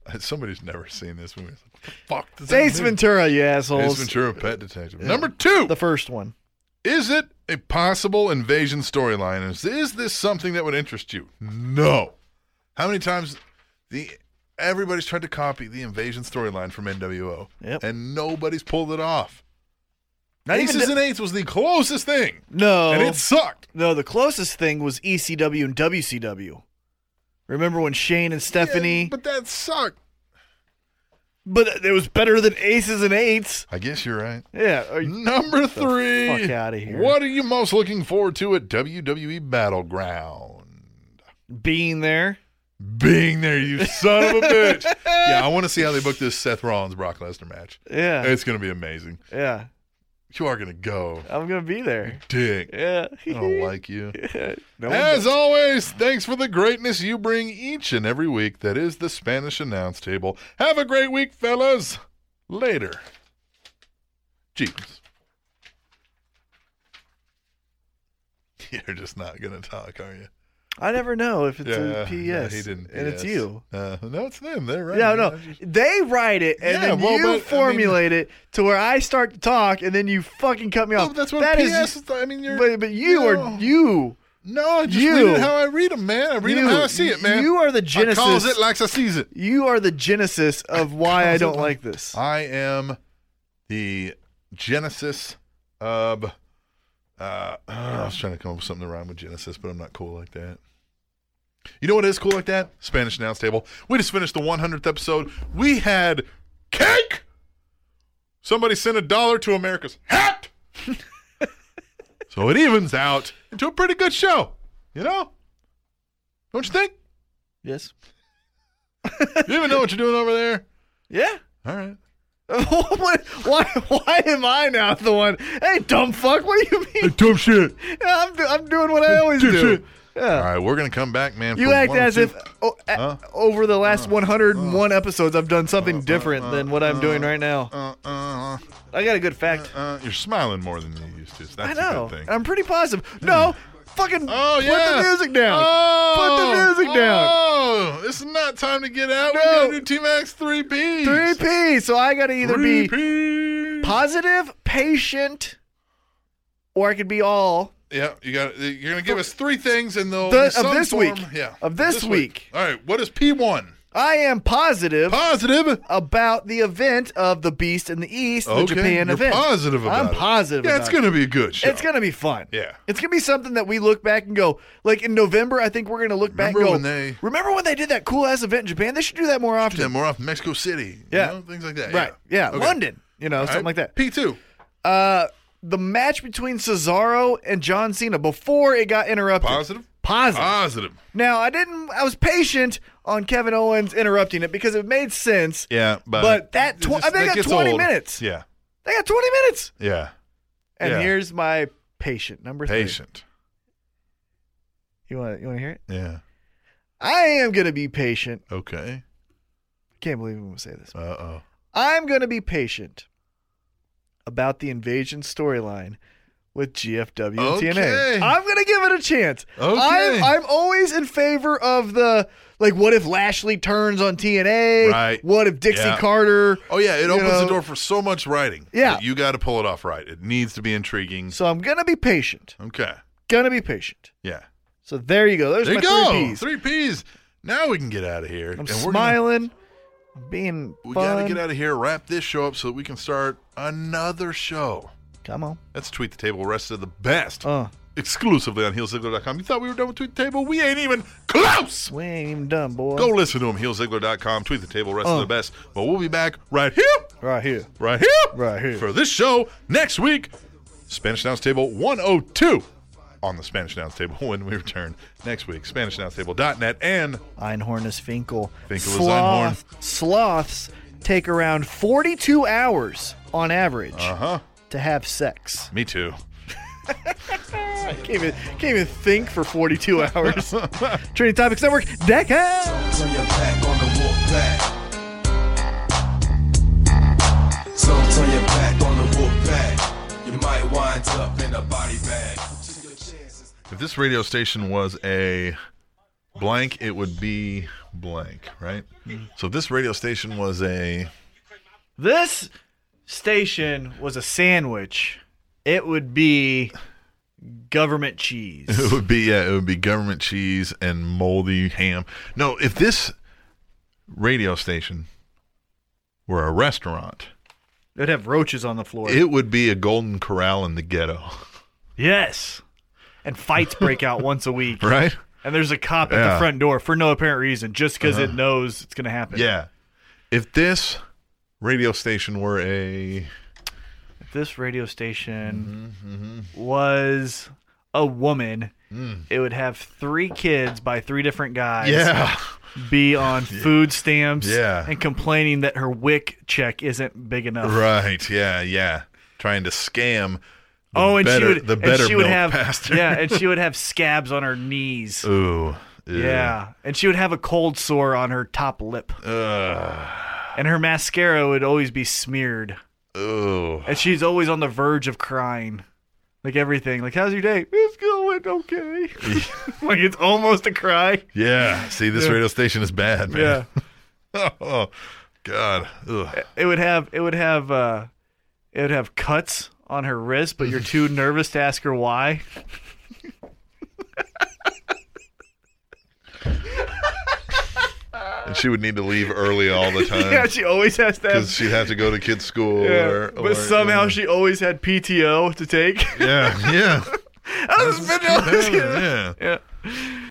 Uh, Somebody's never seen this movie. It's like, What the fuck does
Ace
that mean?
Ventura, you
Ace
assholes.
Ventura, Pet Detective. Number two.
The first one.
Is it a possible invasion storyline? Is, is this something that would interest you? No. How many times the everybody's tried to copy the invasion storyline from NWO
Yep.
and nobody's pulled it off.
Not even Oh,
Aces
di-
and Eights was the closest thing,
no,
and it sucked.
no. The closest thing was ECW and WCW. Remember when Shane and Stephanie?
Yeah, but that sucked.
but, it was better than Aces and Eights.
I guess you're right.
Yeah. Are you-
Number three.
fuck outta here.
What are you most looking forward to at E WWE Battleground? Mm.
being there.
Being there, you son of a bitch. Yeah, I want to see how they book this Seth Rollins Brock Lesnar match.
Yeah.
It's going to be amazing.
yeah.
You are gonna go,
I'm gonna be there.
dick.
Yeah.
I don't like you.
No one
As always, thanks for the greatness you bring each and every week. That is the Spanish announce table. Have a great week, fellas. Later. Jeeps. You're just not gonna talk, are you?
I never know if it's a
Yeah,
PS.
yeah, he didn't.
And it's
PS.
you.
Uh, no, it's them. They're right.
No, no.
I just-
They write it and
Yeah,
then
well, but,
you
I mean-
formulate it to where I start to talk and then you fucking cut me
No,
off.
that's what
That is-
PS. Is, I mean, you're.
but, but you
No.
are you.
no, I just
you-
read it how I read them, man. I read
you,
them how I see it, man.
You are the
I calls
genesis.
it like I sees it.
you are the genesis of why I
calls it
don't like
like-
this.
I am the genesis of. Uh, I was trying to come up with something to rhyme with Genesis, but I'm not cool like that. You know what is cool like that? Spanish announce table. We just finished the 100th episode. We had cake. Somebody sent a dollar to America's hat. so it evens out into a pretty good show. You know? Don't you think?
Yes.
You even know what you're doing over there?
Yeah.
All right.
What- why? Why am I now the one? Hey, dumb fuck! What do you mean?
dumb shit.
I'm, do- I'm doing what I always
Shit,
do.
shit.
Yeah.
All right, we're gonna come back, man.
You
for
act
one or
as
two-
if oh, a-
Huh? Uh-huh.
over the last 101 episodes, I've done something
uh,
different
uh,
than what I'm doing
uh,
right now.
uh, uh,
I got a good fact.
uh, you're smiling more than you used to. So
I
that's
know.
a good thing. Hmm.
I'm pretty positive. No, fucking
Oh yeah.
put the music down.
Oh,
Put the music down.
Oh, this is not time to get out.
No.
We gotta do T Max three P.
3P. So I got to either be
P.
positive, patient, or I could be all.
Yeah, you got. You're gonna give us three things, and they'll
The-
be
of
some
this
form-
week.
Yeah,
Of this week.
All right, what is P one?
I am positive
Positive.
about the event of the Beast in the East, the
okay,
Japan
you're
event.
positive about
I'm
it.
positive
Yeah,
about
it's
it.
gonna be a good show.
It's gonna be fun.
Yeah.
It's gonna be something that we look back and go, like in November, I think we're gonna look back and
Remember
go,
when they-
remember when they did that cool ass event in Japan? They should do that more often.
Yeah, more off Mexico City.
Yeah.
you know, things like that.
Right. Yeah.
Okay.
London. You know,
All
something
right,
like that.
P two.
Uh the match between Cesaro and John Cena before it got interrupted.
Positive?
Positive.
Positive.
now I didn't I was patient on Kevin Owens interrupting it because it made sense.
Yeah, but
But that
it
tw- I think
that
that
gets
20
old.
minutes.
Yeah,
They got twenty minutes.
yeah.
And
Yeah.
here's my patient number three.
Patient.
You wanna you wanna hear it?
Yeah.
I am gonna be patient.
Okay.
Can't believe I'm gonna say this.
Uh oh.
I'm going to be patient about the invasion storyline with GFW and
Okay.
TNA. I'm going to give it a chance.
Okay.
I'm, I'm always in favor of the like. What if Lashley turns on TNA?
Right.
What if Dixie
Yeah.
Carter?
Oh yeah, it
you
opens the
know?
door for so much writing.
Yeah.
But you got to pull it off right. It needs to be intriguing.
So I'm going to be patient.
Okay.
Going to be patient.
Yeah.
So there you go. There's
There
my
you go.
three P's.
Three P's. Now we can get out of here.
I'm
and we're gonna-
smiling. I'm being
We
fun.
got to get out of here. Wrap this show up so that we can start another show.
Come on.
That's tweet the table. Rest of the best.
Uh,
exclusively on heelzigler.com. You thought we were done with Tweet the Table? We ain't even close!
we ain't even done, boy.
Go listen to him, heelzigler.com, Tweet the Table, rest of
Uh.
the best. But we'll be back right here,
Right here.
right here,
Right here.
for this show next week. Spanish Announce Table 102 on the Spanish Announce Table when we return next week. SpanishAnnounceTable.net and
Einhorn is Finkel.
Finkel is
Sloth, Sloths take around 42 hours on average
uh-huh,
to have sex.
me too.
I can't even, can't even think for 42 hours. Training Topics Network, Deca!
Turn your back on the wolf pack. So turn your back on the wolf pack. You might wind up in a body bag. Check your chances.
If this radio station was a blank, it would be blank, right?
Mm-hmm.
So if this radio station was a
This station was a sandwich. It would be government
It
cheese.
would be yeah, it would be government cheese and moldy ham. No, if this radio station were a restaurant,
It'd have roaches on the floor.
it would be a golden corral in the ghetto,
yes. And fights break out once a week.
right?
And there's a cop at
Yeah. Uh-huh.
the front door for no apparent reason, just because it knows it's going to happen.
Yeah. If this radio station were a
If this radio station
Mm-hmm,
was a woman, it would have three kids by three different guys
Mm. yeah,
be on food stamps
Yeah.
and complaining that her WIC check isn't big enough.
right, yeah, yeah. trying to scam. The
oh, and
better,
she would
the better
and she would
milk
have
pastor.
yeah, and she would have scabs on her knees.
Ooh. ew.
Yeah, and she would have a cold sore on her top lip,
Uh. Ugh.
and her mascara would always be smeared,
Ooh.
and she's always on the verge of crying, like everything. Like, how's your day? It's going okay. like it's almost a cry.
Yeah. See, this radio station is bad, man. Yeah. oh, God. Ugh.
It would have it would have uh, it would have cuts on her wrist, but you're too nervous to ask her why.
And she would need to leave early all the
Yeah,
time
she always has to.
because
Have,
she'd have to go to kids' school.
yeah,
Or, or-
but somehow she always had PTO to take.
Yeah. Yeah.
I was-
yeah.
yeah.